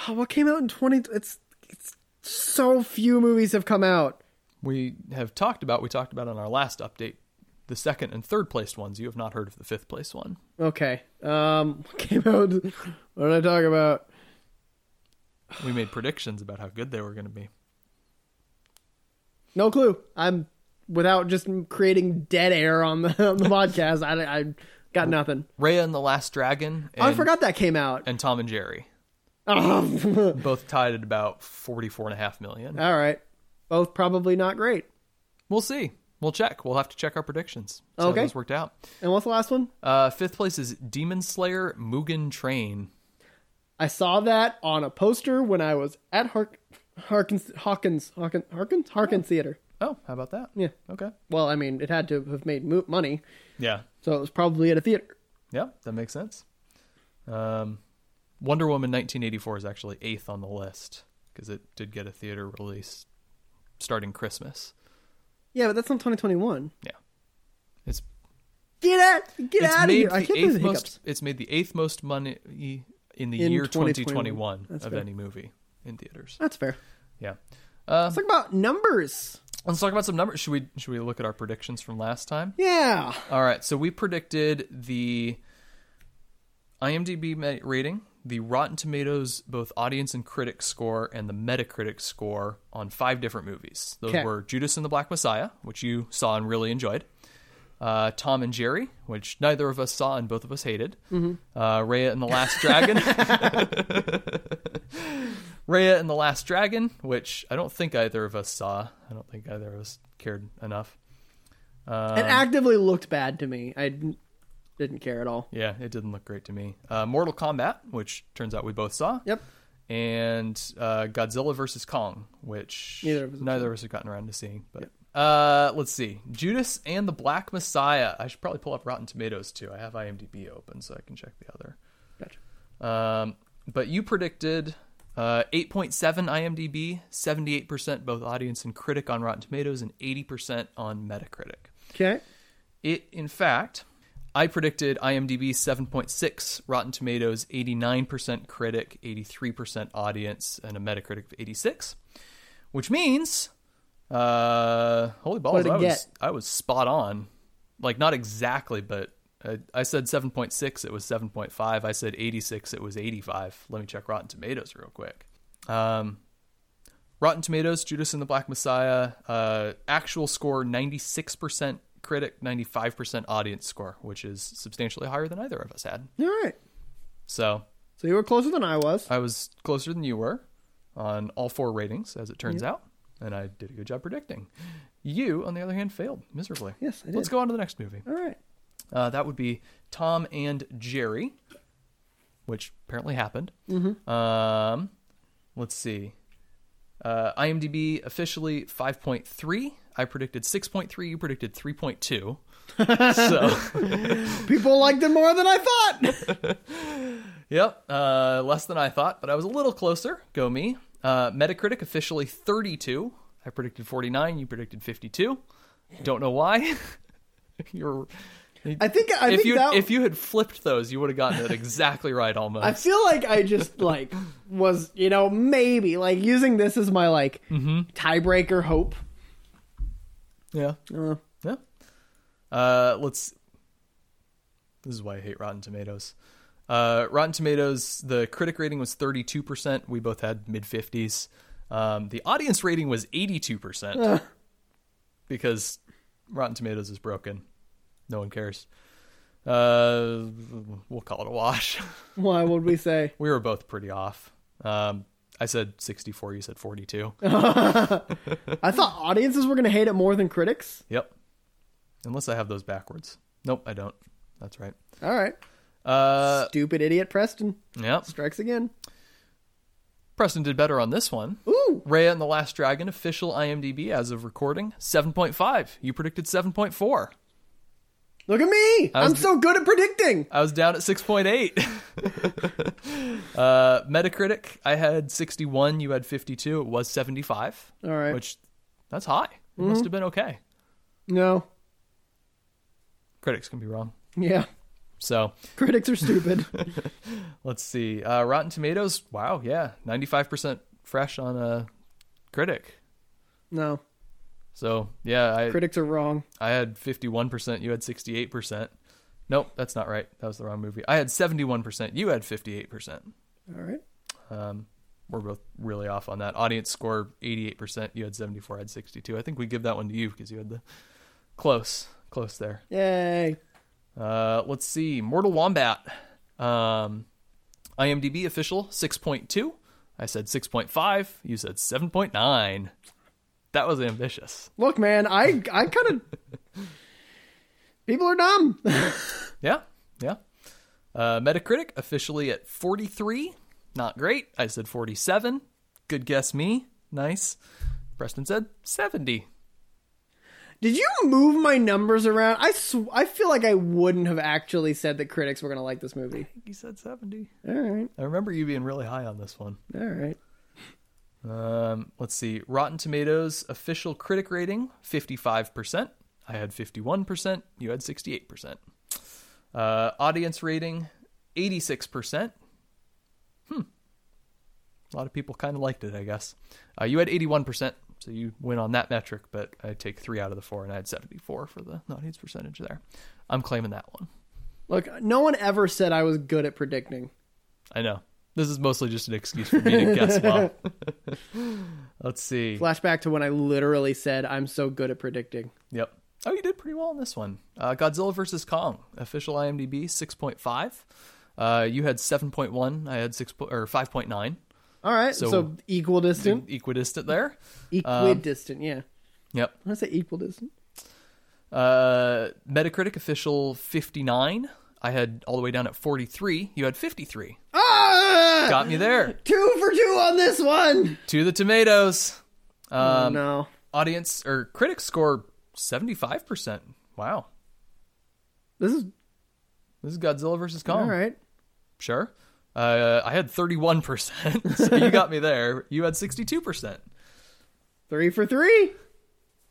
S1: oh, what came out in twenty? It's it's so few movies have come out.
S2: We have talked about we talked about on our last update the second and third placed ones. You have not heard of the fifth place one.
S1: Okay. Um, what came out. What did I talk about?
S2: We made predictions about how good they were going to be.
S1: No clue. I'm without just creating dead air on the on the podcast. I I got nothing.
S2: Raya and the Last Dragon. And,
S1: Oh, I forgot that came out.
S2: And Tom and Jerry
S1: All
S2: both tied at about 44 and a half million.
S1: right. Both probably not great.
S2: We'll see. We'll check. We'll have to check our predictions. See how
S1: Okay.
S2: those worked out.
S1: And what's the last one?
S2: Uh, fifth place is Demon Slayer Mugen Train.
S1: I saw that on a poster when I was at Hark- Harkins Hawkins Hawkins Harkins Harkins Theater.
S2: Oh, how about that?
S1: Yeah.
S2: Okay.
S1: Well, I mean, it had to have made mo- money,
S2: Yeah.
S1: so it was probably at a theater.
S2: Yeah, that makes sense. Um, Wonder Woman 1984 is actually eighth on the list because it did get a theater release starting Christmas.
S1: Yeah, but that's not 2021.
S2: Yeah. It's
S1: Get out! Get
S2: it's
S1: out of
S2: made
S1: here!
S2: the
S1: I can't
S2: eighth
S1: believe the hiccups.
S2: most. It's made the eighth most money in the
S1: In
S2: year
S1: 2021.
S2: 2021,
S1: That's
S2: of
S1: fair.
S2: any movie in theaters.
S1: That's fair.
S2: Yeah. Uh,
S1: Let's talk about numbers.
S2: let's talk about some numbers. Should we should we look at our predictions from last time?
S1: Yeah.
S2: All right. So we predicted the IMDb ma- rating, the Rotten Tomatoes both audience and critic score, and the Metacritic score on five different movies. Those
S1: 'Kay.
S2: were Judas and the Black Messiah, which you saw and really enjoyed. Uh, Tom and Jerry, which neither of us saw and both of us hated. Uh, Raya and the Last Dragon. Raya and the Last Dragon, which I don't think either of us saw. I don't think either of us cared enough. Uh,
S1: it actively looked bad to me. I didn't- didn't care at all.
S2: Yeah, it didn't look great to me. Uh, Mortal Kombat, which turns out we both saw.
S1: Yep.
S2: And uh, Godzilla versus Kong, which
S1: Neither of us have
S2: neither of us have gotten around to seeing. But uh, let's see, Judas and the Black Messiah. I should probably pull up Rotten Tomatoes too. I have IMDb open so I can check the other.
S1: Gotcha.
S2: Um, but you predicted uh, 8.7 IMDb, 78% both audience and critic on Rotten Tomatoes, and 80% on Metacritic.
S1: Okay.
S2: It, in fact, I predicted IMDb 7.6, Rotten Tomatoes 89% critic, 83% audience, and a Metacritic of 86, which means, uh, holy balls,
S1: did it
S2: I was,
S1: get?
S2: I was spot on. Like, not exactly, but I, I said 7.6, it was 7.5. I said 86, it was 85. Let me check Rotten Tomatoes real quick. Um, Rotten Tomatoes, Judas and the Black Messiah, uh, actual score 96% critic, 95% audience score, which is substantially higher than either of us had.
S1: All right.
S2: So
S1: So you were closer than I was.
S2: I was closer than you were on all four ratings, as it turns out, and I did a good job predicting. You, on the other hand, failed miserably.
S1: Yes, I
S2: Let's
S1: did.
S2: go on to the next movie.
S1: All right.
S2: Uh, that would be Tom and Jerry, which apparently happened. Um, let's see. Uh, IMDb officially 5.3. I predicted 6.3. You predicted 3.2. so,
S1: People liked it more than I thought.
S2: yep, uh, less than I thought, but I was a little closer. Go me. Uh, Metacritic officially 32. I predicted 49. You predicted 52. Don't know why. You're.
S1: I think I
S2: if
S1: think
S2: you
S1: that
S2: if you had flipped those, you would have gotten it exactly right almost.
S1: I feel like I just like was you know maybe like using this as my like
S2: Mm-hmm.
S1: tiebreaker hope.
S2: Yeah.
S1: Uh,
S2: Yeah. Uh, let's. This is why I hate Rotten Tomatoes. Uh, Rotten Tomatoes, the critic rating was 32%. We both had mid 50s. Um, the audience rating was 82% because Rotten Tomatoes is broken. No one cares. Uh, we'll call it a wash.
S1: why would we say?
S2: we were both pretty off. Um, I said 64, you said 42.
S1: I thought audiences were gonna hate it more than critics.
S2: yep. Unless I have those backwards. Nope, I don't. That's right.
S1: All right,
S2: Uh,
S1: stupid idiot Preston
S2: Yep.
S1: strikes again.
S2: Preston did better on this one.
S1: Ooh,
S2: Raya and the Last Dragon, official IMDb as of recording, 7.5. You predicted 7.4.
S1: look at me! I'm
S2: was-
S1: so good at predicting.
S2: I was down at 6.8. uh, Metacritic, I had 61. You had 52. It was 75.
S1: All right. Mm-hmm.
S2: Which, that's high. It must have been okay.
S1: No.
S2: Critics can be wrong.
S1: Yeah.
S2: So
S1: Critics are stupid.
S2: let's see. Uh, Rotten Tomatoes. Wow. Yeah. 95% fresh on a critic.
S1: no.
S2: So yeah, I,
S1: Critics are wrong.
S2: I had 51%. You had 68%. Nope, that's not right. That was the wrong movie. I had 71%. You had 58%.
S1: All right.
S2: Um, we're both really off on that. Audience score 88%. You had 74. I had 62. I think we give that one to you because you had the close, close there.
S1: Yay.
S2: Uh, let's see. Mortal Wombat. Um, IMDb official 6.2. I said 6.5. You said 7.9. That was ambitious.
S1: Look, man, I I kind of people are dumb.
S2: Yeah, yeah. Uh, Metacritic officially at 43. Not great. I said 47. Good guess, me. Nice. Preston said 70.
S1: Did you move my numbers around? I sw- I feel like I wouldn't have actually said that critics were gonna like this movie.
S2: He said 70.
S1: All right.
S2: I remember you being really high on this one.
S1: All right.
S2: Um, let's see. Rotten Tomatoes official critic rating 55%. I had 51%. You had 68%. Uh, audience rating 86%. Hmm. A lot of people kind of liked it, I guess. Uh, you had 81%, so you win on that metric, but I take three out of the four, and I had 74 for the audience percentage there. I'm claiming that one.
S1: Look, no one ever said I was good at predicting.
S2: I know. This is mostly just an excuse for me to guess well. let's see.
S1: Flashback to when I literally said I'm so good at predicting.
S2: Yep. Oh, you did pretty well on this one. Uh, Godzilla vs. Kong, official IMDb 6.5. Uh, you had 7.1. I had 6 po- or 5.9.
S1: All right. So, um,
S2: So-
S1: equal distant.
S2: Equidistant there.
S1: Equidistant. yeah.
S2: Yep.
S1: I say equal distant.
S2: Uh, Metacritic official 59. I had all the way down at 43. You had 53.
S1: Ah!
S2: Got me there.
S1: Two for two on this one.
S2: to the tomatoes. Um,
S1: Oh no.
S2: Audience or critics score 75%. Wow.
S1: This is
S2: This is Godzilla vs. Kong.
S1: all right.
S2: Sure. Uh, I had 31%, so you got me there. You had 62%.
S1: Three for three.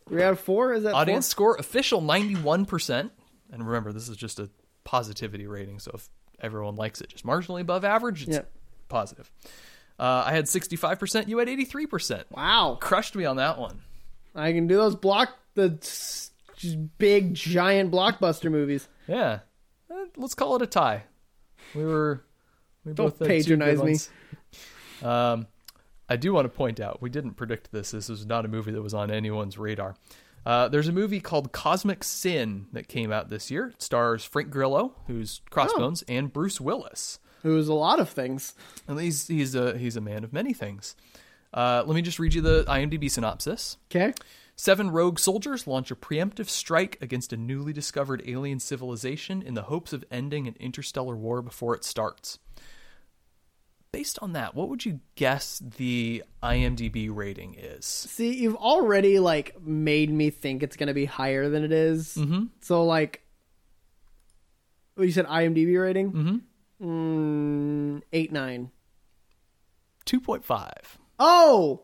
S1: Three out of four. Is that four?
S2: Audience score official 91%. And remember, this is just a positivity rating, so if everyone likes it just marginally above average, it's
S1: Yep.
S2: positive. Uh, I had 65%, you had 83%.
S1: Wow.
S2: Crushed me on that one.
S1: I can do those block the s- big giant blockbuster movies.
S2: Yeah. Eh, Let's call it a tie. We were we
S1: Don't
S2: both had two good
S1: patronize me.
S2: ones. Um I do want to point out we didn't predict this. This is not a movie that was on anyone's radar. Uh, there's a movie called Cosmic Sin that came out this year. It stars Frank Grillo, who's Crossbones,
S1: Oh.
S2: and Bruce Willis.
S1: It was a lot of things.
S2: And he's he's a he's a man of many things. Uh, let me just read you the IMDb synopsis.
S1: Okay.
S2: Seven rogue soldiers launch a preemptive strike against a newly discovered alien civilization in the hopes of ending an interstellar war before it starts. Based on that, what would you guess the IMDb rating is?
S1: See, you've already like made me think it's gonna be higher than it is. So like, what you said IMDb rating? Mm-hmm. Mm, eight nine.
S2: 2.5.
S1: Oh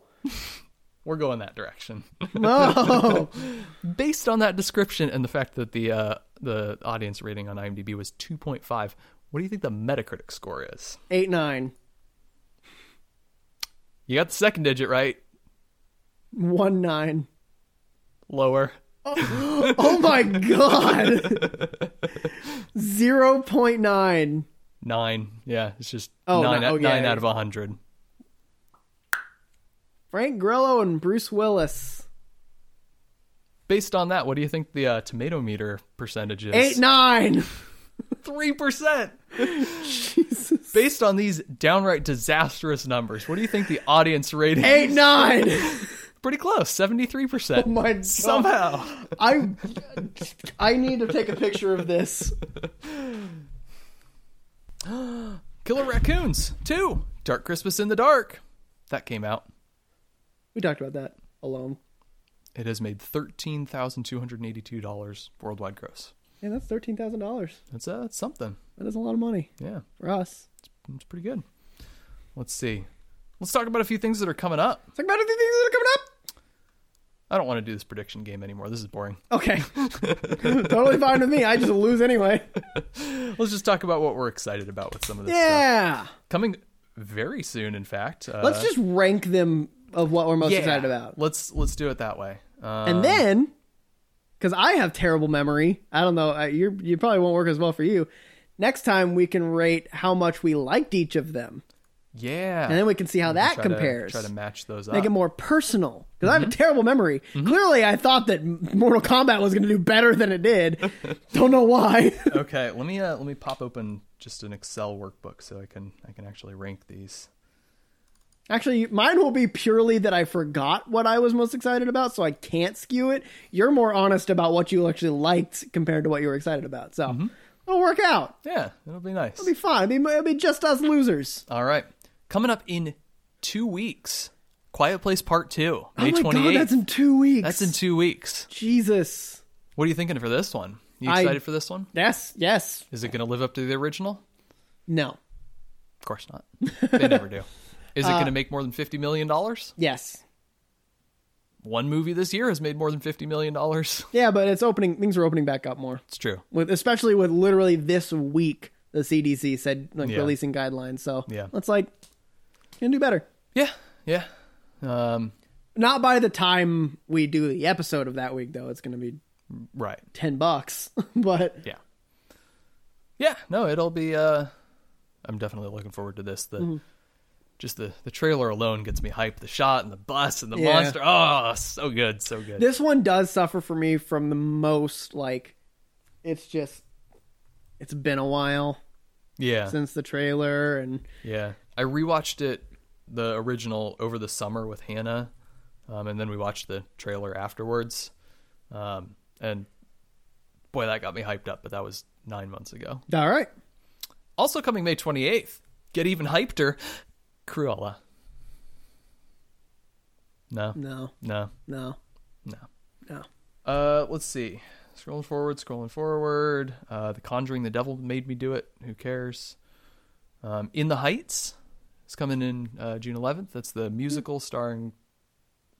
S2: We're going that direction.
S1: no!
S2: Based on that description and the fact that the uh, the audience rating on IMDb was 2.5, what do you think the Metacritic score is?
S1: eight nine.
S2: You got the second digit right.
S1: One nine.
S2: Lower.
S1: Oh my god. Zero point nine.
S2: Nine. Yeah, it's just
S1: Oh,
S2: nine
S1: no-
S2: out,
S1: oh, yeah,
S2: nine
S1: yeah.
S2: out of 100.
S1: Frank Grillo and Bruce Willis.
S2: Based on that, what do you think the uh, tomato meter percentage is?
S1: Eight nine.
S2: three percent.
S1: Jesus.
S2: Based on these downright disastrous numbers, what do you think the audience rating?
S1: Eight nine.
S2: Pretty close, seventy-three percent.
S1: Oh my god.
S2: Somehow,
S1: I I need to take a picture of this.
S2: Killer Raccoons two, Dark Christmas in the Dark, that came out.
S1: We talked about that alone.
S2: It has made thirteen thousand two hundred eighty-two dollars worldwide gross.
S1: Yeah, that's thirteen thousand dollars.
S2: That's uh, that's something.
S1: That is a lot of money
S2: Yeah,
S1: for us.
S2: it's pretty good. Let's see. Let's talk about a few things that are coming up.
S1: Talk about the things that are coming up.
S2: I don't want to do this prediction game anymore. This is boring.
S1: Okay. totally fine with me. I just lose anyway.
S2: Let's just talk about what we're excited about with some of this stuff.
S1: Yeah.
S2: Coming very soon, in fact. Uh,
S1: Let's just rank them of what we're most
S2: yeah.
S1: excited about.
S2: Let's let's do it that way. Uh,
S1: And then, because I have terrible memory, I don't know. You you probably won't work as well for you. Next time we can rate how much we liked each of them,
S2: yeah.
S1: and then we can see how that
S2: try
S1: compares.
S2: To, try to match those
S1: Make
S2: up.
S1: it more personal because
S2: Mm-hmm.
S1: I have a terrible memory. Clearly, I thought that Mortal Kombat was going to do better than it did. don't know why.
S2: okay, let me uh, let me pop open just an Excel workbook so I can I can actually rank these.
S1: Actually, mine will be purely that I forgot what I was most excited about, so I can't skew it. You're more honest about what you actually liked compared to what you were excited about. So
S2: Mm-hmm.
S1: it'll work out.
S2: Yeah, it'll be nice.
S1: It'll be fine. It'll be, it'll be just us losers.
S2: All right, coming up in two weeks, Quiet Place Part Two, May
S1: oh my
S2: twenty
S1: god,
S2: eighth.
S1: that's in two weeks.
S2: That's in two weeks.
S1: Jesus.
S2: What are you thinking for this one? You
S1: I-
S2: excited for this one?
S1: Yes, yes.
S2: Is it going to live up to the original?
S1: No.
S2: Of course not. They never do. Is it
S1: Uh,
S2: going to make more than fifty million dollars?
S1: Yes.
S2: One movie this year has made more than fifty million dollars.
S1: Yeah, but it's opening. Things are opening back up more,
S2: It's true.
S1: with especially with literally this week the CDC said like
S2: Yeah.
S1: releasing guidelines. So
S2: Yeah.
S1: it's like can do better.
S2: Yeah, yeah. Um,
S1: Not by the time we do the episode of that week, though. It's going to be
S2: right.
S1: 10 bucks, but
S2: Yeah. Yeah, no, it'll be uh I'm definitely looking forward to this. The just the the trailer alone gets me hyped. The shot and the bus and the
S1: Yeah.
S2: monster. Oh, so good, so good.
S1: this one does suffer for me from the most like it's just it's been a while
S2: yeah.
S1: since the trailer and
S2: Yeah. I rewatched it the original over the summer with Hannah. Um and then we watched the trailer afterwards. Um and boy, that got me hyped up, but that was 9 months ago.
S1: all right.
S2: Also coming May 28th, get even hypeder, Cruella. No.
S1: No.
S2: No.
S1: No.
S2: No.
S1: No.
S2: Uh, let's see. Scrolling forward, scrolling forward. Uh, the Conjuring, the Devil made me do it. Who cares? Um, in the Heights is coming in uh, June 11th. That's the musical starring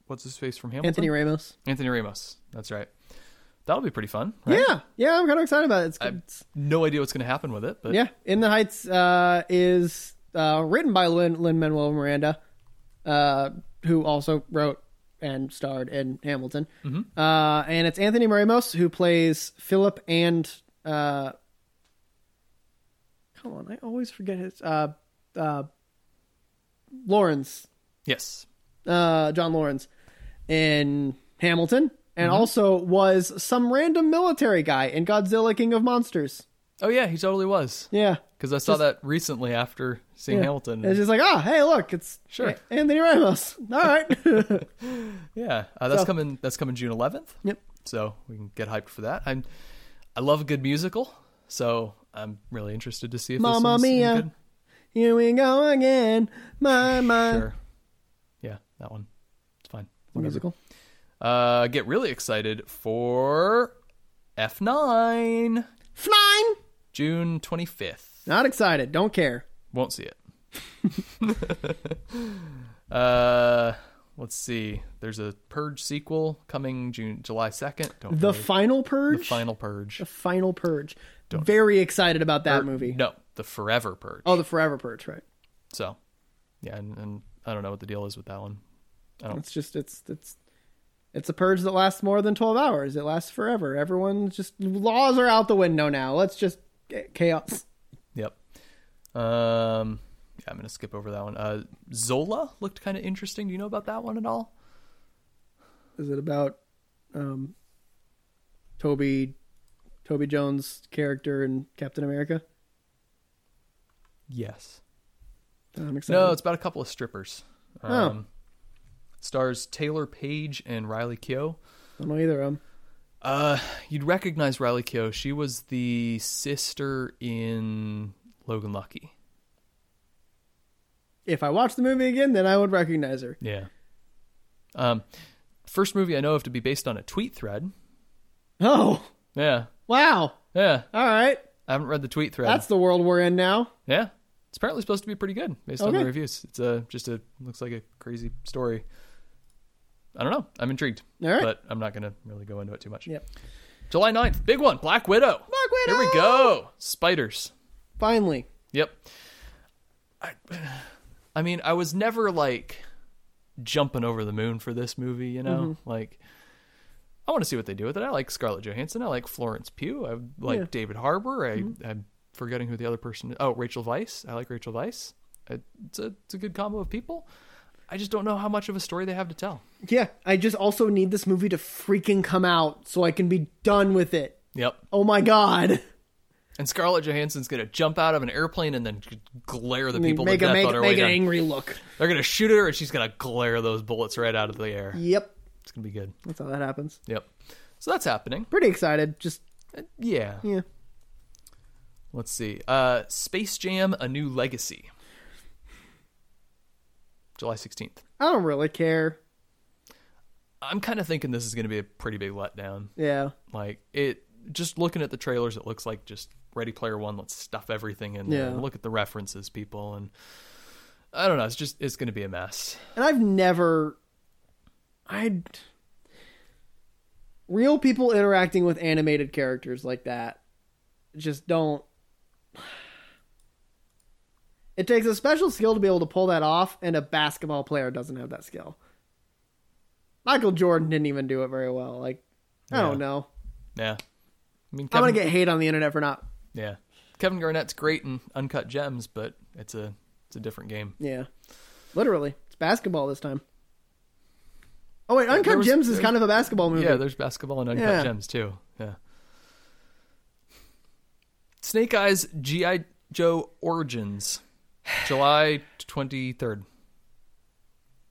S2: what's his face from Hamilton,
S1: Anthony Ramos.
S2: Anthony Ramos. That's right. That'll be pretty fun. right?
S1: Yeah. Yeah, I'm kind of excited about it. It's,
S2: I-
S1: good. It's-
S2: No idea what's going to happen with it, but
S1: yeah, In the Heights uh is uh written by Lin Lin Manuel Miranda uh who also wrote and starred in Hamilton. Uh and it's Anthony Ramos who plays Philip and uh Come on, I always forget his uh uh Lawrence
S2: yes,
S1: uh, John Lawrence in Hamilton, and also was some random military guy in Godzilla King of Monsters.
S2: oh yeah, he totally was
S1: Yeah.
S2: because I saw that recently after seeing
S1: yeah.
S2: Hamilton.
S1: It's just like, ah, hey, look, it's
S2: Sure.
S1: A- Anthony Ramos. All right.
S2: Yeah, uh, that's
S1: So-
S2: coming. That's coming June 11th.
S1: Yep.
S2: So we can get hyped for that. I'm. I love a good musical, so I'm really interested to see if this
S1: Mamma
S2: one's any
S1: Mia.
S2: good.
S1: Here we go again. My, my.
S2: Sure. Yeah, that one. It's fine. Whatever.
S1: Musical.
S2: Uh, get really excited for F9,
S1: Flying.
S2: June 25th.
S1: Not excited. Don't care.
S2: Won't see it. uh, let's see. There's a Purge sequel coming June, July 2nd. Don't
S1: The
S2: really-
S1: Final Purge?
S2: the final Purge.
S1: The Final Purge. Very excited about that movie.
S2: Er, No, the Forever Purge.
S1: Oh, The Forever Purge, right.
S2: So, yeah, and, and I don't know what the deal is with that one.
S1: It's just it's it's it's a purge that lasts more than twelve hours. It lasts forever. Everyone's just laws are out the window now. Let's just get chaos.
S2: Yep. Um, yeah, I'm gonna skip over that one. Uh, Zola looked kind of interesting. Do you know about that one at all?
S1: Is it about um Toby Toby Jones' character in Captain America?
S2: Yes.
S1: I'm excited.
S2: No, it's about a couple of strippers.
S1: Oh.
S2: Um, Stars Taylor Page and Riley Keough.
S1: I don't know either of them.
S2: Uh, you'd recognize Riley Keough. She was the sister in Logan Lucky.
S1: If I watched the movie again, then I would recognize her.
S2: Yeah. Um, first movie I know of to be based on a tweet thread.
S1: Oh
S2: Yeah.
S1: wow!
S2: Yeah.
S1: All right,
S2: I haven't read the tweet thread.
S1: that's the world we're in now.
S2: Yeah. It's apparently supposed to be pretty good based on the uh,
S1: Okay.
S2: reviews. It's a just a looks like a crazy story. I don't know. I'm intrigued.
S1: All right.
S2: But I'm not going to really go into it too much.
S1: Yep.
S2: July 9th, big one, Black Widow.
S1: Black Widow!
S2: Here we go. Spiders.
S1: Finally.
S2: Yep. I, I mean, I was never like jumping over the moon for this movie, you know?
S1: Mm-hmm.
S2: Like I want to see what they do with it. I like Scarlett Johansson. I like Florence Pugh. I like
S1: Yeah. Mm-hmm.
S2: David Harbour. I I'm forgetting who the other person is. Oh, Rachel Weisz. I like Rachel Weisz. It's a, it's a good combo of people. I just don't know how much of a story they have to tell.
S1: Yeah, I just also need this movie to freaking come out so I can be done with it.
S2: Yep.
S1: Oh my god.
S2: And Scarlett Johansson's gonna jump out of an airplane and then g- glare the people
S1: make
S2: to
S1: a
S2: death
S1: make,
S2: on her way
S1: make an
S2: down.
S1: angry look.
S2: They're gonna shoot at her, and she's gonna glare those bullets right out of the air.
S1: Yep.
S2: It's gonna be good.
S1: That's how that happens.
S2: Yep. So that's happening.
S1: Pretty excited. Just
S2: Yeah.
S1: yeah.
S2: Let's see. Uh, Space Jam: A New Legacy, July sixteenth.
S1: I don't really care.
S2: I'm kind of thinking this is gonna be a pretty big letdown.
S1: Yeah.
S2: Like it. Just looking at the trailers, it looks like just Ready Player One. Let's stuff everything in there.
S1: Yeah.
S2: Look at the references, people, and I don't know. It's just it's gonna be a mess.
S1: And I've never I real people interacting with animated characters like that just don't It takes a special skill to be able to pull that off and a basketball player doesn't have that skill. Michael Jordan didn't even do it very well. Like I
S2: Yeah.
S1: don't know.
S2: Yeah. I mean,
S1: I'm
S2: Kevin,
S1: going to get hate on the internet for not
S2: yeah. Kevin Garnett's great in Uncut Gems, but it's a it's a different game.
S1: Yeah. Literally. It's basketball this time. Oh wait, Uncut
S2: there was-
S1: Gems is
S2: there-
S1: kind of a basketball movie.
S2: Yeah, there's basketball and uncut
S1: Mm-hmm. Yeah.
S2: gems too. Yeah. Snake Eyes GI Joe Origins, July 23rd.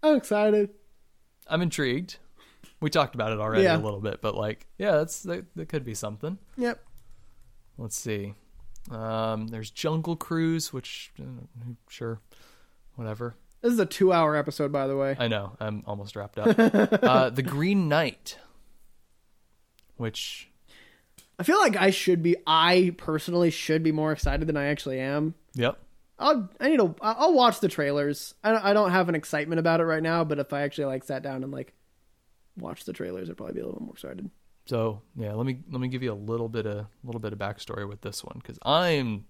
S1: I'm excited.
S2: I'm intrigued. We talked about it already
S1: Yeah.
S2: a little bit, but like, yeah, that's that, that could be something.
S1: Yep.
S2: Let's see. Um, there's Jungle Cruise, which uh, sure, whatever.
S1: This is a two hour episode, by the way.
S2: I know. I'm almost wrapped up. uh, the Green Knight, which
S1: I feel like I should be, I personally should be more excited than I actually am.
S2: yep,
S1: I'll, I need to, I'll watch the trailers. I don't, I don't have an excitement about it right now, but if I actually like sat down and like watched the trailers, I'd probably be a little more excited.
S2: So yeah, let me let me give you a little bit of little bit of backstory with this one because I'm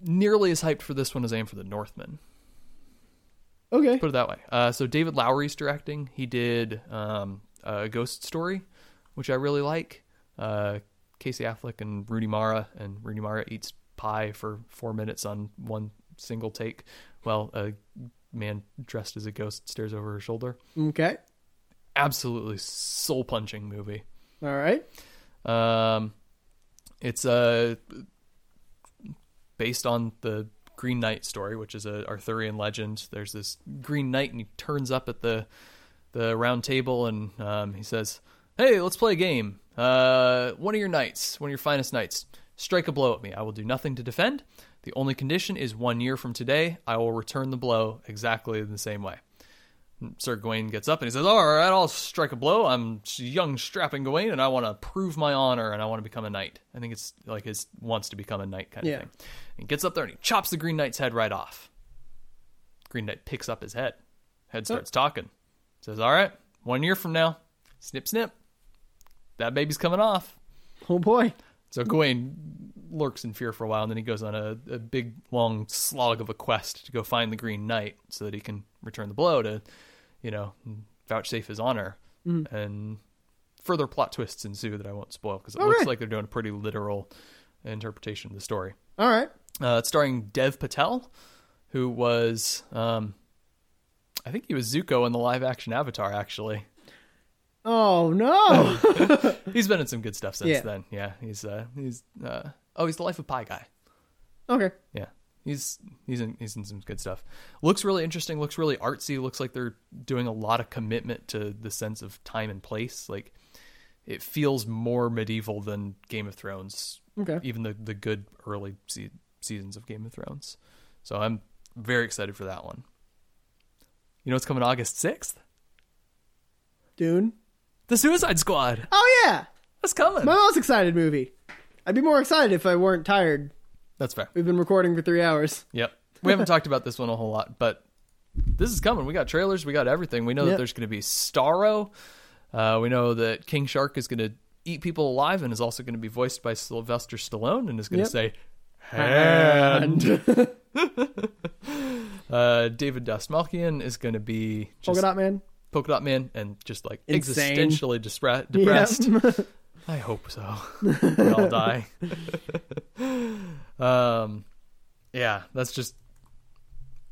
S2: nearly as hyped for this one as I am for the Northman.
S1: Okay.
S2: Put it that way. Uh, so David Lowery's directing. He did um, a Ghost Story, which I really like. Uh, Casey Affleck and Rudy Mara, and Rudy Mara eats pie for four minutes on one single take, while a man dressed as a ghost stares over her shoulder.
S1: Okay.
S2: Absolutely soul punching movie.
S1: All right.
S2: Um, it's uh, based on the Green Knight story, which is a Arthurian legend. There's this Green Knight, and he turns up at the the round table, and um, he says, "Hey, let's play a game. Uh, one of your knights, one of your finest knights, strike a blow at me. I will do nothing to defend. The only condition is one year from today, I will return the blow exactly in the same way." Sir Gawain gets up and he says, All right, I'll strike a blow. I'm young, strapping Gawain, and I want to prove my honor and I want to become a knight. I think it's like his wants to become a knight kind
S1: Yeah.
S2: of thing. And he gets up there and he chops the Green Knight's head right off. Green Knight picks up his head. Head starts talking. Says, All right, one year from now, snip, snip. That baby's coming off.
S1: Oh boy.
S2: So Gawain lurks in fear for a while, and then he goes on a, a big, long slog of a quest to go find the Green Knight so that he can return the blow to, you know, vouchsafe his honor. And further plot twists ensue that I won't spoil because it looks
S1: right.
S2: like they're doing a pretty literal interpretation of the story.
S1: All right.
S2: Uh, it's starring Dev Patel, who was, um, I think he was Zuko in the live action Avatar, actually.
S1: Oh no.
S2: He's been in some good stuff since
S1: Yeah.
S2: then. Yeah, he's, uh, he's, uh, oh, he's the Life of Pi guy.
S1: okay.
S2: Yeah. He's he's in he's in some good stuff. Looks really interesting, looks really artsy, looks like they're doing a lot of commitment to the sense of time and place. Like it feels more medieval than Game of Thrones.
S1: Okay.
S2: Even the the good early se- seasons of Game of Thrones. So I'm very excited for that one. You know what's coming August 6th?
S1: Dune.
S2: The Suicide Squad.
S1: Oh yeah.
S2: That's coming.
S1: My most excited movie. I'd be more excited if I weren't tired.
S2: That's fair.
S1: We've been recording for three hours.
S2: Yep. We haven't talked about this one a whole lot, but this is coming. We got trailers. We got everything. We know
S1: Yep.
S2: that there's going to be Starro. Uh, we know that King Shark is going to eat people alive and is also going to be voiced by Sylvester Stallone and is going
S1: Yep.
S2: to say, "Hand." uh, David Dastmalchian is going to be
S1: Polka
S2: just
S1: Dot Man.
S2: polka dot man and just like
S1: Insane.
S2: existentially dispra- depressed.
S1: Yep.
S2: I hope so. we all die. um, yeah, that's just.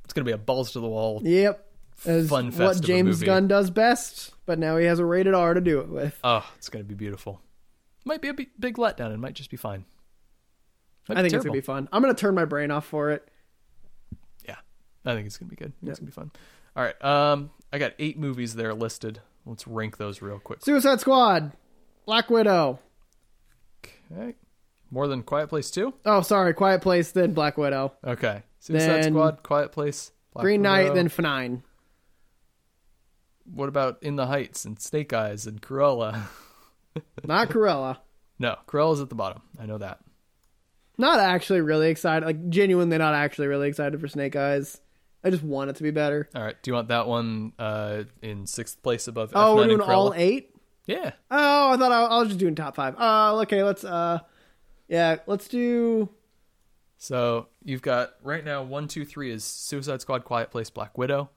S2: It's gonna be a balls to the wall.
S1: yep. As
S2: Fun fest
S1: what
S2: of a
S1: James
S2: movie.
S1: Gunn does best, but now he has a rated R to do it with.
S2: Oh, it's gonna be beautiful. Might be a bi- big letdown. It might just be fine. Might
S1: I think it's
S2: terrible.
S1: gonna be fun. I'm gonna turn my brain off for it.
S2: Yeah, I think it's gonna be good. I think It's gonna be fun. All right. Um, I got eight movies there listed. Let's rank those real quick.
S1: Suicide Squad, Black Widow.
S2: Okay. More than Quiet Place Two.
S1: Oh, sorry, Quiet Place, then Black Widow,
S2: Okay. Suicide
S1: Then-
S2: Squad, Quiet Place, Black
S1: Green Knight,
S2: Widow.
S1: then Fnine.
S2: What about In the Heights and Snake Eyes and Cruella?
S1: Not Cruella.
S2: No, Cruella's at the bottom. I know that.
S1: Not actually really excited. Like genuinely, not actually really excited for Snake Eyes. I just want it to be better.
S2: All right. Do you want that one uh, in sixth place above?
S1: Oh,
S2: F9
S1: we're
S2: and
S1: doing
S2: Cruella?
S1: all eight.
S2: Yeah.
S1: Oh, I thought I, I was just doing top five. Uh, okay, let's. Uh, yeah, let's do.
S2: So you've got right now one, two, three is Suicide Squad, Quiet Place, Black Widow.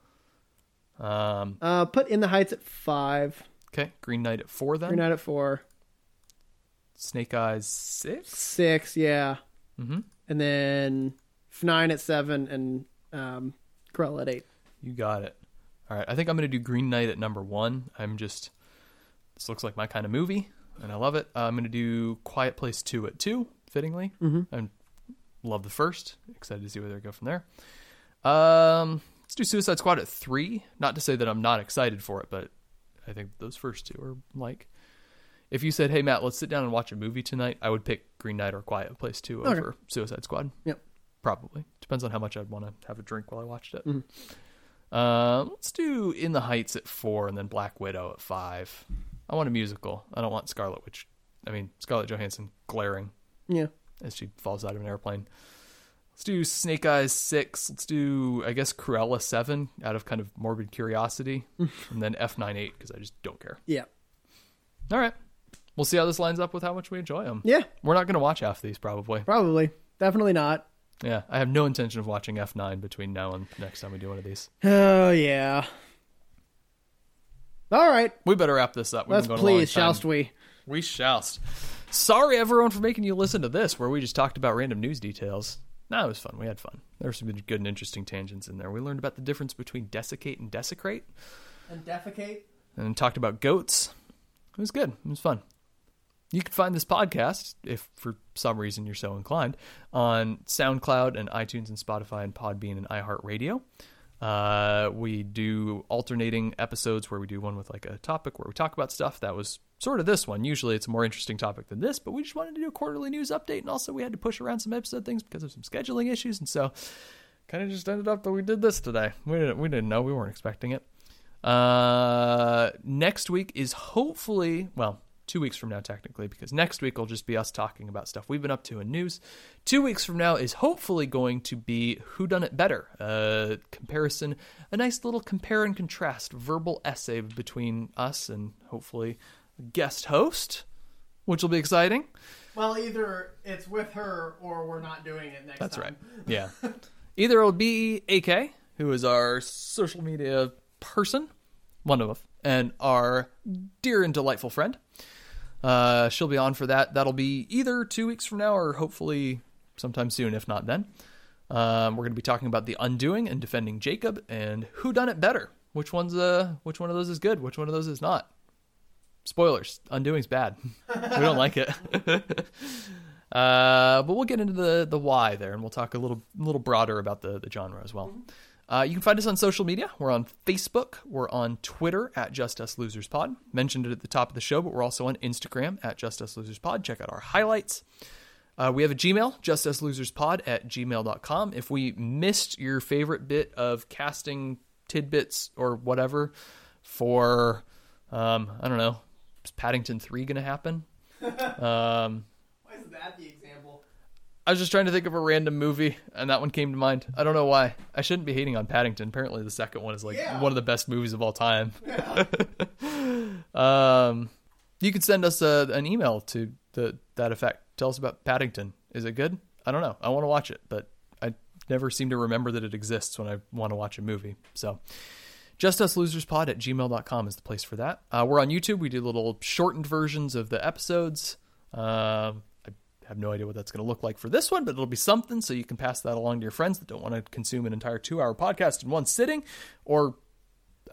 S2: Um.
S1: Uh, put in the heights at five.
S2: Okay. Green Knight at four. Then
S1: Green Knight at four,
S2: Snake Eyes six.
S1: six. Yeah,
S2: Mhm.
S1: and then nine at seven, and um, Cruella at eight.
S2: You got it. All right. I think I'm gonna do Green Knight at number one. I'm just. This looks like my kind of movie, and I love it. Uh, I'm gonna do Quiet Place two at two. Fittingly, mm-hmm. I love the first. Excited to see where they go from there. Um, let's do Suicide Squad at three. Not to say that I'm not excited for it, but I think those first two are like. If you said, "Hey Matt, let's sit down and watch a movie tonight," I would pick Green Knight or Quiet Place Two
S1: Okay.
S2: over Suicide Squad.
S1: Yep.
S2: Probably depends on how much I'd want to have a drink while I watched it.
S1: Mm-hmm.
S2: Um, let's do In the Heights at four, and then Black Widow at five. I want a musical. I don't want Scarlet Witch. I mean Scarlett Johansson glaring
S1: Yeah,
S2: as she falls out of an airplane. Let's do Snake Eyes six. Let's do I guess Cruella seven out of kind of morbid curiosity, and then F 98 because I just don't care.
S1: yeah,
S2: All right, we'll see how this lines up with how much we enjoy them.
S1: yeah.
S2: We're not going to watch half these probably.
S1: Probably, definitely not.
S2: Yeah, I have no intention of watching F nine between now and next time we do one of these.
S1: Oh yeah. All right,
S2: We better wrap this up. We've
S1: let's
S2: been going a long
S1: please,
S2: time.
S1: shallst we?
S2: We shallst. Sorry, everyone, for making you listen to this, where we just talked about random news details. No, it was fun. We had fun. There were some good and interesting tangents in there. We learned about the difference between desiccate and desecrate,
S1: And defecate.
S2: and talked about goats. It was good. It was fun. You can find this podcast, if for some reason you're so inclined, on SoundCloud and iTunes and Spotify and Podbean and iHeartRadio. Uh, we do alternating episodes where we do one with like a topic where we talk about stuff. That was sort of this one. Usually it's a more interesting topic than this, but we just wanted to do a quarterly news update. And also we had to push around some episode things because of some scheduling issues. And so kind of just ended up that we did this today. We didn't, we didn't know. We weren't expecting it. Uh, next week is hopefully, well, two weeks from now, technically, because next week will just be us talking about stuff we've been up to in news. Two weeks from now is hopefully going to be Who Done It Better, a comparison, a nice little compare and contrast verbal essay between us and hopefully a guest host, which will be exciting.
S1: Well, either it's with her or we're not doing it next
S2: That's right. Yeah. Either it'll be AK, who is our social media person, one of them, and our dear and delightful friend. Uh, she'll be on for that. That'll be either two weeks from now or hopefully sometime soon, if not then. Um, we're going to be talking about the undoing and defending Jacob and who done it better. Which one's uh, which one of those is good? Which one of those is not? Spoilers: Undoing's bad. we don't like it. Uh, but we'll get into the the why there, and we'll talk a little little broader about the the genre as well. Uh, you can find us on social media. We're on Facebook. We're on Twitter at Just Us Losers Pod. Mentioned it at the top of the show, but we're also on Instagram at Just Us Losers Pod. Check out our highlights. Uh, we have a Gmail, justuslloserspod at gmail.com. If we missed your favorite bit of casting tidbits or whatever for, um, I don't know, is Paddington 3 going to happen?
S1: Why is that the example?
S2: I was just trying to think of a random movie, and that one came to mind. I don't know why. I shouldn't be hating on Paddington. Apparently, the second one is like
S1: Yeah.
S2: one of the best movies of all time. um, you could send us a, an email to the, that effect. Tell us about Paddington. Is it good? I don't know. I want to watch it, but I never seem to remember that it exists when I want to watch a movie. So, justuslosers.pod at gmail.com is the place for that. Uh, we're on YouTube. We do little shortened versions of the episodes. Um, I have no idea what that's going to look like for this one, but it'll be something. So you can pass that along to your friends that don't want to consume an entire two hour podcast in one sitting. Or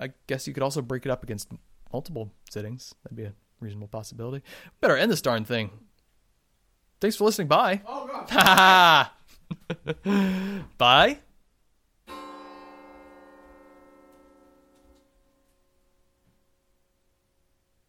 S2: I guess you could also break it up against multiple sittings. That'd be a reasonable possibility. Better end this darn thing. Thanks for listening. Bye. Oh, God. Bye.